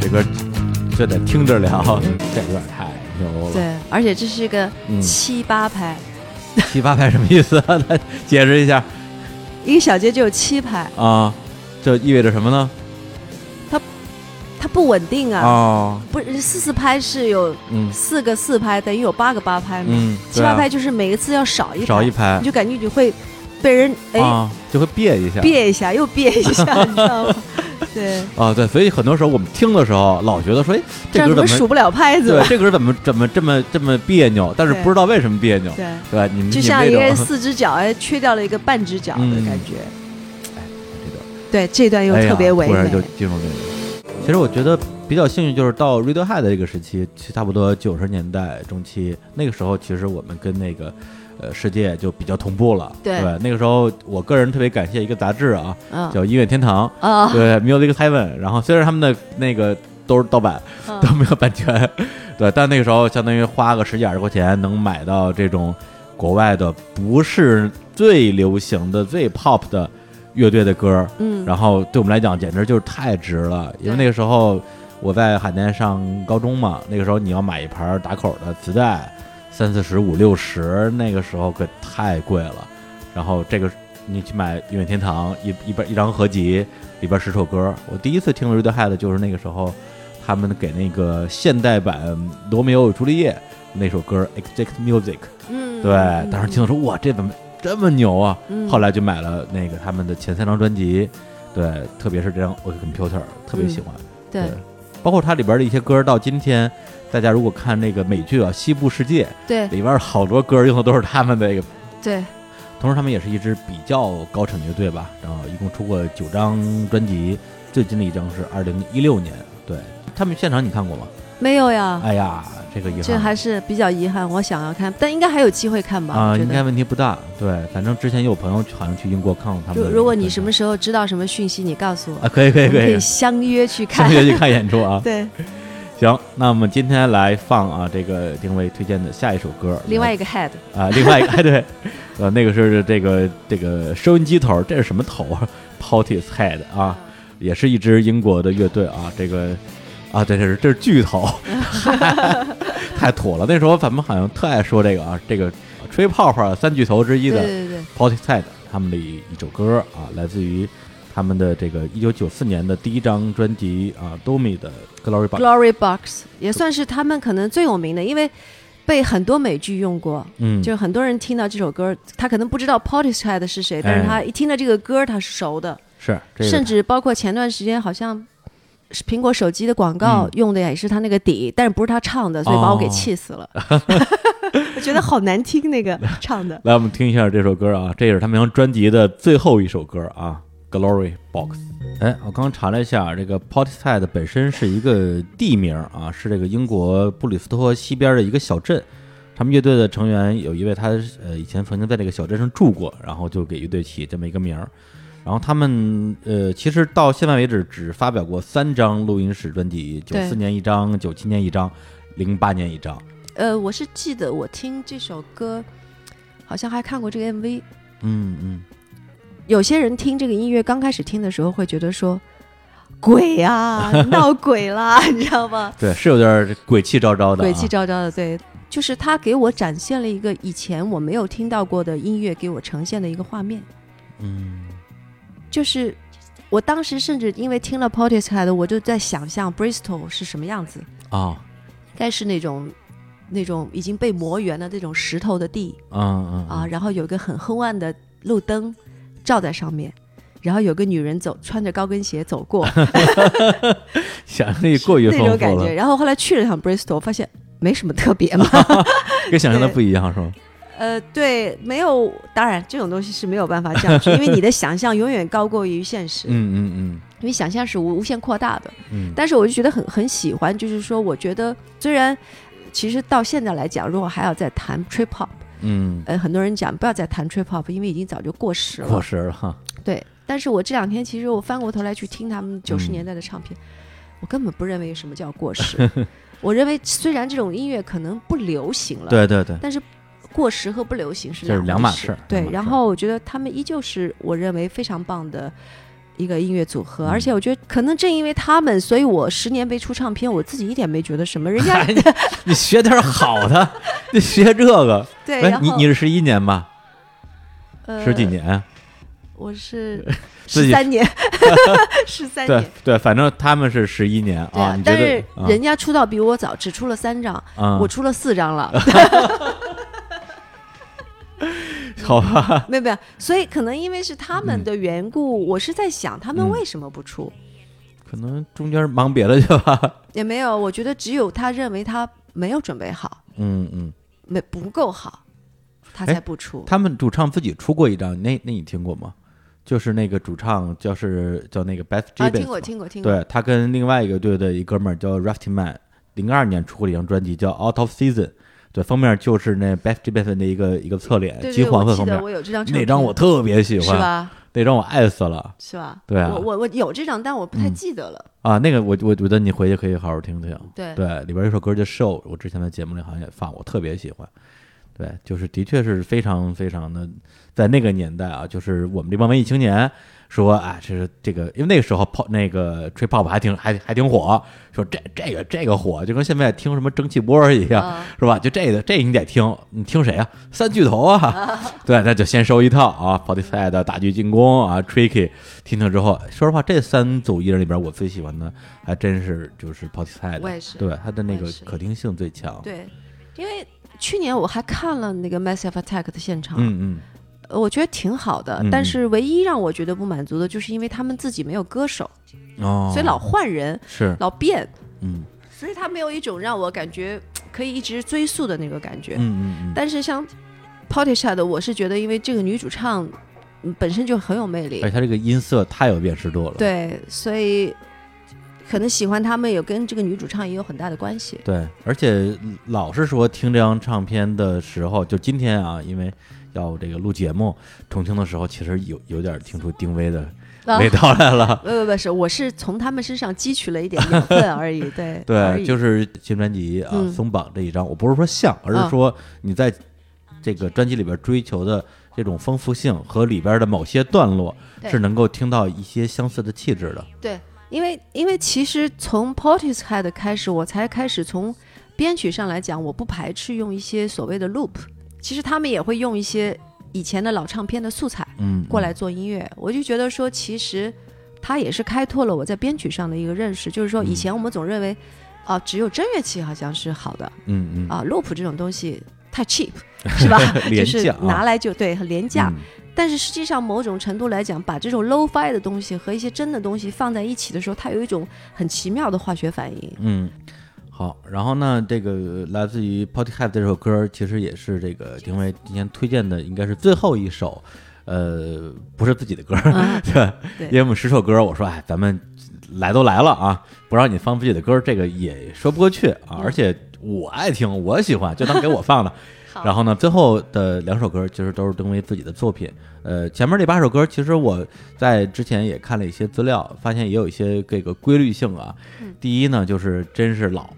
Speaker 3: 这歌就得听着聊，这有点太牛了。
Speaker 4: 对，而且这是个
Speaker 3: 嗯
Speaker 4: 七八拍，
Speaker 3: 七八拍什么意思啊？来解释一下
Speaker 4: 一个小节只有七拍，
Speaker 3: 啊，这意味着什么呢？
Speaker 4: 它不稳定啊。
Speaker 3: 哦，
Speaker 4: 不是四四拍是有
Speaker 3: 嗯
Speaker 4: 四个四拍，等于有八个八拍嘛。
Speaker 3: 嗯，
Speaker 4: 七
Speaker 3: 对啊
Speaker 4: 八拍就是每一次要少一拍，
Speaker 3: 少一拍
Speaker 4: 你就感觉你会被人哎、
Speaker 3: 啊，就会憋一下，
Speaker 4: 憋一下，又憋一下，你知道吗？对，
Speaker 3: 啊，对，所以很多时候我们听的时候，老觉得说，哎，这
Speaker 4: 这样
Speaker 3: 歌
Speaker 4: 怎
Speaker 3: 怎
Speaker 4: 么
Speaker 3: 么
Speaker 4: 数不了拍子
Speaker 3: 对
Speaker 4: 了？，
Speaker 3: 这歌怎么怎么这么这么别扭？但是
Speaker 4: 对
Speaker 3: 不知道为什么别扭，
Speaker 4: 对，
Speaker 3: 对吧？你们
Speaker 4: 就
Speaker 3: 你
Speaker 4: 像
Speaker 3: 们
Speaker 4: 一个
Speaker 3: 这
Speaker 4: 人
Speaker 3: 种嗯
Speaker 4: 四只脚，哎，缺掉了一个半只脚的感觉。对，这段又
Speaker 3: 哎哎呀
Speaker 4: 特别唯
Speaker 3: 突然
Speaker 4: 美
Speaker 3: 就。进入这个。其实我觉得比较幸运，就是到 Radiohead 这个时期，其实差不多九十年代中期，那个时候其实我们跟那个呃世界就比较同步了，
Speaker 4: 对
Speaker 3: 吧？那个时候我个人特别感谢一个杂志啊，
Speaker 4: 嗯
Speaker 3: 叫《音乐天堂》，
Speaker 4: 啊，
Speaker 3: 对 Music Heaven。然后虽然他们的那个都是盗版，
Speaker 4: 嗯
Speaker 3: 都没有版权，对，但那个时候相当于花个十几二十块钱能买到这种国外的不是最流行的、最 pop 的乐队的歌儿，
Speaker 4: 嗯，
Speaker 3: 然后对我们来讲简直就是太值了，因为
Speaker 4: 对
Speaker 3: 那个时候我在海南上高中嘛，那个时候你要买一盘打口的磁带，三四十、五六十，那个时候可太贵了。然后这个你去买音乐天堂一一本一张合集，里边十首歌。我第一次听 Radiohead 就是那个时候，他们给那个现代版《罗密欧与朱丽叶》那首歌《Exact Music》，
Speaker 4: 嗯，
Speaker 3: 对，
Speaker 4: 嗯
Speaker 3: 当时听，的时候哇，这怎么这么牛啊？
Speaker 4: 嗯
Speaker 3: 后来就买了那个他们的前三张专辑，对，特别是这张《我 Computer》特别喜欢，
Speaker 4: 嗯对
Speaker 3: 包括它里边的一些歌，到今天大家如果看那个美剧啊《西部世界》，
Speaker 4: 对
Speaker 3: 里边好多歌用的都是他们的一个，
Speaker 4: 对，
Speaker 3: 同时他们也是一支比较高产的乐队吧，然后一共出过九张专辑，最近的一张是二零一六年，对他们现场你看过吗？
Speaker 4: 没有呀，
Speaker 3: 哎呀，这个遗
Speaker 4: 啊这
Speaker 3: 憾。
Speaker 4: 还是比较遗憾。我想要看，但应该还有机会看吧？
Speaker 3: 啊、
Speaker 4: 我觉
Speaker 3: 应
Speaker 4: 得
Speaker 3: 该问题不大。对，反正之前也有朋友去好像去英国看过他们
Speaker 4: 如
Speaker 3: 的。
Speaker 4: 如果你什么时候知道什么讯息，你告诉我，
Speaker 3: 啊，可 以可以
Speaker 4: 我们
Speaker 3: 可
Speaker 4: 可
Speaker 3: 以
Speaker 4: 以，相约去
Speaker 3: 上
Speaker 4: 看。。
Speaker 3: 学去看演出啊
Speaker 4: 对，
Speaker 3: 行，那我们今天来放啊这个丁薇推荐的下一首歌，
Speaker 4: 另外一
Speaker 3: 个
Speaker 4: 个 head，
Speaker 3: 啊，另外一个哎对，呃那个是这个这个收音机头，这是什么头啊？Potty's Head 啊，也是一支英国的乐队啊，这个啊对这是这是巨头， 太土了。那时候咱们好像特爱说这个啊，这个吹泡泡三巨头之一
Speaker 4: 对
Speaker 3: 的
Speaker 4: 对对，
Speaker 3: Potty Side 他们的一首歌啊，来自于他们的这个一九九四年的第一张专辑啊，Domi 的 Glory Box。
Speaker 4: Glory Box 也算是他们可能最有名的，因为被很多美剧用过。
Speaker 3: 嗯，
Speaker 4: 就是很多人听到这首歌，他可能不知道 Portishead 是谁，但
Speaker 3: 哎
Speaker 4: 是他一听到这个歌，他是熟的。
Speaker 3: 是这个，
Speaker 4: 甚至包括前段时间好像是苹果手机的广告
Speaker 3: 嗯哦
Speaker 4: 用的也是他那个底，但是不是他唱的，所以把我给气死了。 我觉得好难听那个 唱的。
Speaker 3: 来我们听一下这首歌啊，这也是他们那张专辑的最后一首歌啊，《Glory Box》。哎，我刚查了一下，这个 Potty Side 本身是一个地名啊，是这个英国布里斯托西边的一个小镇。他们乐队的成员有一位他呃以前曾经在这个小镇上住过，然后就给乐队起这么一个名儿。然后他们呃，其实到现在为止只发表过三张录音室专辑，九
Speaker 4: 对
Speaker 3: 四年一张，九七年一张，嗯零八年一张。
Speaker 4: 呃，我是记得我听这首歌，好像还看过这个 MV。
Speaker 3: 嗯嗯，
Speaker 4: 有些人听这个音乐刚开始听的时候会觉得说。鬼啊，闹鬼啦， 你知道吗？
Speaker 3: 对，是有点儿鬼气昭昭的、啊，
Speaker 4: 鬼气昭昭的，对，就是他给我展现了一个以前我没有听到过的音乐给我呈现的一个画面。
Speaker 3: 嗯。
Speaker 4: 就是我当时甚至因为听了 Portishead，我就在想象 Bristol 是什么样子，应
Speaker 3: 啊，
Speaker 4: 该是那种那种已经被磨圆的那种石头的地
Speaker 3: 嗯嗯
Speaker 4: 啊，，然后有一个很昏暗的路灯照在上面。然后有个女人走，穿着高跟鞋走过
Speaker 3: 想象力过于
Speaker 4: 那种
Speaker 3: 丰
Speaker 4: 感
Speaker 3: 富
Speaker 4: 觉。
Speaker 3: 了，
Speaker 4: 然后后来去了趟 Bristol，发现没什么特别 嘛。
Speaker 3: 跟想象的
Speaker 4: 对
Speaker 3: 不一样是吗？
Speaker 4: 呃，对，没有，当然这种东西是没有办法这样去，因为你的想象永远高过于现实，
Speaker 3: 嗯嗯
Speaker 4: 因为想象是无无限扩大的。
Speaker 3: 嗯嗯，
Speaker 4: 但是我就觉得很很喜欢，就是说，我觉得虽然其实到现在来讲，如果还要再谈 trip hop，
Speaker 3: 嗯，
Speaker 4: 呃，很多人讲不要再谈 trip hop，因为已经早就过时了。
Speaker 3: 过时了哈，
Speaker 4: 对，但是我这两天其实我翻过头来去听他们九
Speaker 3: 嗯
Speaker 4: 十年代的唱片，我根本不认为什么叫过时。我认为虽然这种音乐可能不流行了，
Speaker 3: 对对对，
Speaker 4: 但是过时和不流行是
Speaker 3: 这是两
Speaker 4: 回
Speaker 3: 码
Speaker 4: 事
Speaker 3: 事儿
Speaker 4: 对
Speaker 3: 两，码
Speaker 4: 然
Speaker 3: 事儿
Speaker 4: 后我觉得他们依旧是我认为非常棒的一个音乐组合，
Speaker 3: 嗯
Speaker 4: 而且我觉得可能正因为他们，所以我十年没出唱片，我自己一点没觉得什么。人
Speaker 3: 哎
Speaker 4: 家
Speaker 3: 你学点好的，你学这个，
Speaker 4: 对，
Speaker 3: 哎
Speaker 4: 然，
Speaker 3: 你
Speaker 4: 后
Speaker 3: 你是十一年吧，
Speaker 4: 呃
Speaker 3: 十几，年，
Speaker 4: 我是
Speaker 3: 自
Speaker 4: 十
Speaker 3: 己
Speaker 4: 三 年，十三
Speaker 3: 对
Speaker 4: 年。
Speaker 3: 对，反正他们是十一年
Speaker 4: 对
Speaker 3: 啊，你觉
Speaker 4: 但
Speaker 3: 得
Speaker 4: 是人家出道比我早，只出了三张，
Speaker 3: 啊，
Speaker 4: 我出了四 张了，
Speaker 3: 好吧，
Speaker 4: 没有没有，所以可能因为是他们的缘故，我是在想他们
Speaker 3: 嗯
Speaker 4: 为什么不出，
Speaker 3: 可能中间忙别的去吧。
Speaker 4: 也没有，我觉得只有他认为他没有准备好，
Speaker 3: 嗯嗯，
Speaker 4: 没不够好，他
Speaker 3: 哎
Speaker 4: 才不出。
Speaker 3: 他们主唱自己出过一张，那那你听过吗？就是那个主唱，就是叫那个 Beth Gibbons，
Speaker 4: 啊，听过
Speaker 3: 嘛
Speaker 4: 听过听过，
Speaker 3: 对他跟另外一个队的一哥们儿叫 Rafting Man，零二年出过一张专辑叫《Out of Season》，对，封面就是那 Beth Gibbons 的一个一个侧脸，
Speaker 4: 对对
Speaker 3: 金
Speaker 4: 对，
Speaker 3: 黄
Speaker 4: 我
Speaker 3: 色
Speaker 4: 记
Speaker 3: 封面
Speaker 4: 得，我有这张唱片，
Speaker 3: 那张我特别喜
Speaker 4: 是
Speaker 3: 欢，
Speaker 4: 吧？
Speaker 3: 那张我爱死了
Speaker 4: 是吧？
Speaker 3: 对啊
Speaker 4: 我我我有这张，但我不太记得了。
Speaker 3: 啊！那个我我觉得你回去可以好好听听，
Speaker 4: 对
Speaker 3: 对，里边有一首歌叫《Show》，我之前在节目里好像也放，我特别喜欢。对，就是的确是非常非常的，在那个年代啊，就是我们这帮文艺青年说啊，这是这个，因为那个时候泡那个吹泡泡还挺还还挺火，说这这个这个火，就跟现在听什么蒸汽波儿一样，
Speaker 4: 啊
Speaker 3: 是吧？就这个这你得听，你听谁啊？三巨头啊，对，那就先收一套啊 p o d i f y 的大局进攻啊，Tricky 听听之后，说实话，这三组艺人里边，我最喜欢的还真是就是 p o d i f y 的，
Speaker 4: 我也是
Speaker 3: 对他的那
Speaker 4: 我
Speaker 3: 个
Speaker 4: 也是
Speaker 3: 可听性最强，
Speaker 4: 对，因为去年我还看了那个 Massive Attack 的现场，
Speaker 3: 嗯嗯。
Speaker 4: 呃我觉得挺好的。
Speaker 3: 嗯
Speaker 4: 但是唯一让我觉得不满足的，就是因为他们自己没有歌手，
Speaker 3: 哦，
Speaker 4: 所以老换人，
Speaker 3: 是，
Speaker 4: 老变，
Speaker 3: 嗯
Speaker 4: 所以他没有一种让我感觉可以一直追溯的那个感觉。
Speaker 3: 嗯嗯嗯，
Speaker 4: 但是像 p o t i s h a 的，我是觉得因为这个女主唱嗯本身就很有魅力
Speaker 3: 而且，哎他这个音色太有辨识度了，
Speaker 4: 对，所以可能喜欢他们也跟这个女主唱也有很大的关系。
Speaker 3: 对，而且老是说听这张唱片的时候，就今天啊，因为要这个录节目，重听的时候其实有有点听出丁薇的
Speaker 4: 啊
Speaker 3: 味道来了。
Speaker 4: 不不不是，我是从他们身上汲取了一点养分而已，对而
Speaker 3: 对，
Speaker 4: 已
Speaker 3: 就是新专辑啊，
Speaker 4: 嗯
Speaker 3: 松绑这一张，我不是说像，而是
Speaker 4: 嗯
Speaker 3: 说你在这个专辑里边追求的这种丰富性和里边的某些段落
Speaker 4: 对
Speaker 3: 是能够听到一些相似的气质的。
Speaker 4: 对，因为因为其实从 Portishead 开始，我才开始从编曲上来讲，我不排斥用一些所谓的 loop，其实他们也会用一些以前的老唱片的素材
Speaker 3: 嗯，
Speaker 4: 过来做音乐，我就觉得说其实。它也是开拓了我在编曲上的一个认识，就是说以前我们总认为，啊、只有真乐器好像是好的，
Speaker 3: 嗯，嗯嗯，？
Speaker 4: 啊，loop 这种东西太 cheap，是吧
Speaker 3: 廉
Speaker 4: 就是
Speaker 3: 价啊
Speaker 4: 拿来就对，很廉价。
Speaker 3: 嗯
Speaker 4: 但是实际上，某种程度来讲，把这种 low fi 的东西和一些真的东西放在一起的时候，它有一种很奇妙的化学反应。
Speaker 3: 嗯，好，然后呢，这个来自于 p o t y h e a d 这首歌，其实也是这个丁薇今天推荐的，应该是最后一首，呃，不是自己的歌， 对，
Speaker 4: 对
Speaker 3: 因为我们十首歌，我说，哎，咱们来都来了啊，不让你放自己的歌，这个也说不过去啊，而且我爱听，我喜欢，就当给我放了。然后呢，最后的两首歌其实都是丁薇自己的作品。呃，前面这八首歌，其实我在之前也看了一些资料，发现也有一些这个规律性啊。第一呢，就是真是 老，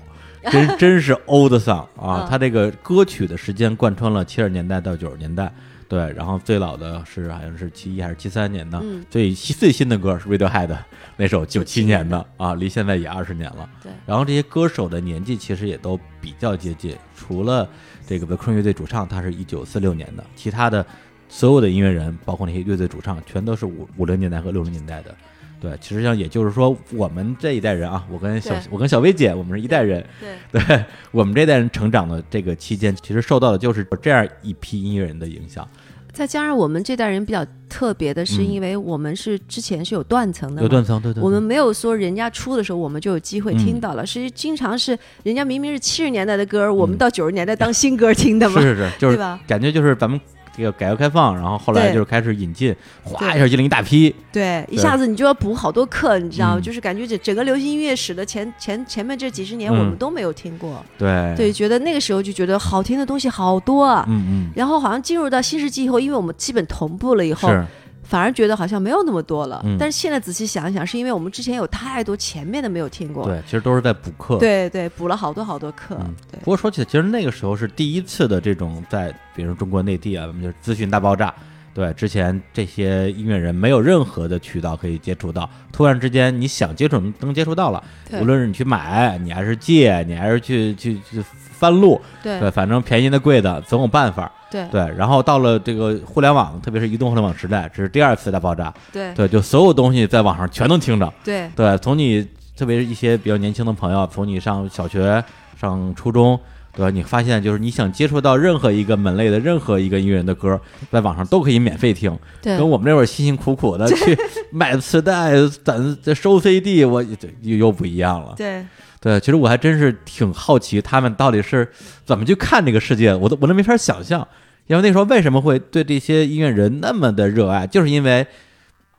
Speaker 3: 真真是 old song 啊
Speaker 4: 嗯，
Speaker 3: 它这个歌曲的时间贯穿了七十年代到九十年代。对，然后最老的是好像是七一还是七三年的，
Speaker 4: 嗯
Speaker 3: 最新最新的歌是 Radiohead 那首九七年的啊，离现在也二十年了。
Speaker 4: 对
Speaker 3: 然后这些歌手的年纪其实也都比较接近，除了这个 The Queen 乐队主唱，他是一九四六年的，其他的所有的音乐人，包括那些乐队主唱，全都是五五零年代和六零年代的。对，其实像也就是说，我们这一代人啊，我跟小
Speaker 4: 对
Speaker 3: 我跟小薇姐，我们是一代人。
Speaker 4: 对，
Speaker 3: 对 我们这代人成长的这个期间，其实受到的就是这样一批音乐人的影响，
Speaker 4: 再加上我们这代人比较特别的是，因为我们是之前是有断层的
Speaker 3: 嗯
Speaker 4: 嘛，
Speaker 3: 有断层，对嗯对，
Speaker 4: 我们没有说人家出的时候我们就有机会听到了，实际经常是人家明明是七十年代的歌，我们
Speaker 3: 嗯
Speaker 4: 到九十年代当新歌听的嘛
Speaker 3: 是。是是，就是
Speaker 4: 对吧
Speaker 3: 感觉就是咱们这个改革开放，然后后来
Speaker 4: 对
Speaker 3: 就是开始引进，哗
Speaker 4: 对
Speaker 3: 一下进了一大批，
Speaker 4: 对，一
Speaker 3: 对
Speaker 4: 下子你就要补好多课，你知道，
Speaker 3: 嗯
Speaker 4: 就是感觉整整个流行音乐史的前前前面这几十年我
Speaker 3: 嗯
Speaker 4: 们都没有听过，
Speaker 3: 对
Speaker 4: 对，，觉得那个时候就觉得好听的东西好多啊。
Speaker 3: 嗯
Speaker 4: 然后好像进入到新世纪以后，因为我们基本同步了以
Speaker 3: 嗯，
Speaker 4: 后，
Speaker 3: 是，
Speaker 4: 反而觉得好像没有那么多了。
Speaker 3: 嗯
Speaker 4: 但是现在仔细想一想，是因为我们之前有太多前面的没有听过，
Speaker 3: 对，其实都是在补课，
Speaker 4: 对对补了好多好多课。
Speaker 3: 嗯
Speaker 4: 对
Speaker 3: 不，过说起来，其实那个时候是第一次的这种在，比如中国内地啊，我们就是资讯大爆炸。对，之前这些音乐人没有任何的渠道可以接触到，突然之间你想接触能接触到了，
Speaker 4: 对
Speaker 3: 无论是你去买，你还是借，你还是去去去翻录，
Speaker 4: 对
Speaker 3: 对，反正便宜的贵的总有办法。
Speaker 4: 对
Speaker 3: 对，然后到了这个互联网，特别是移动互联网时代，这是第二次大爆炸。
Speaker 4: 对
Speaker 3: 对，就所有东西在网上全能听着。
Speaker 4: 对
Speaker 3: 对，从你特别是一些比较年轻的朋友，从你上小学、上初中，对吧？你发现就是你想接触到任何一个门类的任何一个音乐人的歌，在网上都可以免费听。
Speaker 4: 对
Speaker 3: 跟我们那会儿辛辛苦苦的去买磁带、啊攒收 CD，我就又又不一样了。
Speaker 4: 对，
Speaker 3: 对，其实我还真是挺好奇他们到底是怎么去看这个世界，我都我都没法想象。因为那时候为什么会对这些音乐人那么的热爱，就是因为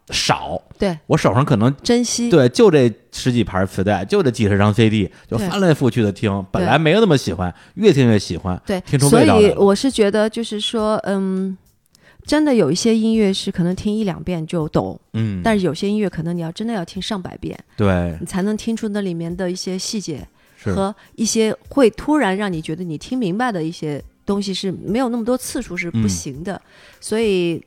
Speaker 3: 少。
Speaker 4: 对，
Speaker 3: 我手上可能
Speaker 4: 珍惜，
Speaker 3: 对就这十几盘磁带，就这几十张 CD，就
Speaker 4: 对
Speaker 3: 翻来覆去的听，本来没有那么喜欢，越听越喜欢，
Speaker 4: 对
Speaker 3: 听出
Speaker 4: 所
Speaker 3: 味道来
Speaker 4: 以
Speaker 3: 了。
Speaker 4: 我是觉得就是说，嗯，真的有一些音乐是可能听一两遍就懂，
Speaker 3: 嗯，
Speaker 4: 但是有些音乐可能你要真的要听上百遍，
Speaker 3: 对
Speaker 4: 你才能听出那里面的一些细节
Speaker 3: 是
Speaker 4: 和一些会突然让你觉得你听明白的一些东西是没有那么多次数是不
Speaker 3: 嗯
Speaker 4: 行的，所以。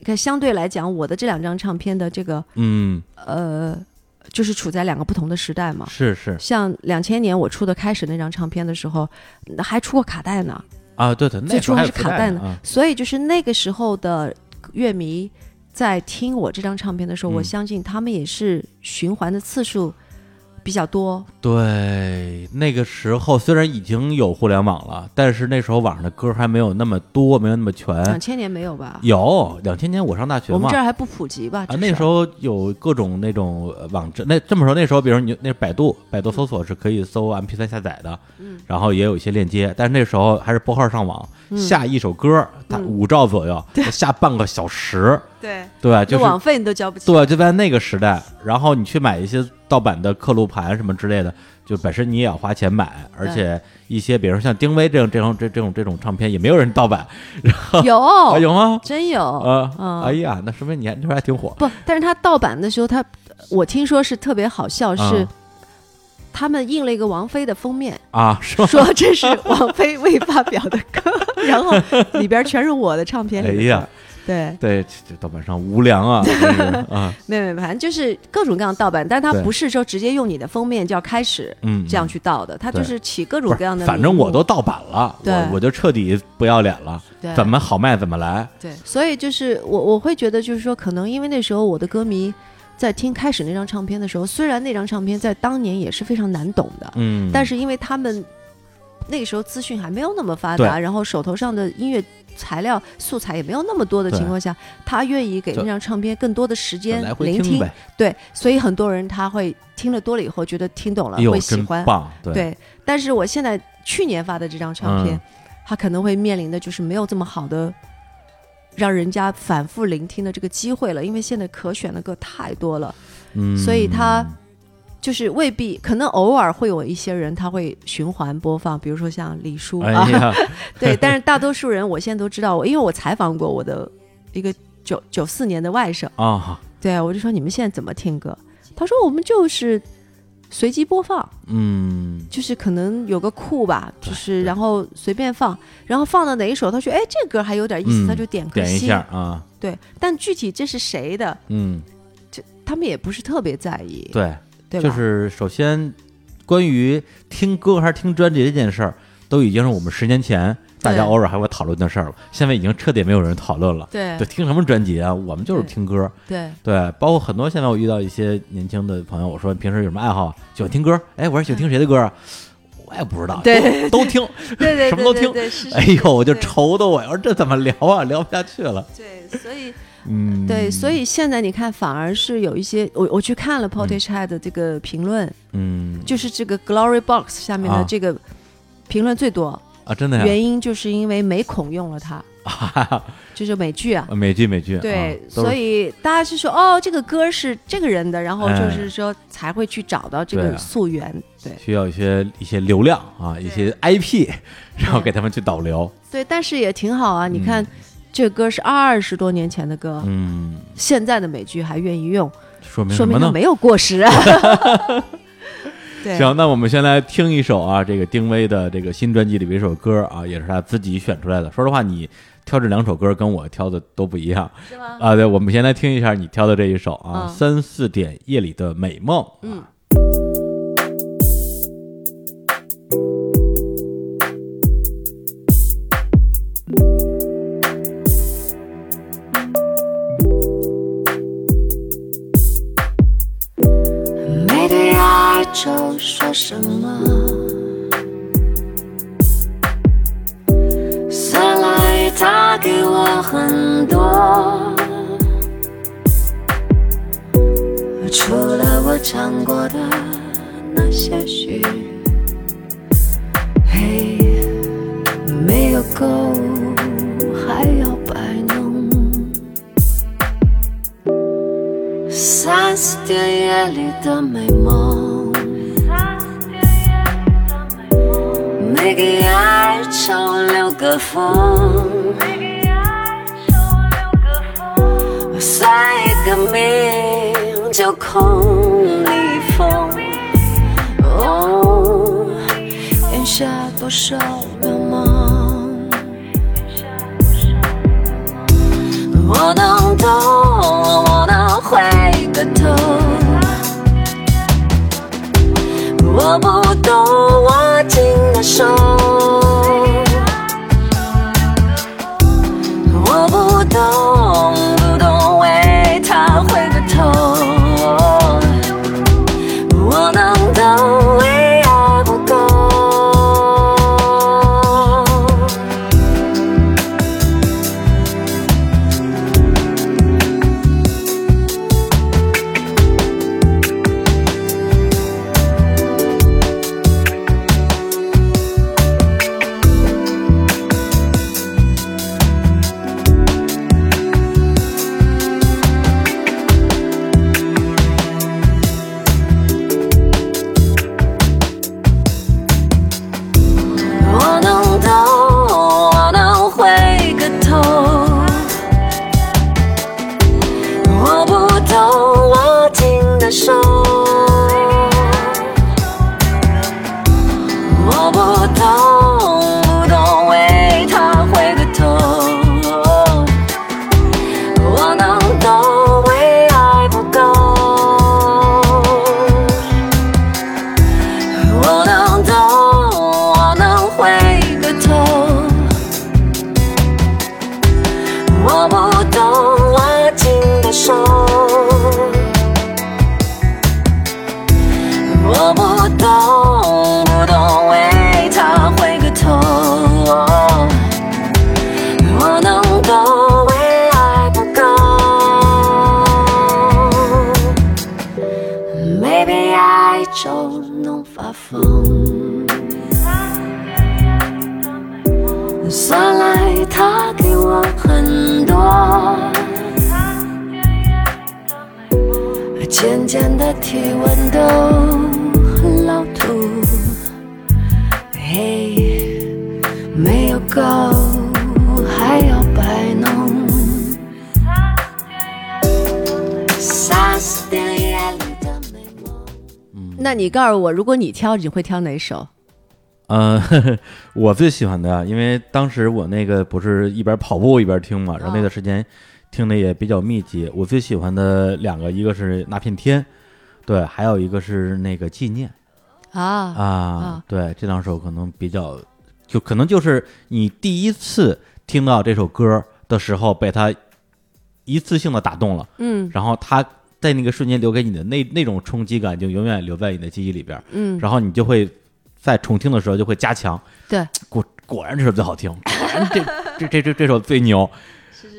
Speaker 4: 你看，相对来讲，我的这两张唱片的这个
Speaker 3: 嗯
Speaker 4: 呃，就是处在两个不同的时代嘛。
Speaker 3: 是是
Speaker 4: 像两千年我出的开始那张唱片的时候，还出过卡带呢，
Speaker 3: 啊，对对，那
Speaker 4: 最
Speaker 3: 时候
Speaker 4: 初
Speaker 3: 还
Speaker 4: 还
Speaker 3: 有
Speaker 4: 是
Speaker 3: 磁
Speaker 4: 卡带
Speaker 3: 带
Speaker 4: 呢。
Speaker 3: 啊，
Speaker 4: 所以就是那个时候的乐迷在听我这张唱片的时候，
Speaker 3: 嗯
Speaker 4: 我相信他们也是循环的次数比较多。
Speaker 3: 对，那个时候虽然已经有互联网了，但是那时候网上的歌还没有那么多，没有那么
Speaker 4: 两
Speaker 3: 全。
Speaker 4: 千年没有吧？
Speaker 3: 有两千年我上大学
Speaker 4: 嗯我们
Speaker 3: 嘛
Speaker 4: 这，儿还不普及吧？
Speaker 3: 啊，那时
Speaker 4: 候
Speaker 3: 候有各种那种呃网站，那这么说，那时候比如你那百度，百度搜索是可以搜 MP3 下载的，嗯，然后也有一些链接，但是那时候还是拨号上网，下一首歌，它五兆左右，下半个小时，
Speaker 4: 对，
Speaker 3: 对吧？就
Speaker 4: 那
Speaker 3: 是
Speaker 4: 网费你都交不起。
Speaker 3: 对，就在那个时代，然后你去买一些盗版的刻录盘什么之类的，就本身你也要花钱买，而且一些比如说像丁薇这种这种这这种这种唱片也没有人盗版， 啊
Speaker 4: 有
Speaker 3: 有吗？
Speaker 4: 真有。
Speaker 3: 啊、
Speaker 4: 嗯
Speaker 3: 哎呀，那说明你还那时候还挺火，
Speaker 4: 不，但是他盗版的时候，他我听说是特别好笑，是
Speaker 3: 嗯
Speaker 4: 他们印了一个王菲的封面，
Speaker 3: 啊，是 吗？
Speaker 4: 说这是王菲未发表的歌，然后里边全是我的唱片里
Speaker 3: 哎
Speaker 4: 的歌。
Speaker 3: 呀，
Speaker 4: 对，
Speaker 3: 对，这这盗版商无良 啊，真是啊，
Speaker 4: 没有没有，反正就是各种各样的盗版，但它
Speaker 3: 对
Speaker 4: 不是说直接用你的封面就要开始
Speaker 3: 嗯，
Speaker 4: 这样去盗的，它
Speaker 3: 对
Speaker 4: 就是起各种
Speaker 3: 不
Speaker 4: 各样
Speaker 3: 是，
Speaker 4: 的名目。
Speaker 3: 反正我都盗版了，
Speaker 4: 对
Speaker 3: 我我就彻底不要脸了，
Speaker 4: 对
Speaker 3: 怎么好卖怎么来，
Speaker 4: 对，所以就是我我会觉得就是说，可能因为那时候我的歌迷在听开始那张唱片的时候，虽然那张唱片在当年也是非常难懂的，
Speaker 3: 嗯，
Speaker 4: 但
Speaker 3: 是
Speaker 4: 是因为他们那个时候资讯还没有那么发达，
Speaker 3: 对
Speaker 4: 然后手头上的音乐材料素材也没有那么多的
Speaker 3: 对
Speaker 4: 情况下，他愿意给
Speaker 3: 就
Speaker 4: 那张唱片更多的时间
Speaker 3: 来回
Speaker 4: 聆
Speaker 3: 听呗，
Speaker 4: 对，所以很多人他会听了多了以后觉得听懂了，
Speaker 3: 哎呦，
Speaker 4: 呃会喜
Speaker 3: 真
Speaker 4: 欢。
Speaker 3: 棒，对
Speaker 4: 对，但是我现在去年发的这张唱片，
Speaker 3: 嗯
Speaker 4: 他可能会面临的就是没有这么好的让人家反复聆听的这个机会了，因为现在可选的歌太多了，
Speaker 3: 嗯，
Speaker 4: 所以他就是未必，可能偶尔会有一些人他会循环播放，比如说像李叔、
Speaker 3: 哎
Speaker 4: 啊，
Speaker 3: 呀，
Speaker 4: 对，但是大多数人我现在都知道，我因为我采访过我的一个九九四年的外甥。
Speaker 3: 啊，
Speaker 4: 对，我就说你们现在怎么听歌？他说我们就是随机播放，
Speaker 3: 嗯，
Speaker 4: 就是可能有个库吧，
Speaker 3: 对
Speaker 4: 就是
Speaker 3: 对
Speaker 4: 然后随便放，然后放到哪一首，他说哎这歌还有点意思，
Speaker 3: 嗯
Speaker 4: 他就点颗
Speaker 3: 点一
Speaker 4: 星。
Speaker 3: 下啊，
Speaker 4: 对，但具体这是谁的，
Speaker 3: 嗯，
Speaker 4: 他们也不是特别在意，
Speaker 3: 对，
Speaker 4: 对吧？
Speaker 3: 就是首先关于听歌还是听专辑这件事儿，都已经是我们十年前大家
Speaker 4: 对
Speaker 3: 偶尔还会讨论的事儿了，现在已经彻底没有人讨论了。
Speaker 4: 对
Speaker 3: 对，听什么专辑啊？我们就是听歌。
Speaker 4: 对
Speaker 3: 对，包括很多现在我遇到一些年轻的朋友，我说你平时有什么爱好啊？喜欢听歌？哎，我说喜欢听谁的歌啊？我也不知道，
Speaker 4: 对
Speaker 3: 都，都 听，
Speaker 4: 对对，
Speaker 3: 什么都
Speaker 4: 对
Speaker 3: 听。
Speaker 4: 对，是是
Speaker 3: 哎呦，我就
Speaker 4: 对
Speaker 3: 愁的我，我说这怎么聊啊？聊不下去了。
Speaker 4: 对，所以
Speaker 3: 嗯，
Speaker 4: 对，所以现在你看，反而是有一些我我去看了 Portishead 的这个评论，
Speaker 3: 嗯
Speaker 4: 就是这个 Glory Box 下面
Speaker 3: 啊
Speaker 4: 的这个评论最多，
Speaker 3: 啊，真的呀，
Speaker 4: 原因就是因为美恐用了 它，就是美剧啊。
Speaker 3: 美剧美剧，嗯
Speaker 4: 对，
Speaker 3: 啊、都是
Speaker 4: 所以大家是说哦，这个歌是这个人的，然后就
Speaker 3: 哎
Speaker 4: 是说才会去找到这
Speaker 3: 对
Speaker 4: 个
Speaker 3: 啊
Speaker 4: 溯源。对
Speaker 3: 需要一些一些流量啊，一些 IP，然后给他们去导流。
Speaker 4: 对，但是也挺好啊。你看，这歌是二十多年前的歌，
Speaker 3: 嗯，
Speaker 4: 现在的美剧还愿意用，
Speaker 3: 说明
Speaker 4: 说
Speaker 3: 什么
Speaker 4: 明它
Speaker 3: 呢？
Speaker 4: 没有 过时。对，
Speaker 3: 行，那我们先来听一首啊，这个丁薇的这个新专辑里边一首歌啊，也是她自己选出来的。说实话，你挑这两首歌跟我挑的都不一样，是吗？啊，对，我们先来听一下你挑的这一首啊，
Speaker 4: 嗯
Speaker 3: 三四点夜里的美梦》。
Speaker 4: 嗯。
Speaker 5: 没对爱就说什么，很多，除了我唱过的那些曲，嘿，没有够，还要摆弄。三四点夜里的美梦，每个夜儿唱六个风。算一个命就空里风。哦，眼下多少渺茫，我能懂，我能回个头，我不懂，握紧的手。我不懂，不懂为他回个头。我能懂，为爱不够。我能懂，我能回个头。我不懂握紧的手，我不懂，不懂为他回个头。我能懂，为爱不够。我能懂，我能回个头。我不懂握紧的手，我不懂，不懂为他回个头。我能懂，为爱不够。Maybe I 就能发疯。算来他给我很多，渐渐的体温都很老土，嘿，没有够，还要摆弄。三四点夜里的美梦。
Speaker 4: 那你告诉我，如果你挑，你会挑哪首？
Speaker 3: 呃， 我最喜欢的啊，因为当时我那个不是一边跑步一边听嘛，然后
Speaker 4: 嗯
Speaker 3: 那段时间听的也比较密集。我最喜欢的两个，一个是那片天，对，还有一个是那个纪念
Speaker 4: 啊
Speaker 3: 啊，对，这两首可能比较，就可能就是你第一次听到这首歌的时候被它一次性的打动了，
Speaker 4: 嗯
Speaker 3: 然后它在那个瞬间留给你的那那种冲击感，就永远留在你的记忆里边儿。
Speaker 4: 嗯，
Speaker 3: 然后你就会在重听的时候就会加强，
Speaker 4: 对，
Speaker 3: 果果然这首最好听，果然这 这这这这首最牛，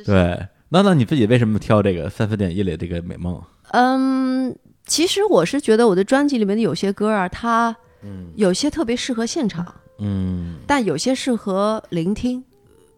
Speaker 3: 对。那那你自己为什么挑这个三四点夜里这个美梦？
Speaker 4: 嗯，其实我是觉得我的专辑里面的有些歌啊，它有些特别适合现场，
Speaker 3: 嗯
Speaker 4: 但有些适合聆听。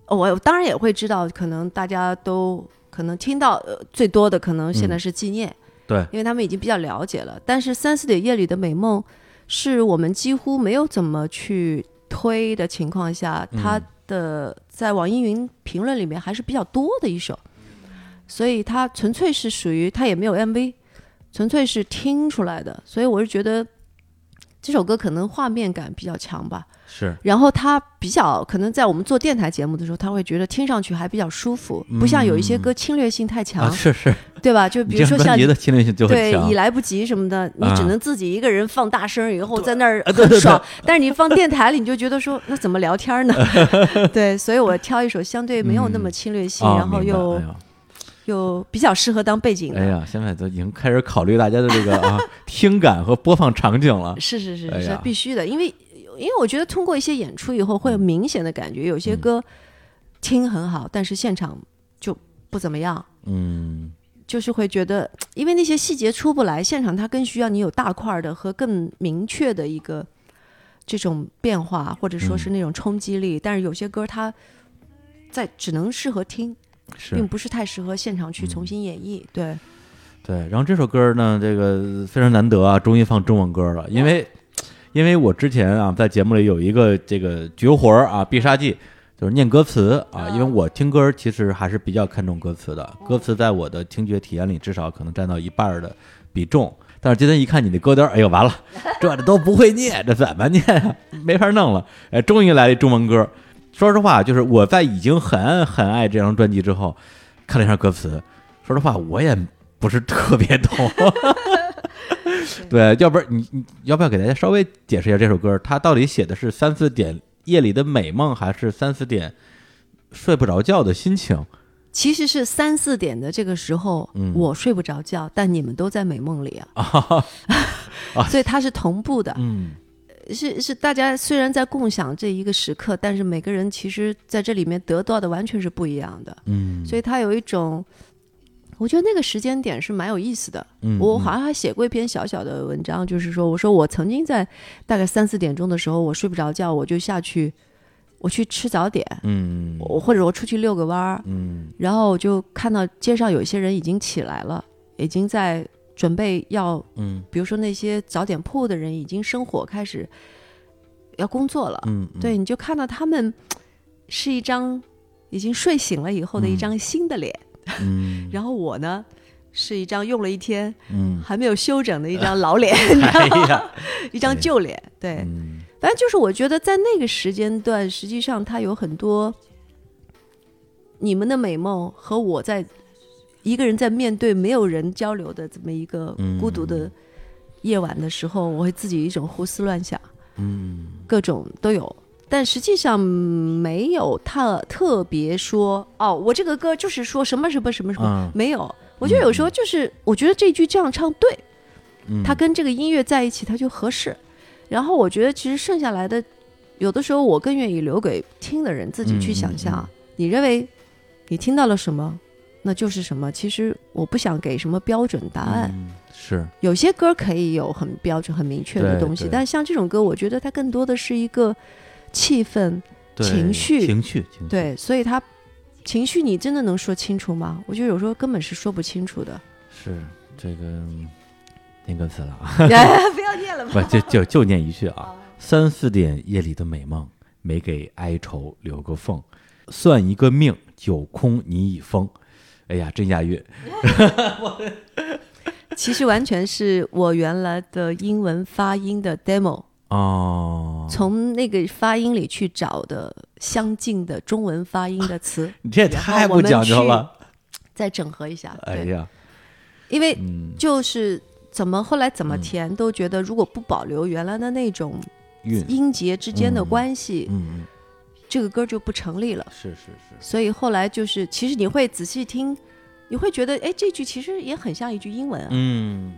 Speaker 4: 呃我当然也会知道，可能大家都可能听到、呃、最多的，可能现在是纪念，
Speaker 3: 对
Speaker 4: 因为他们已经比较了解了。但是《三四点夜里的美梦》是我们几乎没有怎么去推的情况下，
Speaker 3: 嗯
Speaker 4: 它的在网易云评论里面还是比较多的一首，
Speaker 3: 嗯
Speaker 4: 所以它纯粹是属于它也没有 MV，纯粹是听出来的。所以我是觉得这首歌可能画面感比较强吧，
Speaker 3: 是，
Speaker 4: 然后它比较可能在我们做电台节目的时候，他会觉得听上去还比较舒服，不像有一些歌侵略性太
Speaker 3: 嗯
Speaker 4: 强，
Speaker 3: 啊是是，
Speaker 4: 对吧？就
Speaker 3: 你
Speaker 4: 比
Speaker 3: 这
Speaker 4: 如说
Speaker 3: 张
Speaker 4: 像
Speaker 3: 专辑的侵略性就很
Speaker 4: 对
Speaker 3: 强
Speaker 4: 已，来不及什么的，你只
Speaker 3: 啊
Speaker 4: 能自己一个人放大声，以后在那儿
Speaker 3: 啊对对
Speaker 4: 很爽。但是你放电台里，你就觉得说那怎么聊天呢？ 对，所以我挑一首相对没有那么侵略性，
Speaker 3: 啊
Speaker 4: 然后
Speaker 3: 明白
Speaker 4: 又、
Speaker 3: 哎呀
Speaker 4: 又比较适合当背景的。
Speaker 3: 哎呀，现在都已经开始考虑大家的这个 啊听感和播放场景了，
Speaker 4: 是是是
Speaker 3: 哎
Speaker 4: 是
Speaker 3: 呀嗯
Speaker 4: 必须的，因为因为我觉得通过一些演出以后会有明显的感觉，有些歌听很好，但是现场就不怎么样，
Speaker 3: 嗯
Speaker 4: 就是会觉得，因为那些细节出不来，现场它更需要你有大块儿的和更明确的一个这种变化，或者说
Speaker 3: 嗯
Speaker 4: 是那种冲击力。但是有些歌它在只能适合听，
Speaker 3: 是嗯
Speaker 4: 并不是太适合现场去重新演绎。对，
Speaker 3: 对，然后这首歌呢，这个非常难得啊，终于放中文歌了，因为因为我之前啊在节目里有一个这个绝活儿啊必杀技，就是念歌词啊，因为我听歌其实还是比较看重歌词的，歌词在我的听觉体验里至少可能占到一半儿的比重。但是今天一看你的歌单儿，哎呦完了， 这都不会念，这怎么念 啊？没法弄了。哎，终于来了一中文歌。说实话，就是我在已经很爱很爱这张专辑之后，看了一下歌词，说实话我也不是特别 懂。 对，要不然你你要不要给大家稍微解释一下这首歌，它到底写的是三四点夜里的美梦，还是三四点睡不着觉的心情？
Speaker 4: 其实是三四点的这个时候，
Speaker 3: 嗯
Speaker 4: 我睡不着觉，但你们都在美梦里啊， 所以它是同步的。
Speaker 3: 啊嗯，
Speaker 4: 是是，大家虽然在共享这一个时刻，但是每个人其实在这里面得到的完全是不一样的。
Speaker 3: 嗯，
Speaker 4: 所以它有一种，我觉得那个时间点是蛮有意思的。嗯，我好像还写过一篇小小的文章，就是说，我说我曾经在大概三四点钟的时候，我睡不着觉，我就下去，我去吃早点，
Speaker 3: 嗯
Speaker 4: 我或者我出去遛个弯儿，
Speaker 3: 嗯
Speaker 4: 然后我就看到街上有一些人已经起来了，已经在准备要
Speaker 3: 嗯
Speaker 4: 比如说那些早点铺的人已经生火开始要工作了，
Speaker 3: 嗯，
Speaker 4: 对，你就看到他们是一张已经睡醒了以后的一张新的脸，
Speaker 3: 嗯
Speaker 4: 然后我呢是一张用了一天
Speaker 3: 嗯，
Speaker 4: 还没有修整的 一张老脸，你知
Speaker 3: 哎
Speaker 4: 道吗？
Speaker 3: 呀，
Speaker 4: 一张旧脸，对，
Speaker 3: 嗯
Speaker 4: 反正就是我觉得在那个时间段，实际上它有很多你们的美梦和我在一个人在面对没有人交流的这么一个
Speaker 3: 嗯
Speaker 4: 孤独的夜晚的时候，我会自己一种胡思乱想，嗯，各种都有。但实际上没有特特别说哦，我这个歌就是说什么什么什么什么，
Speaker 3: 嗯
Speaker 4: 没有。我觉得有时候就是，我觉得这句这样唱对，
Speaker 3: 嗯，
Speaker 4: 它跟这个音乐在一起，它就合适。然后我觉得，其实剩下来的，有的时候我更愿意留给听的人自己去想象。啊
Speaker 3: 嗯嗯
Speaker 4: 你认为你听到了什么，那就是什么。其实我不想给什么标准答案。
Speaker 3: 嗯是
Speaker 4: 有些歌可以有很标准、很明确的
Speaker 3: 对
Speaker 4: 东西
Speaker 3: 对，
Speaker 4: 但像这种歌，我觉得它更多的是一个气氛。
Speaker 3: 对
Speaker 4: 情绪
Speaker 3: 情绪情绪，
Speaker 4: 对，所以它情绪你真的能说清楚吗？我觉得有时候根本是说不清楚的。
Speaker 3: 是这个念歌词了啊。
Speaker 4: 不要念了吧。
Speaker 3: 不就 就就念一句
Speaker 4: 哦
Speaker 3: 啊，三四点夜里的美梦，没给哀愁留个缝，算一个命，九空你已封。哎呀，真押韵，
Speaker 4: 其实完全是我原来的英文发音的 demo，
Speaker 3: 哦，，
Speaker 4: 从那个发音里去找的相近的中文发音的词
Speaker 3: 你这也太不讲究了。
Speaker 4: 再整合一下。
Speaker 3: 哎
Speaker 4: 对，
Speaker 3: 呀，
Speaker 4: 因为
Speaker 3: 嗯，
Speaker 4: 就是怎么后来怎么填，都觉得如果不保留原来的那种
Speaker 3: 韵，
Speaker 4: 音节之间的关系，
Speaker 3: 嗯，嗯
Speaker 4: 这个歌就不成立了。
Speaker 3: 是是是，
Speaker 4: 所以后来就是，其实你会仔细听，你会觉得，哎，这句其实也很像一句英文啊。
Speaker 3: 嗯。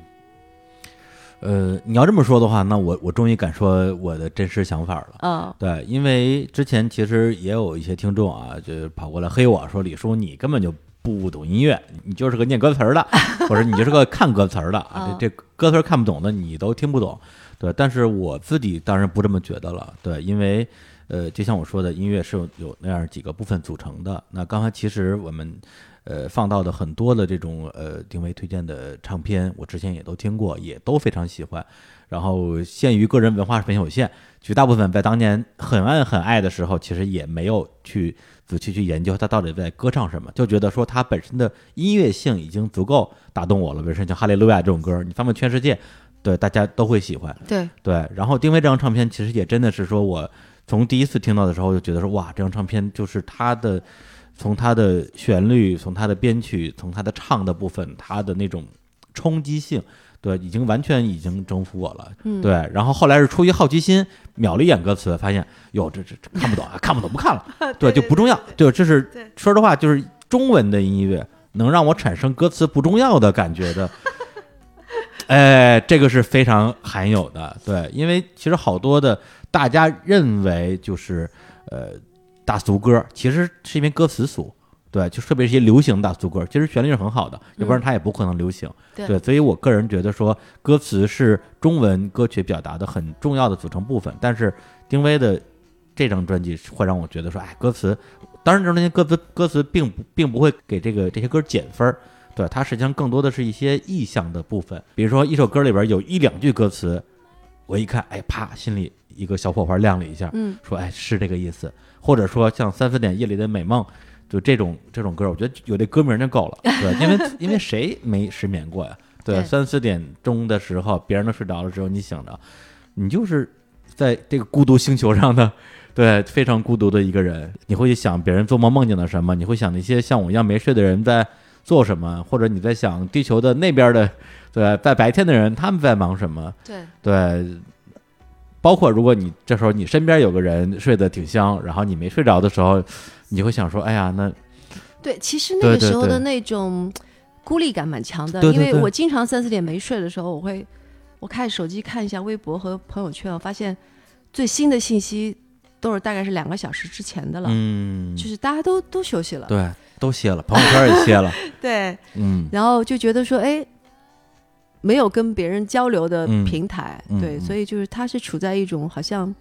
Speaker 3: 呃，你要这么说的话，那我我终于敢说我的真实想法了。
Speaker 4: 嗯
Speaker 3: 对，因为之前其实也有一些听众啊，就是跑过来黑我说：“李叔，你根本就不懂音乐，你就是个念歌词儿的，或者你就是个看歌词儿的啊，这这歌词儿看不懂的你都听不懂。”对，但是我自己当然不这么觉得了。对，因为呃，就像我说的，音乐是有有那样几个部分组成的。那刚才其实我们呃放到的很多的这种呃定位推荐的唱片，我之前也都听过，也都非常喜欢。然后限于个人文化水平有限，绝大部分在当年很爱很爱的时候，其实也没有去仔细去研究它到底在歌唱什么，就觉得说它本身的音乐性已经足够打动我了。比如说像《哈利路亚》这种歌，你放到全世界，对大家都会喜欢。
Speaker 4: 对，
Speaker 3: 对，然后定位这张唱片，其实也真的是说我从第一次听到的时候就觉得说，哇，这张唱片就是它的，从它的旋律，从它的编曲，从它的唱的部分，它的那种冲击性，对，已经完全已经征服我了。嗯、对，然后后来是出于好奇心，瞄了一眼歌词，发现哟，这这这看不懂啊，看不懂不看 了，对，就不重要。对，这是说实话，就是中文的音乐能让我产生歌词不重要的感觉的。哎，这个是非常罕有的，对，因为其实好多的大家认为就是呃大俗歌，其实是因为歌词俗，对，就特别是一些流行大苏歌，其实旋律是很好的，要不然它也不可能流行。
Speaker 4: 对
Speaker 3: 所以我个人觉得说，歌词是中文歌曲表达的很重要的组成部分。但是丁薇的这张专辑会让我觉得说，哎，歌词，当然就是那些歌词，歌词并不并不会给这个这些歌减分儿。对，它实际上更多的是一些意象的部分，比如说一首歌里边有一两句歌词，我一看，哎，啪，心里一个小火花亮了一下，
Speaker 4: 嗯，
Speaker 3: 说哎是这个意思，或者说像三四点夜里的美梦，就这种这种歌，我觉得有这歌名就够 了，对，因为因为谁没失眠过呀？对，
Speaker 4: 对
Speaker 3: 三四点钟的时候，别人都睡着了，只有你醒着，你就是在这个孤独星球上的。 对，非常孤独的一个人，你会想别人做梦梦见了什么？你会想那些像我一样没睡的人在做什么？或者你在想地球的那边的， 对，在白天的人他们在忙什么？
Speaker 4: 对，
Speaker 3: 对，包括如果你这时候你身边有个人睡得挺香，然后你没睡着的时候，你会想说，哎呀，那
Speaker 4: 对，其实那个
Speaker 3: 对对
Speaker 4: 时候的
Speaker 3: 对
Speaker 4: 那种孤立感蛮强的，
Speaker 3: 对对
Speaker 4: 因
Speaker 3: 对
Speaker 4: 为我经常三四点没睡的时候，我会我看手机看一下微博和朋友圈，我发现最新的信息都是大概是两个小时之前的了，
Speaker 3: 嗯，
Speaker 4: 就是大家都都休息了，
Speaker 3: 对，都歇了，朋友圈也歇了，
Speaker 4: 对
Speaker 3: 嗯，
Speaker 4: 然后就觉得说，哎，没有跟别人交流的
Speaker 3: 嗯
Speaker 4: 平台，
Speaker 3: 嗯
Speaker 4: 对，
Speaker 3: 嗯
Speaker 4: 所以就是他是处在一种好像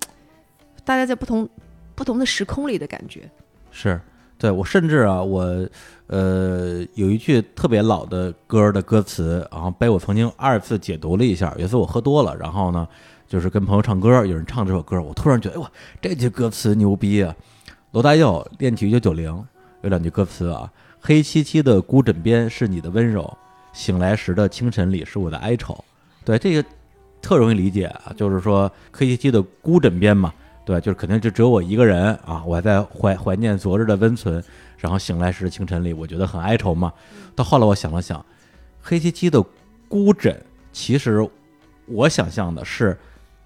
Speaker 4: 大家在不同不同的时空里的感觉，
Speaker 3: 是。对我甚至啊，我呃有一句特别老的歌的歌词，然后被我曾经二次解读了一下。有一次我喝多了，然后呢，就是跟朋友唱歌，有人唱这首歌，我突然觉得，哎哇，这句歌词牛逼啊！罗大佑《恋曲一九九零》有两句歌词啊：“黑漆漆的孤枕边是你的温柔，醒来时的清晨里是我的哀愁。”对，这个特容易理解啊，就是说黑漆漆的孤枕边嘛，对，就是肯定就只有我一个人啊，我还在怀怀念昨日的温存，然后醒来时的清晨里，我觉得很哀愁嘛。到后来我想了想，黑漆漆的孤枕，其实我想象的是，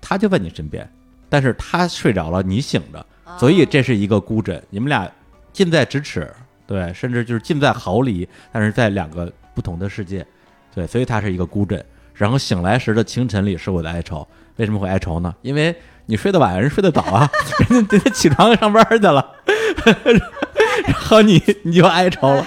Speaker 3: 他就在你身边，但是他睡着了，你醒着，所以这是一个孤枕，你们俩近在咫尺，对，甚至就是近在毫厘，但是在两个不同的世界，对，所以它是一个孤枕。然后醒来时的清晨里是我的哀愁，为什么会哀愁呢？因为你睡得晚，人睡得早啊， 人家人家起床上班去了， 然后你你就哀愁了。
Speaker 4: 哎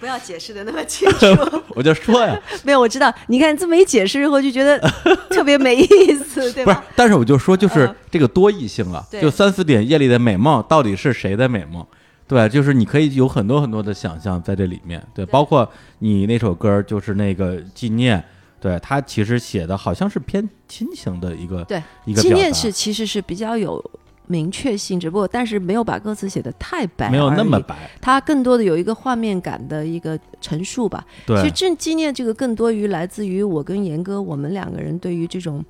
Speaker 4: 不要解释的那么清 楚，
Speaker 3: 我就说呀，
Speaker 4: 没有，我知道，你看这么一解释以后就觉得 特别没意思，对
Speaker 3: 不是
Speaker 4: 吧？，
Speaker 3: 但是我就说，就是
Speaker 4: 嗯
Speaker 3: 这个多异性啊，
Speaker 4: 对
Speaker 3: 就三四点夜里的美梦，到底是谁的美梦？对，就是你可以有很多很多的想象在这里面，对，包括你那首歌，就是那个纪念，对他其实写的好像是偏亲情的一个，
Speaker 4: 对，
Speaker 3: 一个
Speaker 4: 纪
Speaker 3: 表
Speaker 4: 念
Speaker 3: 达
Speaker 4: 是其实是比较有明确性，只不过但是没有把歌词写的太白，
Speaker 3: 没有那么。白，
Speaker 4: 它更多的有一个画面感的一个陈述吧，其
Speaker 3: 对
Speaker 4: 实，正纪念这个更多于来自于我跟严哥我们两个人对于这种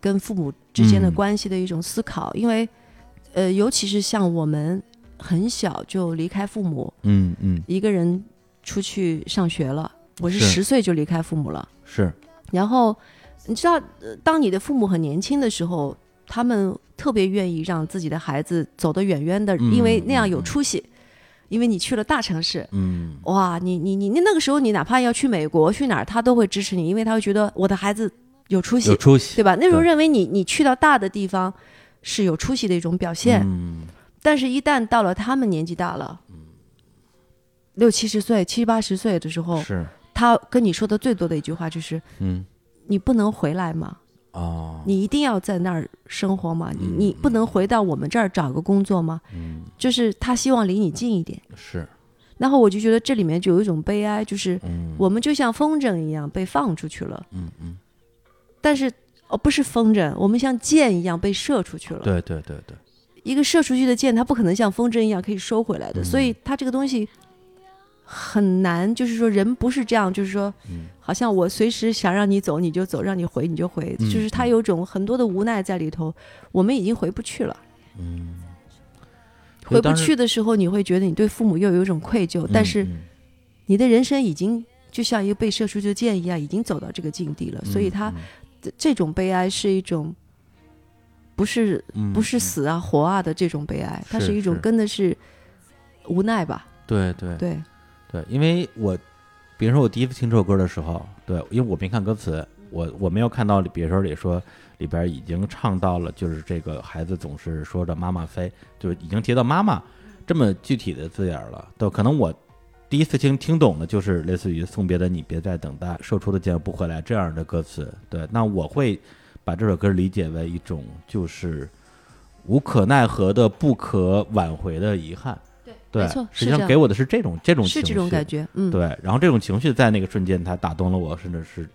Speaker 4: 跟父母之间的
Speaker 3: 嗯
Speaker 4: 关系的一种思考，因为呃，尤其是像我们很小就离开父母，
Speaker 3: 嗯嗯
Speaker 4: 一个人出去上学了，我是
Speaker 3: 是
Speaker 4: 十岁就离开父母了，
Speaker 3: 是，
Speaker 4: 然后你知道，呃当你的父母很年轻的时候，他们特别愿意让自己的孩子走得远远的，
Speaker 3: 嗯
Speaker 4: 因为那样有
Speaker 3: 嗯
Speaker 4: 出息，因为你去了大城市，
Speaker 3: 嗯
Speaker 4: 哇，你你你你那个时候你哪怕要去美国去哪儿，他都会支持你，因为他会觉得我的孩子有出息，
Speaker 3: 有出息，
Speaker 4: 对吧？那时候
Speaker 3: 对
Speaker 4: 认为你你去到大的地方是有出息的一种表现，
Speaker 3: 嗯
Speaker 4: 但是一旦到了他们年纪大了，六七十岁、七八十岁的时候，
Speaker 3: 是，
Speaker 4: 他跟你说的最多的一句话就是
Speaker 3: 嗯
Speaker 4: 你不能回来嘛，
Speaker 3: 哦，
Speaker 4: 你一定要在那儿生活嘛，你你不能回到我们这儿找个工作吗？
Speaker 3: 嗯
Speaker 4: 就是他希望离你近一点。
Speaker 3: 是，
Speaker 4: 然后我就觉得这里面就有一种悲哀，就是
Speaker 3: 嗯
Speaker 4: 我们就像风筝一样被放出去了，
Speaker 3: 嗯嗯，
Speaker 4: 但是哦，不是风筝，我们像箭一样被射出去了。
Speaker 3: 对对对对，
Speaker 4: 一个射出去的箭，它不可能像风筝一样可以收回来的，所
Speaker 3: 嗯
Speaker 4: 以它这个东西很难。就是说，人不是这样，就是说，
Speaker 3: 嗯
Speaker 4: 好像我随时想让你走你就走，让你回你就回，
Speaker 3: 嗯
Speaker 4: 就是它有种很多的无奈在里头。我们已经回不去了。
Speaker 3: 嗯，
Speaker 4: 回不去的时候，你会觉得你对父母又有一种愧疚，但是
Speaker 3: 嗯
Speaker 4: 你的人生已经就像一个被射出去的箭一样，已经走到这个境地了。所
Speaker 3: 嗯
Speaker 4: 以他、这这种悲哀是一种，不是
Speaker 3: 嗯
Speaker 4: 不是
Speaker 3: 嗯
Speaker 4: 死啊、活啊的这种悲哀，它
Speaker 3: 是
Speaker 4: 是一种
Speaker 3: 是
Speaker 4: 真的是无奈吧？
Speaker 3: 嗯对对
Speaker 4: 对，
Speaker 3: 对，因为我，比如说我第一次听这首歌的时候，对，因为我没看歌词，我我没有看到，比如说里说里边已经唱到了，就是这个孩子总是说着妈妈飞，就是已经提到妈妈，这么具体的字眼儿了。都可能我第一次听听懂的就是类似于“送别的你别再等待，售出的剑不回来”这样的歌词。对，那我会把这首歌理解为一种就是无可奈何的、不可挽回的遗憾。
Speaker 4: 对
Speaker 3: 对
Speaker 4: 没错，，
Speaker 3: 实
Speaker 4: 是
Speaker 3: 际
Speaker 4: 这
Speaker 3: 上
Speaker 4: 样，
Speaker 3: 给我的是这种这种
Speaker 4: 是
Speaker 3: 情
Speaker 4: 这种
Speaker 3: 绪
Speaker 4: 感觉，嗯，
Speaker 3: 对，然后这种情绪在那个瞬间，它打动了我，甚至是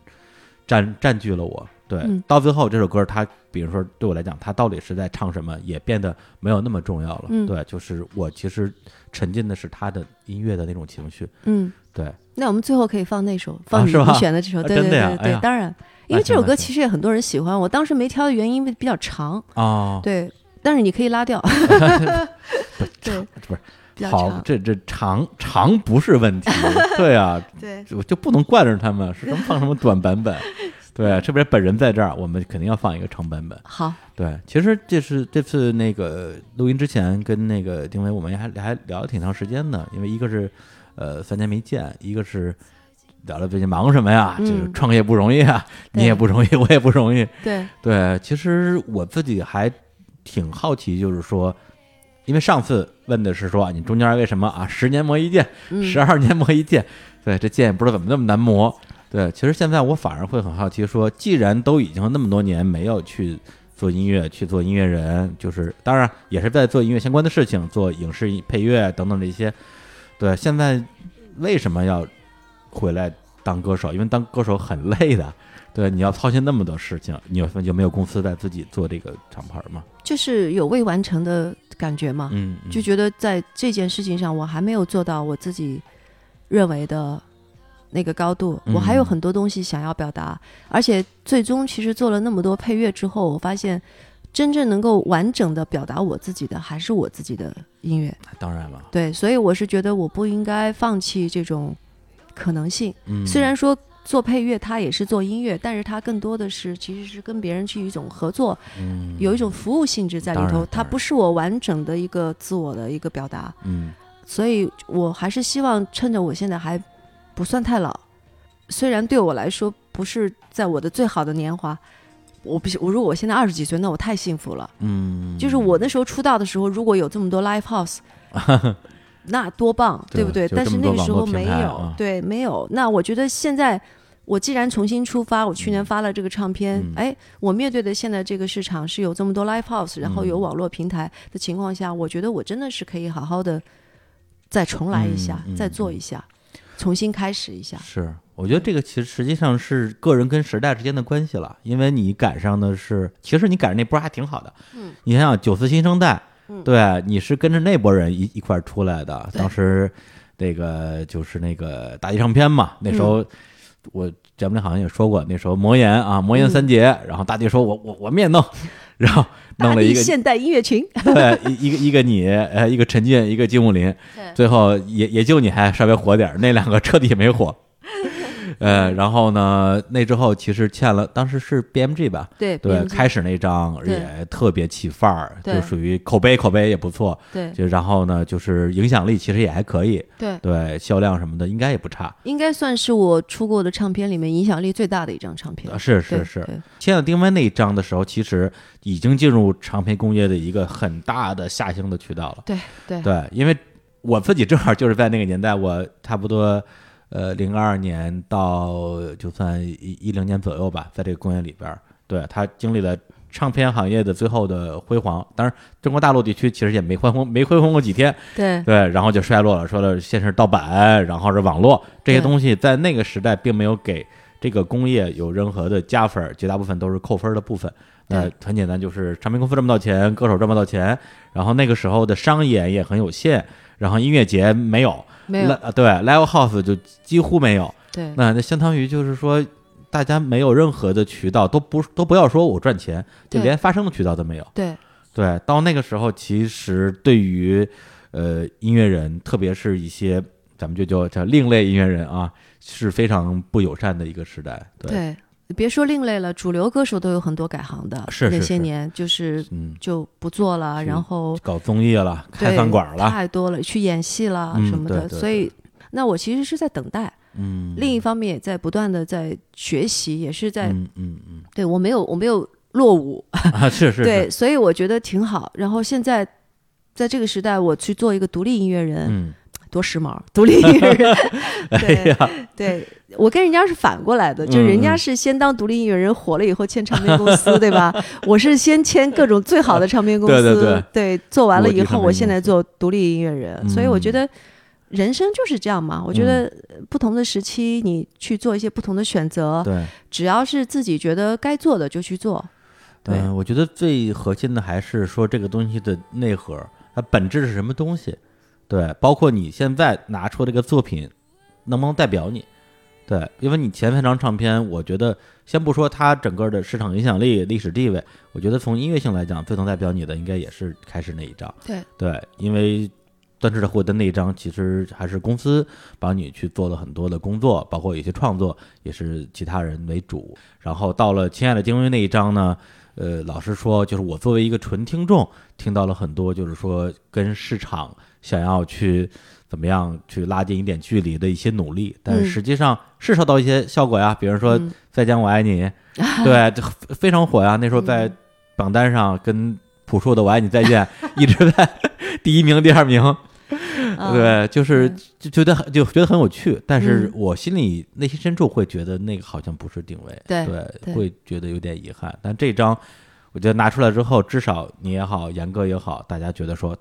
Speaker 3: 占占据了我。对，
Speaker 4: 嗯
Speaker 3: 到最后这首歌，它比如说对我来讲，它到底是在唱什么，也变得没有那么重要了。
Speaker 4: 嗯
Speaker 3: 对，就是我其实沉浸的是他的音乐的那种情绪。
Speaker 4: 嗯。
Speaker 3: 对，
Speaker 4: 那我们最后可以放那首，放你,、
Speaker 3: 啊是吧
Speaker 4: 你选的这首，
Speaker 3: 啊
Speaker 4: 对
Speaker 3: 真
Speaker 4: 对
Speaker 3: 的呀
Speaker 4: 对
Speaker 3: 哎
Speaker 4: 对，
Speaker 3: 呀
Speaker 4: 当然，因
Speaker 3: 那
Speaker 4: 为
Speaker 3: 行
Speaker 4: 这首
Speaker 3: 那
Speaker 4: 歌
Speaker 3: 行
Speaker 4: 其实也很多人喜欢，我当时没挑的原因因为比较长，
Speaker 3: 哦，
Speaker 4: 对，但是你可以拉 掉， 对，
Speaker 3: 不是
Speaker 4: 比较
Speaker 3: 好
Speaker 4: 长，，
Speaker 3: 这这长长不是问 题。对啊，
Speaker 4: 对，
Speaker 3: 我就不能惯着他们，是什么放什么短版本。 对，啊特别是本人在这儿，我们肯定要放一个长版本。
Speaker 4: 好，
Speaker 3: 对，其实这是这次那个录音之前跟那个丁薇，我们还还聊了挺长时间的，因为一个是呃三年没见，一个是聊聊最近忙什么呀，
Speaker 4: 嗯
Speaker 3: 就是创业不容易啊，
Speaker 4: 对
Speaker 3: 你也不容易，我也不容易。
Speaker 4: 对，
Speaker 3: 对，其实我自己还挺好奇，就是说，因为上次问的是说啊你中间为什么啊十年磨一剑，
Speaker 4: 嗯
Speaker 3: 十二年磨一剑，对，这剑也不知道怎么那么难磨。对，其实现在我反而会很好奇说，既然都已经那么多年没有去做音乐，去做音乐人，就是当然也是在做音乐相关的事情，做影视配乐等等这些，对，现在为什么要回来当歌手？因为当歌手很累的，对，你要操心那么多事情，你有有没有公司在自己做这个厂牌吗？
Speaker 4: 就是有未完成的感觉嘛，
Speaker 3: 嗯，嗯
Speaker 4: 就觉得在这件事情上，我还没有做到我自己认为的那个高度，
Speaker 3: 嗯
Speaker 4: 我还有很多东西想要表达。而且最终，其实做了那么多配乐之后，我发现真正能够完整的表达我自己的，还是我自己的音乐。
Speaker 3: 当然了，
Speaker 4: 对，所以我是觉得我不应该放弃这种可能性。
Speaker 3: 嗯，
Speaker 4: 虽然说做配乐，它也是做音乐，但是它更多的是其实是跟别人去一种合作，
Speaker 3: 嗯
Speaker 4: 有一种服务性质在里
Speaker 3: 当然当
Speaker 4: 头
Speaker 3: 然，
Speaker 4: 它不是我完整的一个自我的一个表达，
Speaker 3: 嗯
Speaker 4: 所以我还是希望趁着我现在还不算太老，虽然对我来说不是在我的最好的年华，我不我如果我现在二十几岁，那我太幸福了。
Speaker 3: 嗯，
Speaker 4: 就是我那时候出道的时候，如果有这么多 live house，那多棒，
Speaker 3: 对
Speaker 4: 对不对？
Speaker 3: 就
Speaker 4: 但
Speaker 3: 这
Speaker 4: 是
Speaker 3: 么
Speaker 4: 那
Speaker 3: 多
Speaker 4: 个
Speaker 3: 网
Speaker 4: 时
Speaker 3: 络
Speaker 4: 候
Speaker 3: 平
Speaker 4: 没有，
Speaker 3: 台啊
Speaker 4: 对，没有。那我觉得现在我既然重新出发，我去年发了这个唱片，
Speaker 3: 嗯
Speaker 4: 哎，我面对的现在这个市场是有这么多 live house，然后
Speaker 3: 嗯
Speaker 4: 有网络平台的情况下，我觉得我真的是可以好好的再重来一下，
Speaker 3: 嗯嗯
Speaker 4: 再做一下，重新开始一下。
Speaker 3: 是，我觉得这个其实实际上是个人跟时代之间的关系了，因为你赶上的是，其实你赶上那波还挺好的。嗯，你想想九四新生代，
Speaker 4: 嗯
Speaker 3: 对，你是跟着那波人一一块儿出来的，
Speaker 4: 对
Speaker 3: 当时那个就是那个大地唱片嘛，那时
Speaker 4: 嗯
Speaker 3: 候、我节目里好像也说过，那时候魔岩啊，魔岩
Speaker 4: 嗯
Speaker 3: 三杰，然后大地说我我我面弄， 然后弄
Speaker 4: 大
Speaker 3: 了一
Speaker 4: 地
Speaker 3: 个
Speaker 4: 现代音乐群，
Speaker 3: 对，一一个一个你，呃，一个陈进，一个金武林，最后也也就你还稍微火点儿，那两个彻底没 火。呃，然后呢，那之后其实欠了，当时是 BMG 吧，
Speaker 4: 对
Speaker 3: 对，
Speaker 4: BMG
Speaker 3: 开始那张
Speaker 4: 对
Speaker 3: 也特别起范儿，
Speaker 4: 对
Speaker 3: 就属于口碑口碑也不错，
Speaker 4: 对
Speaker 3: 就然后呢，就是影响力其实也还可以，
Speaker 4: 对，
Speaker 3: 对，销量什么的应该也不差。
Speaker 4: 应该算是我出过的唱片里面影响力最大的一张唱片
Speaker 3: 啊，。是
Speaker 4: 对
Speaker 3: 是是，
Speaker 4: 对
Speaker 3: 千鸟丁湾那一张的时候，其实已经进入唱片工业的一个很大的下行的渠道了。
Speaker 4: 对对
Speaker 3: 对，因为我自己正好就是在那个年代，我差不多呃零二年到就算一一零年左右吧，在这个工业里边儿，对他经历了唱片行业的最后的辉煌。当然，中国大陆地区其实也没恢宏，没恢宏过几天，
Speaker 4: 对
Speaker 3: 对，然后就衰落了。说了先是盗版，然后是网络这些
Speaker 4: 对
Speaker 3: 东西，在那个时代并没有给这个工业有任何的加分儿，绝大部分都是扣分儿的部分。那
Speaker 4: 对
Speaker 3: 很简单，就是唱片公司赚不到钱，歌手赚不到钱，然后那个时候的商演也很有限，然后音乐节没有，
Speaker 4: 没有
Speaker 3: ，li- 呃对，live house 就几乎没有。
Speaker 4: 对
Speaker 3: 那那相当于就是说，大家没有任何的渠道，都不都不要说我赚钱，就
Speaker 4: 对
Speaker 3: 连发声的渠道都没有。
Speaker 4: 对
Speaker 3: 对，到那个时候，其实对于呃音乐人，特别是一些咱们就叫叫另类音乐人啊，是非常不友善的一个时代。对，
Speaker 4: 对，别说另类了，主流歌手都有很多改行的，
Speaker 3: 是是
Speaker 4: 那些
Speaker 3: 是
Speaker 4: 年就是
Speaker 3: 嗯，
Speaker 4: 就不做了，
Speaker 3: 是
Speaker 4: 然后
Speaker 3: 搞综艺了，开
Speaker 4: 对
Speaker 3: 饭馆了，
Speaker 4: 太多了，去演戏了
Speaker 3: 嗯
Speaker 4: 什么
Speaker 3: 对
Speaker 4: 的，
Speaker 3: 对
Speaker 4: 所以。那我其实是在等待，
Speaker 3: 嗯，
Speaker 4: 另一方面也在不断的在学习，也是在、
Speaker 3: 嗯嗯嗯
Speaker 4: 对我没有我没有落伍，
Speaker 3: 啊，是是是，
Speaker 4: 对，所以我觉得挺好。然后现在在这个时代，我去做一个独立音乐人，
Speaker 3: 嗯，哎
Speaker 4: 多时髦，独立音乐人。对、 对，我跟人家是反过来的，就人
Speaker 3: 嗯
Speaker 4: 家
Speaker 3: 嗯
Speaker 4: 是先当独立音乐人火了以后签唱片公司，对吧？我是先签各种最好的唱片公
Speaker 3: 对
Speaker 4: 司，
Speaker 3: 对对
Speaker 4: 做完了
Speaker 3: 国际
Speaker 4: 以
Speaker 3: 唱
Speaker 4: 后，
Speaker 3: 片
Speaker 4: 我现
Speaker 3: 公
Speaker 4: 在
Speaker 3: 司嗯
Speaker 4: 做独立音乐人，所以我觉得。人生就是这样嘛，我觉得不同的时期你去做一些不同的选择，
Speaker 3: 对，
Speaker 4: 只要是自己觉得该做的就去做。对
Speaker 3: 嗯，我觉得最核心的还是说这个东西的内核，它本质是什么东西？对，包括你现在拿出这个作品，能不能代表你？对，因为你前三张唱片，我觉得先不说它整个的市场影响力、历史地位，我觉得从音乐性来讲，最能代表你的应该也是开始那一张。
Speaker 4: 对
Speaker 3: 对，因为断翅的获得那一张，其实还是公司帮你去做了很多的工作，包括有些创作也是其他人为主。然后到了《亲爱的鲸鱼》那一张呢，呃，老实说，就是我作为一个纯听众，听到了很多，就是说跟市场想要去怎么样去拉近一点距离的一些努力，但是
Speaker 4: 嗯
Speaker 3: 实际上是收到一些效果呀，比如说《
Speaker 4: 嗯
Speaker 3: 再见我爱你》 对，这非非常火呀，那时候
Speaker 4: 嗯
Speaker 3: 在榜单上跟朴树的《我爱你再见》 一直在第一名、第二名，
Speaker 4: 啊
Speaker 3: 对，就是
Speaker 4: 嗯
Speaker 3: 就觉得很就觉得很有趣，但是
Speaker 4: 嗯
Speaker 3: 我心里内心深处会觉得那个好像不是定位，
Speaker 4: 对
Speaker 3: 对，
Speaker 4: 对
Speaker 3: 会觉得有点遗憾。但这张我觉得拿出来之后，至少你也好，严哥也好，大家觉得说，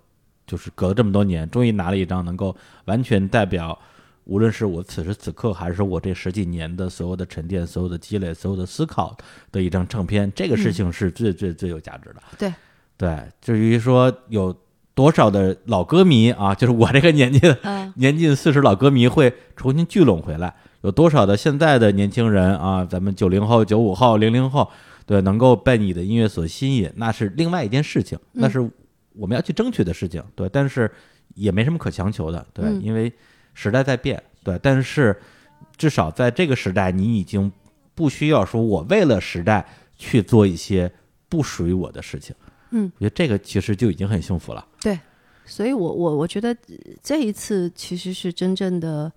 Speaker 3: 就是隔了这么多年，终于拿了一张能够完全代表，无论是我此时此刻，还是我这十几年的所有的沉淀、所有的积累、所有的思考的一张唱片，这个事情是最最最有价值的。
Speaker 4: 嗯对
Speaker 3: 对，至于说有多少的老歌迷啊，就是我这个年纪的
Speaker 4: 嗯
Speaker 3: 年近四十老歌迷会重新聚拢回来，有多少的现在的年轻人啊，咱们九零后、九五后、零零后，对，能够被你的音乐所吸引，那是另外一件事情，那
Speaker 4: 嗯
Speaker 3: 是我们要去争取的事情，对，但是也没什么可强求的，对，
Speaker 4: 嗯
Speaker 3: 因为时代在变，对，但是至少在这个时代，你已经不需要说我为了时代去做一些不属于我的事情，
Speaker 4: 嗯，
Speaker 3: 我觉得这个其实就已经很幸福了，
Speaker 4: 对，所以我我我觉得呃这一次其实是真正的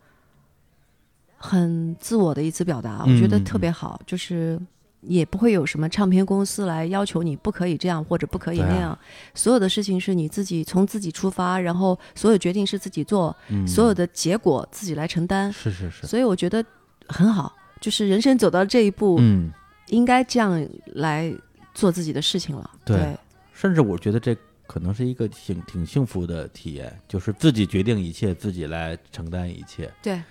Speaker 4: 很自我的一次表达，
Speaker 3: 嗯
Speaker 4: 我觉得
Speaker 3: 嗯
Speaker 4: 特别好，就是也不会有什么唱片公司来要求你不可以这样或者不可以
Speaker 3: 对啊
Speaker 4: 那样，所有的事情是你自己从自己出发，然后所有决定是自己做，
Speaker 3: 嗯
Speaker 4: 所有的结果自己来承担，
Speaker 3: 是是是，
Speaker 4: 所以我觉得很好，就是人生走到这一步，
Speaker 3: 嗯。
Speaker 4: 应该这样来做自己的事情了，
Speaker 3: 对
Speaker 4: 对
Speaker 3: 甚至我觉得这可能是一个挺挺幸福的体验，就是自己决定一切，自己来承担一切。
Speaker 4: 对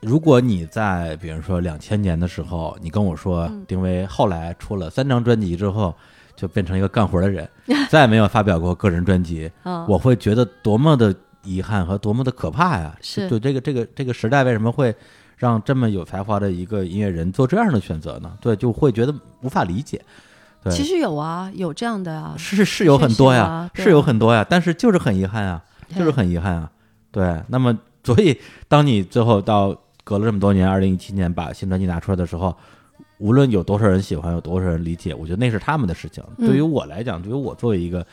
Speaker 3: 如果你在比如说两千年的时候，你跟我说丁薇后来出了三张专辑之后，就变成一个干活的人，再也没有发表过个人专辑，
Speaker 4: 啊，
Speaker 3: 我会觉得多么的遗憾和多么的可怕呀！
Speaker 4: 是
Speaker 3: 就这个这个这个时代为什么会让这么有才华的一个音乐人做这样的选择呢？对，就会觉得无法理解。对，
Speaker 4: 其实有啊，有这样的啊，
Speaker 3: 是是有很多呀，
Speaker 4: 确实有啊对啊
Speaker 3: 是有很多呀，但是就是很遗憾啊，
Speaker 4: 对
Speaker 3: 就是很遗憾啊。对，那么所以当你最后到隔了这么多年，二零一七年把新专辑拿出来的时候，无论有多少人喜欢，有多少人理解，我觉得那是他们的事情。
Speaker 4: 嗯
Speaker 3: 对于我来讲，对于我作为一个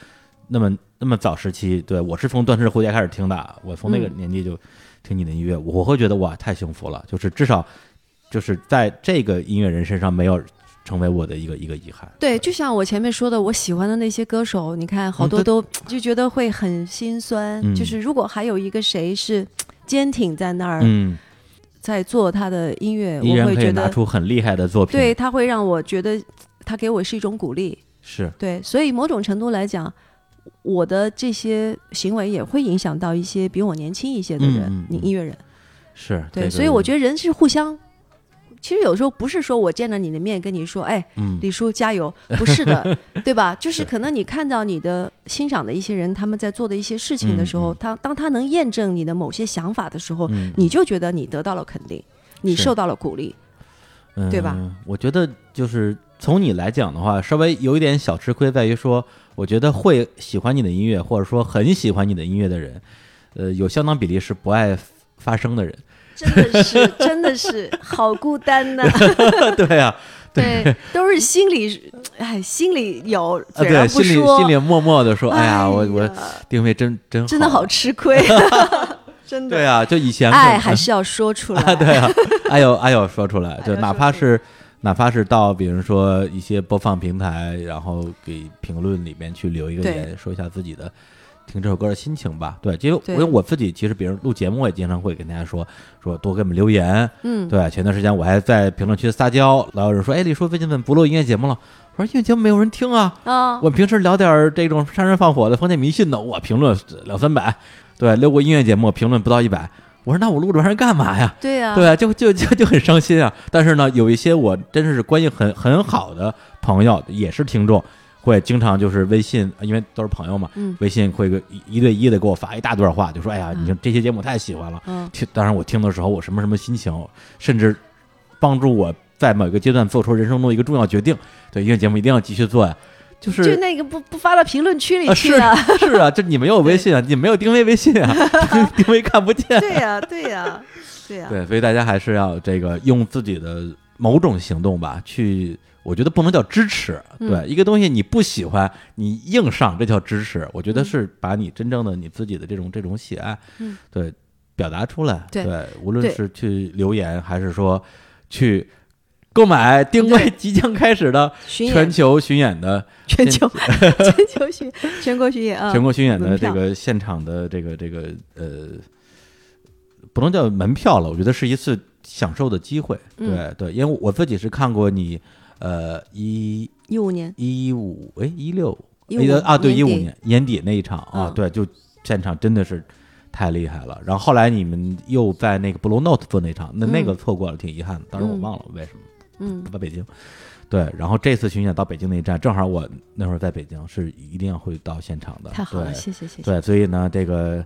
Speaker 3: 那么那么早时期，对我是从断翅蝴蝶开始听的，我从那个
Speaker 4: 嗯
Speaker 3: 年纪就听你的音乐，我会觉得哇，太幸福了，就是至少就是在这个音乐人身上没有成为我的一个一个遗憾。
Speaker 4: 对，就像我前面说的，我喜欢的那些歌手，你看好
Speaker 3: 嗯
Speaker 4: 多
Speaker 3: 对
Speaker 4: 都就觉得会很心酸。
Speaker 3: 嗯
Speaker 4: 就是如果还有一个谁是坚挺在那儿、
Speaker 3: 嗯。
Speaker 4: 在做他的音乐，
Speaker 3: 依
Speaker 4: 我
Speaker 3: 然
Speaker 4: 会
Speaker 3: 可以
Speaker 4: 觉
Speaker 3: 拿
Speaker 4: 得
Speaker 3: 出嗯很厉害的作品。
Speaker 4: 对，他会让我觉得他给我是一种鼓励。
Speaker 3: 是，
Speaker 4: 对，所以某种程度来讲，我的这些行为也会影响到一些比我年轻一些的人，
Speaker 3: 嗯嗯
Speaker 4: 你
Speaker 3: 嗯
Speaker 4: 音乐人。
Speaker 3: 是，
Speaker 4: 对，所以我觉
Speaker 3: 得，
Speaker 4: 得人是互相。其实有时候不是说我见着你的面跟你说，哎，
Speaker 3: 嗯，
Speaker 4: 李叔加油，不是 的，对吧？就是可能你看到你的欣赏的一些人他们在做的一些事情的时候，
Speaker 3: 嗯嗯
Speaker 4: 他当他能验证你的某些想法的时候，
Speaker 3: 嗯
Speaker 4: 你就觉得你得到了肯定，你
Speaker 3: 是
Speaker 4: 受到了鼓励。对吧
Speaker 3: 嗯我觉得就是从你来讲的话，稍微有一点小吃亏，在于说，我觉得会喜欢你的音乐，或者说很喜欢你的音乐的人，呃，有相当比例是不爱发声 的人。
Speaker 4: 真的是，真的是好孤 单呐、
Speaker 3: 对啊呀、
Speaker 4: 对，都是心里，哎，心里有，
Speaker 3: 啊，
Speaker 4: 嘴
Speaker 3: 对，
Speaker 4: 上不
Speaker 3: 心里
Speaker 4: 说，
Speaker 3: 心里默默的说，哎
Speaker 4: 哎
Speaker 3: 呀，我我
Speaker 4: 呀
Speaker 3: 定位真真
Speaker 4: 真的好
Speaker 3: 好，
Speaker 4: 吃亏， 真的。
Speaker 3: 对啊，就以前可
Speaker 4: 爱
Speaker 3: 能
Speaker 4: 还是要说出来。
Speaker 3: 对啊， 哎呦哎呦，说出来，
Speaker 4: 哎
Speaker 3: 就
Speaker 4: 呦
Speaker 3: 哪
Speaker 4: 说
Speaker 3: 怕
Speaker 4: 出
Speaker 3: 是哪怕是到比如说一些播放平台，然后给评论里面去留一个
Speaker 4: 对
Speaker 3: 言，说一下自己的听这首歌的心情吧。对，因为
Speaker 4: 对
Speaker 3: 因为我自己其实，比如录节目，我也经常会跟大家说说多给我们留言。
Speaker 4: 嗯，
Speaker 3: 对，前段时间我还在评论区撒娇，老有人说：“哎，李叔最近怎么不录音乐节目了？”我说：“音乐节目没有人听啊。”
Speaker 4: 啊，
Speaker 3: 我平时聊点儿这种杀人放火的封建迷信的，我评论两三百，对，溜过音乐节目评论不到一百。我说那我录这玩意儿干嘛呀？
Speaker 4: 对呀、
Speaker 3: 对啊，就就就就很伤心啊。但是呢，有一些我真是关系很很好的朋友，也是听众，会经常就是微信，因为都是朋友嘛，
Speaker 4: 嗯
Speaker 3: 微信会个一一对一的给我发一大段话，就说哎呀，你这些节目太喜欢了。
Speaker 4: 嗯
Speaker 3: 听，当然我听的时候我什么什么心情，甚至帮助我在某一个阶段做出人生中一个重要决定。对，音乐节目一定要继续做呀。就是
Speaker 4: 就那个不不发到评论区里
Speaker 3: 啊，
Speaker 4: 去
Speaker 3: 是
Speaker 4: 的，
Speaker 3: 是啊，这你没有微信啊，你没有定位微信啊，定位看不见。
Speaker 4: 对呀、对呀、对呀、
Speaker 3: 对，所以大家还是要这个用自己的某种行动吧，去，我觉得不能叫支持。对，
Speaker 4: 嗯
Speaker 3: 一个东西你不喜欢，你硬上，这叫支持。我觉得是把你真正的你自己的这种这种喜爱，
Speaker 4: 嗯
Speaker 3: 对，表达出来。
Speaker 4: 对
Speaker 3: 无论
Speaker 4: 对
Speaker 3: 是去留言，还是说去购买定位即将开始的
Speaker 4: 巡
Speaker 3: 全
Speaker 4: 演，
Speaker 3: 球巡演的
Speaker 4: 全球，全球巡，全国巡演啊，
Speaker 3: 全国巡演的
Speaker 4: 门
Speaker 3: 这
Speaker 4: 票
Speaker 3: 个现场的这个这个呃，不能叫门票了，我觉得是一次享受的机会。对、
Speaker 4: 嗯
Speaker 3: 对，因为我自己是看过你呃一
Speaker 4: 一五年，
Speaker 3: 一五哎一六
Speaker 4: 15
Speaker 3: 啊对一
Speaker 4: 年
Speaker 3: 五
Speaker 4: 底
Speaker 3: 年年底那一场啊、
Speaker 4: 嗯
Speaker 3: 对，就现场真的是。太厉害了！然后后来你们又在那个 Blue Note 做那场，那那个错过了，挺遗憾的。当时我
Speaker 4: 嗯
Speaker 3: 忘了为什么。
Speaker 4: 嗯
Speaker 3: 不在北京。对，然后这次巡演到北京那一站，正好我那会儿在北京，是一定会到现场的。
Speaker 4: 太好了，
Speaker 3: 对
Speaker 4: 谢谢谢谢
Speaker 3: 对，所以呢，这个、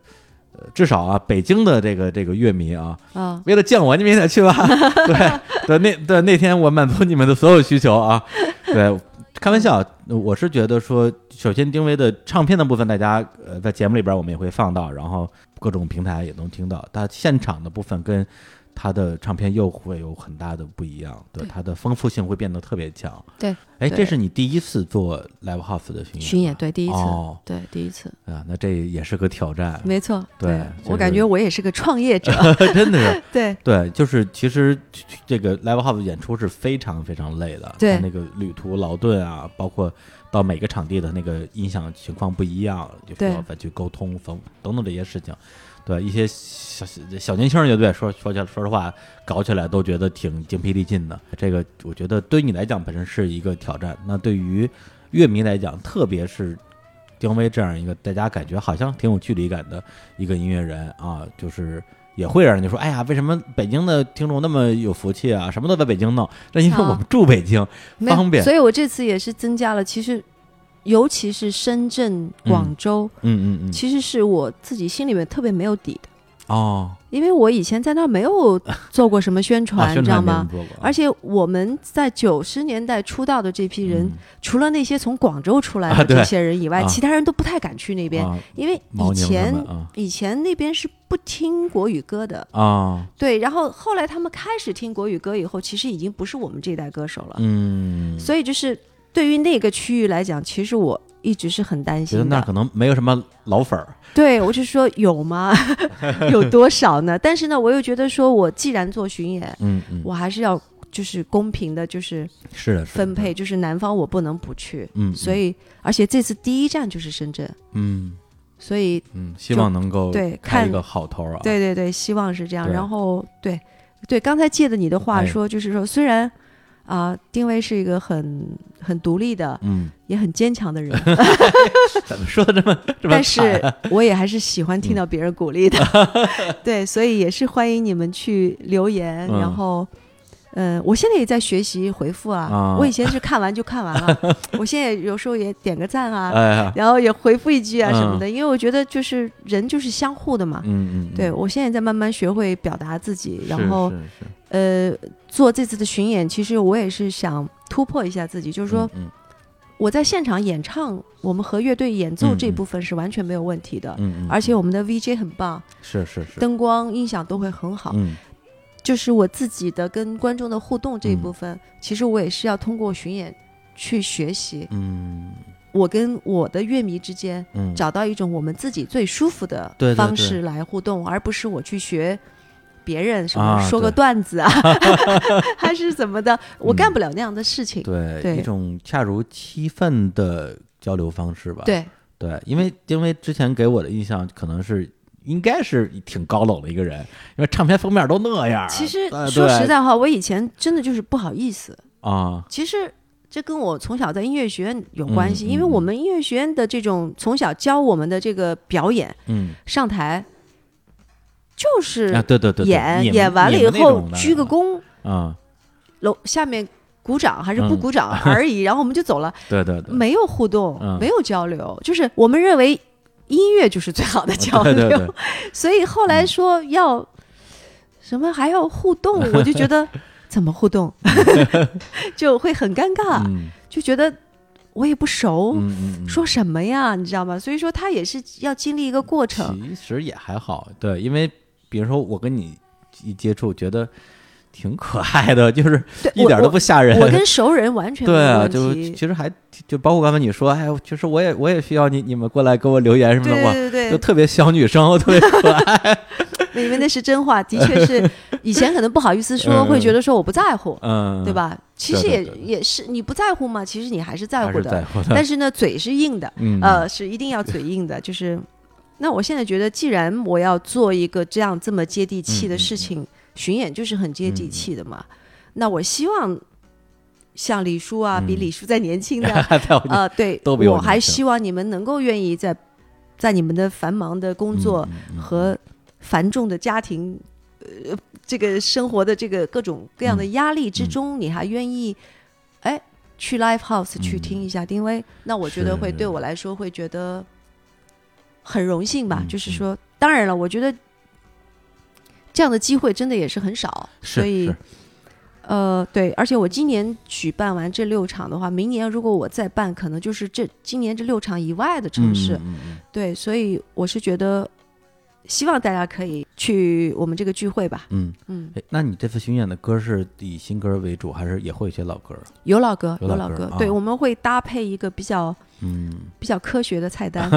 Speaker 3: 呃、至少啊，北京的这个这个乐迷啊，
Speaker 4: 啊，
Speaker 3: 为了见我，你们也得去吧。 对对，那对那天我满足你们的所有需求啊。对，开玩笑，我是觉得说，首先丁薇的唱片的部分，大家呃在节目里边我们也会放到，然后各种平台也能听到。它现场的部分跟它的唱片又会有很大的不一样，对
Speaker 4: 对
Speaker 3: 它的丰富性会变得特别强。
Speaker 4: 对，
Speaker 3: 哎，
Speaker 4: 对
Speaker 3: 这是你第一次做 live house 的巡演吧？
Speaker 4: 巡演对第一次
Speaker 3: 哦，
Speaker 4: 对第一次，
Speaker 3: 啊，那这也是个挑战，
Speaker 4: 没错，
Speaker 3: 对就是
Speaker 4: 我感觉我也是个创 业者，
Speaker 3: 真的是。
Speaker 4: 对
Speaker 3: 对，就是其实这个 live house 演出是非常非常累的，
Speaker 4: 对
Speaker 3: 它那个旅途劳顿啊，包括到每个场地的那个音响情况不一样，就需
Speaker 4: 对
Speaker 3: 要再去沟通等等等这些事情。对一些小小小年轻乐队说说起来，说实话，搞起来都觉得挺精疲力尽的。这个我觉得对于你来讲本身是一个挑战，那对于乐迷来讲，特别是丁薇这样一个大家感觉好像挺有距离感的一个音乐人啊，就是也会让人家说，哎呀，为什么北京的听众那么有福气啊，什么都在北京弄？那因为
Speaker 4: 啊
Speaker 3: 我们住北京，
Speaker 4: 没有
Speaker 3: 方便
Speaker 4: 所以我这次也是增加了，其实尤其是深圳、广州，
Speaker 3: 嗯嗯嗯，
Speaker 4: 其实是我自己心里面特别没有底的，
Speaker 3: 哦，
Speaker 4: 因为我以前在那儿没有做过什么宣传，
Speaker 3: 啊宣
Speaker 4: 你知道
Speaker 3: 传
Speaker 4: 吗？
Speaker 3: 片做过
Speaker 4: 而且我们在九十年代出道的这批人，
Speaker 3: 嗯
Speaker 4: 除了那些从广州出来
Speaker 3: 啊
Speaker 4: 的
Speaker 3: 对
Speaker 4: 这些人以外，
Speaker 3: 啊
Speaker 4: 其他人都不太敢去那边，
Speaker 3: 啊
Speaker 4: 因为
Speaker 3: 毛
Speaker 4: 以
Speaker 3: 宁
Speaker 4: 前
Speaker 3: 他们啊
Speaker 4: 以前那边是不听国语歌的，
Speaker 3: 啊，
Speaker 4: 对。然后后来他们开始听国语歌以后，其实已经不是我们这一代歌手了，
Speaker 3: 嗯，
Speaker 4: 所以就是对于那个区域来讲，其实我一直是很担
Speaker 3: 觉得
Speaker 4: 心
Speaker 3: 那儿
Speaker 4: 的。
Speaker 3: 可能没有什么老粉儿，
Speaker 4: 对我就说有吗？ 有多少呢？但是呢，我又觉得说我既然做巡演，
Speaker 3: 嗯嗯，
Speaker 4: 我还是要就是公平的，就是
Speaker 3: 是的，是的
Speaker 4: 分配，，就是南方我不能不去，
Speaker 3: 嗯嗯
Speaker 4: 所以而且这次第一站就是深圳，
Speaker 3: 嗯
Speaker 4: 所以
Speaker 3: 嗯，希望能够
Speaker 4: 对
Speaker 3: 开一
Speaker 4: 看
Speaker 3: 个好头啊，
Speaker 4: 对对对，希望是这样。
Speaker 3: 对
Speaker 4: 然后对对，刚才借的你的话
Speaker 3: 哎
Speaker 4: 说，就是说虽然啊、丁薇是一个很很独立的，
Speaker 3: 嗯，
Speaker 4: 也很坚强 的人，
Speaker 3: 怎么说的这么这么惨，
Speaker 4: 但是我也还是喜欢听
Speaker 3: 嗯
Speaker 4: 到别人鼓励的，对，所以也是欢迎你们去留言，
Speaker 3: 嗯
Speaker 4: 然后。呃，我现在也在学习回复啊。
Speaker 3: 啊
Speaker 4: 我以前是看完就看完 了，我现在有时候也点个赞啊，
Speaker 3: 哎呀，
Speaker 4: 然后也回复一句啊
Speaker 3: 嗯
Speaker 4: 什么的，因为我觉得就是人就是相互的嘛。
Speaker 3: 嗯嗯，嗯
Speaker 4: 对，我现在在慢慢学会表达自己，
Speaker 3: 是
Speaker 4: 然后
Speaker 3: 是是
Speaker 4: 呃，做这次的巡演，其实我也是想突破一下自己，就是说
Speaker 3: 嗯
Speaker 4: 我在现场演唱，我们和乐队演奏
Speaker 3: 嗯
Speaker 4: 这
Speaker 3: 嗯
Speaker 4: 部分是完全没有问题的，
Speaker 3: 嗯嗯，
Speaker 4: 而且
Speaker 3: 嗯
Speaker 4: 我们的 VJ 很棒，
Speaker 3: 是是是，
Speaker 4: 灯光、音响都会很好。
Speaker 3: 嗯
Speaker 4: 就是我自己的跟观众的互动这一部分，其实我也是要通过巡演去学习，
Speaker 3: 嗯
Speaker 4: 我跟我的乐迷之间
Speaker 3: 嗯，
Speaker 4: 找到一种我们自己最舒服的
Speaker 3: 对对
Speaker 4: 方
Speaker 3: 对
Speaker 4: 式来互动，而不是我去学别人什
Speaker 3: 啊
Speaker 4: 么说个
Speaker 3: 对
Speaker 4: 段子啊，还是怎么的，我
Speaker 3: 嗯
Speaker 4: 干不了那样的事情。
Speaker 3: 对
Speaker 4: 对
Speaker 3: 一种恰如其分的交流方式吧，
Speaker 4: 对
Speaker 3: 对，因为因为之前给我的印象可能是应该是挺高冷的一个人，因为唱片封面都那样儿。
Speaker 4: 其实
Speaker 3: 呃
Speaker 4: 说
Speaker 3: 对
Speaker 4: 实在话，我以前真的就是不好意思。
Speaker 3: 啊，
Speaker 4: 其实这跟我从小在音乐学院有关系，
Speaker 3: 嗯
Speaker 4: 因为我们音乐学院的这种从小教我们的这个表演
Speaker 3: 嗯
Speaker 4: 上台，就是
Speaker 3: 啊，对对对，对
Speaker 4: 演
Speaker 3: 你们
Speaker 4: 演完了
Speaker 3: 你
Speaker 4: 以
Speaker 3: 们那
Speaker 4: 后
Speaker 3: 种的
Speaker 4: 鞠个躬，
Speaker 3: 啊，
Speaker 4: 楼下面鼓掌还是不
Speaker 3: 嗯
Speaker 4: 鼓掌而已，然后我们就走了，
Speaker 3: 对对对，
Speaker 4: 没有互动，
Speaker 3: 嗯
Speaker 4: 没有交流，就是我们认为音乐就是最好的交
Speaker 3: 啊对
Speaker 4: 流，
Speaker 3: 对对， 嗯
Speaker 4: 所以后来说要、什么还要互动，我就 觉得怎么互动就会很尴尬。
Speaker 3: 嗯
Speaker 4: 就觉得我也不熟，
Speaker 3: 嗯嗯嗯，
Speaker 4: 说什么呀，你知道吗？所以说他也是要经历一个过程。
Speaker 3: 其实也还好，对，因为比如说我跟你一接触，觉得挺可爱的，就是
Speaker 4: 对
Speaker 3: 一点都不吓人。
Speaker 4: 我跟熟人完全没
Speaker 3: 对
Speaker 4: 有
Speaker 3: 啊，
Speaker 4: 问
Speaker 3: 就
Speaker 4: 题。
Speaker 3: 其实还就包括刚才你说，哎，其实我也我也需要你你们过来给我留言什么
Speaker 4: 对
Speaker 3: 的，哇，
Speaker 4: 对对
Speaker 3: 就
Speaker 4: 对
Speaker 3: 特别小女生，特别 可爱。
Speaker 4: 对，因为那是真话，的 确是以前可能不好意思说，
Speaker 3: 嗯嗯
Speaker 4: 会觉得说我不在乎，
Speaker 3: 嗯，
Speaker 4: 对？吧？其实
Speaker 3: 对
Speaker 4: 也
Speaker 3: 对对
Speaker 4: 也是你不在乎嘛，其实你还是在
Speaker 3: 还
Speaker 4: 乎
Speaker 3: 是
Speaker 4: 的，
Speaker 3: 在乎的，
Speaker 4: 但是呢，嘴是硬的，
Speaker 3: 嗯
Speaker 4: 呃，是一定要嘴硬的，就是。那我现在觉得，既然我要做一个这样这么接地气
Speaker 3: 嗯
Speaker 4: 的事情，巡演就是很接地气的嘛。那我希望像李叔啊，比
Speaker 3: 嗯
Speaker 4: 李叔再年 轻的，
Speaker 3: 还在乎你
Speaker 4: 呃，对，
Speaker 3: 都比我
Speaker 4: 我还
Speaker 3: 年轻
Speaker 4: 希望你们能够愿意在在你们的繁忙的工
Speaker 3: 嗯
Speaker 4: 作和繁重的家庭，呃，这个生活的这个各种
Speaker 3: 嗯
Speaker 4: 各样的压力之中，你还愿意，哎，去 live house 去听一下丁薇，那我觉得
Speaker 3: 嗯
Speaker 4: 会
Speaker 3: 是
Speaker 4: 对我来说会觉得很荣幸吧。
Speaker 3: 嗯
Speaker 4: 就是
Speaker 3: 嗯
Speaker 4: 说，当然了，我觉得这样的机会真的也是很少，
Speaker 3: 是
Speaker 4: 所以
Speaker 3: 是
Speaker 4: 呃，对，而且我今年举办完这六场的话，明年如果我再办，可能就是这今年这六场以外的城市。
Speaker 3: 嗯嗯
Speaker 4: 对，所以我是觉得，希望大家可以去我们这个聚会吧。
Speaker 3: 嗯，
Speaker 4: 嗯，
Speaker 3: 哎，那你这次巡演的歌是以新歌为主，还是也会有些老歌？
Speaker 4: 有老歌，
Speaker 3: 有
Speaker 4: 有
Speaker 3: 老
Speaker 4: 老
Speaker 3: 歌
Speaker 4: 歌
Speaker 3: 啊。
Speaker 4: 对，我们会搭配一个比较
Speaker 3: 嗯，
Speaker 4: 比较科学的菜 单。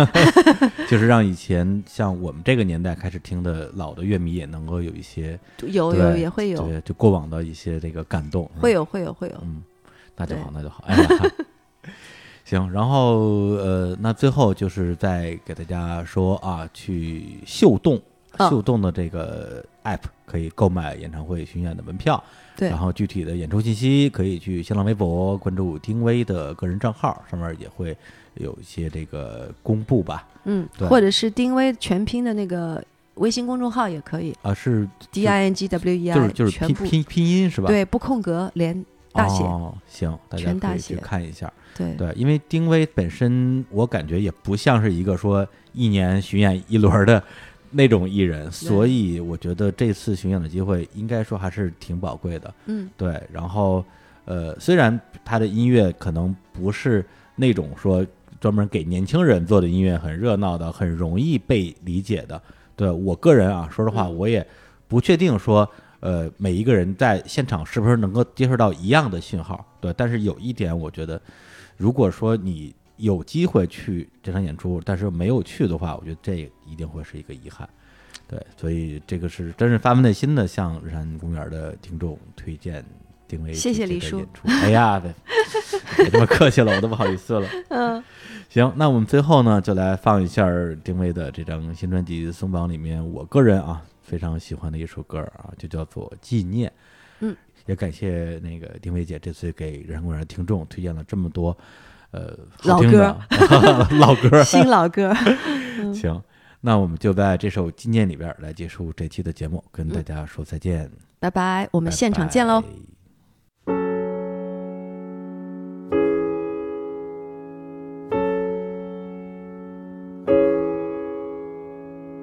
Speaker 3: 就是让以前像我们这个年代开始听的老的乐迷也能够有一些
Speaker 4: 有有
Speaker 3: 对
Speaker 4: 也会有，
Speaker 3: 对，就嗯过往的一些这个感动。
Speaker 4: 会有会有会有。
Speaker 3: 嗯，那就好，
Speaker 4: 对
Speaker 3: 那就好。 哎呀，行，然后呃，那最后就是再给大家说啊，去秀动
Speaker 4: 嗯
Speaker 3: 秀动的这个 app 可以购买演唱会巡演的门票。
Speaker 4: 对
Speaker 3: 然，后具体的演出信息可以去新浪微博关注丁薇的个人账号，上面也会有一些这个公布吧。
Speaker 4: 嗯
Speaker 3: 对，
Speaker 4: 或者是丁薇全拼的那个微信公众号也可以
Speaker 3: 啊，是
Speaker 4: ，D I N G W E
Speaker 3: 就是
Speaker 4: I，
Speaker 3: 就是
Speaker 4: 全
Speaker 3: 拼
Speaker 4: 部
Speaker 3: 拼拼音是吧？，
Speaker 4: 对，不空格连大写。
Speaker 3: 哦，行，大家
Speaker 4: 全大
Speaker 3: 可以去
Speaker 4: 写
Speaker 3: 看一下。
Speaker 4: 对
Speaker 3: 对，因为丁薇本身，我感觉也不像是一个说一年巡演一轮儿的那种艺人，所以我觉得这次巡演的机会应该说还是挺宝贵的。
Speaker 4: 嗯，
Speaker 3: 对，然后呃，虽然他的音乐可能不是那种说专门给年轻人做的音乐，很热闹的，很容易被理解的。对我个人啊，说实话，我也不确定说。呃，每一个人在现场是不是能够接受到一样的信号？对，但是有一点，我觉得如果说你有机会去这场演出，但是没有去的话，我觉得这一定会是一个遗憾。对，所以这个是真是发自内心的向日坛公园的听众推荐定位
Speaker 4: 谢谢
Speaker 3: 这
Speaker 4: 李
Speaker 3: 个
Speaker 4: 叔
Speaker 3: 演出。哎 呀，别别这么客气了，我都不好意思了。
Speaker 4: 嗯，
Speaker 3: 行，那我们最后呢，就来放一下丁薇的这张新专辑《松绑》里面，我个人啊非常喜欢的一首歌啊，就叫做《纪念》。
Speaker 4: 嗯，
Speaker 3: 也感谢那个丁薇姐这次给人工人听众推荐了这么多，呃，
Speaker 4: 老
Speaker 3: 好听的 老歌。
Speaker 4: 新老歌。
Speaker 3: 行，那我们就在这首《纪念》里边来结束这期的节目，跟大家说再见，
Speaker 4: 拜拜，我
Speaker 3: 我
Speaker 4: 们现场见喽。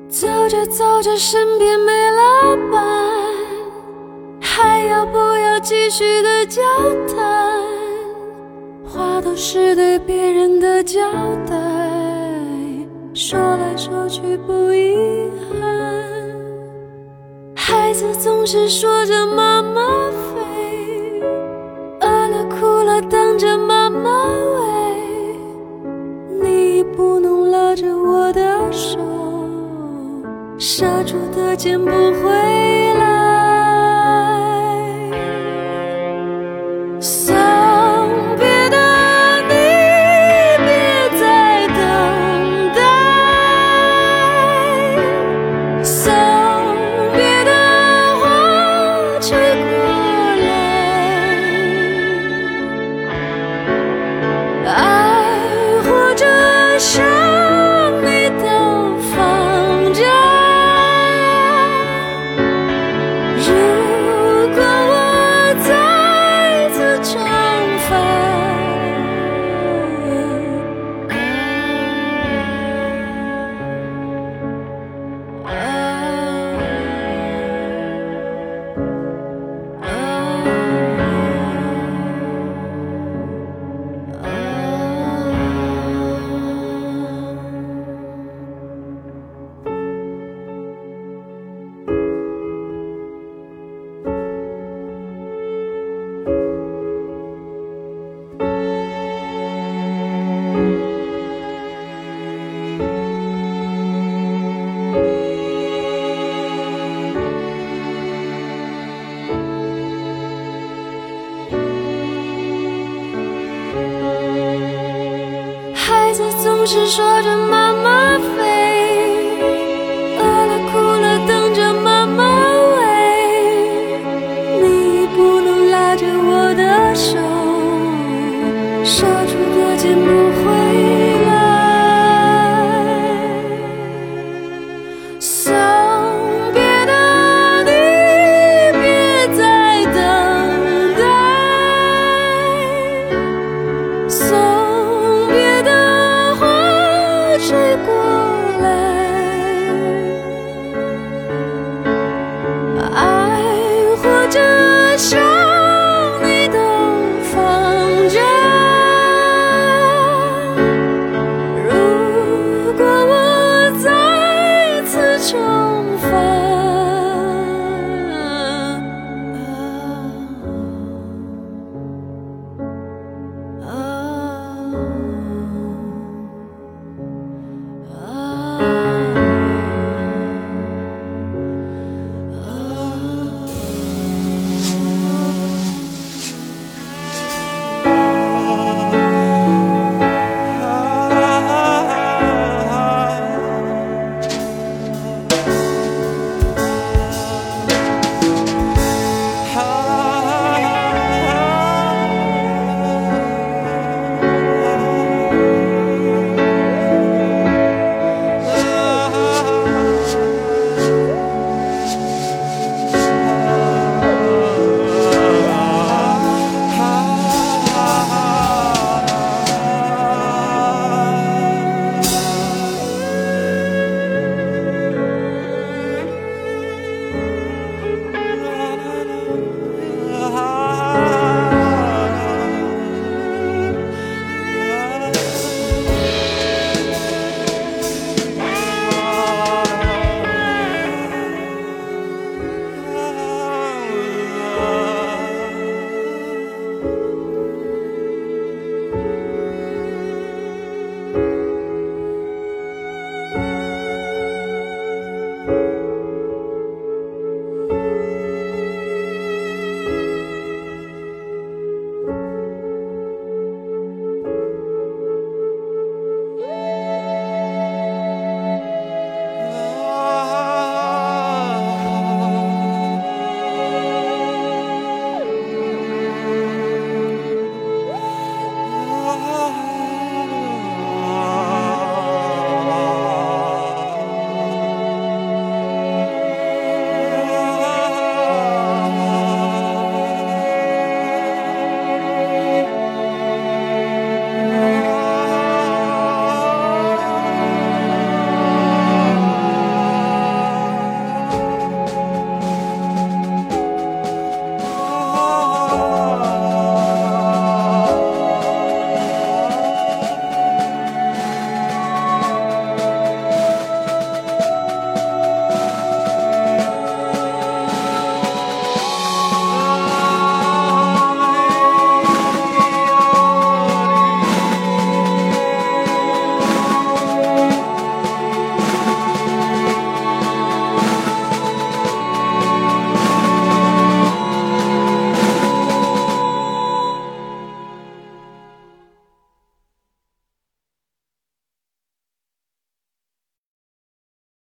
Speaker 5: 走着走着，身边没了伴，还要不要继续的交谈？话都是对别人的交代，说来说去不遗憾。孩子总是说着妈妈肥，饿了哭了等着妈妈喂。你不能拉着我的手，杀猪的捡不回来。送别的你，别再等啊啊啊孩子总是说着妈啊 Oh. Oh. Oh.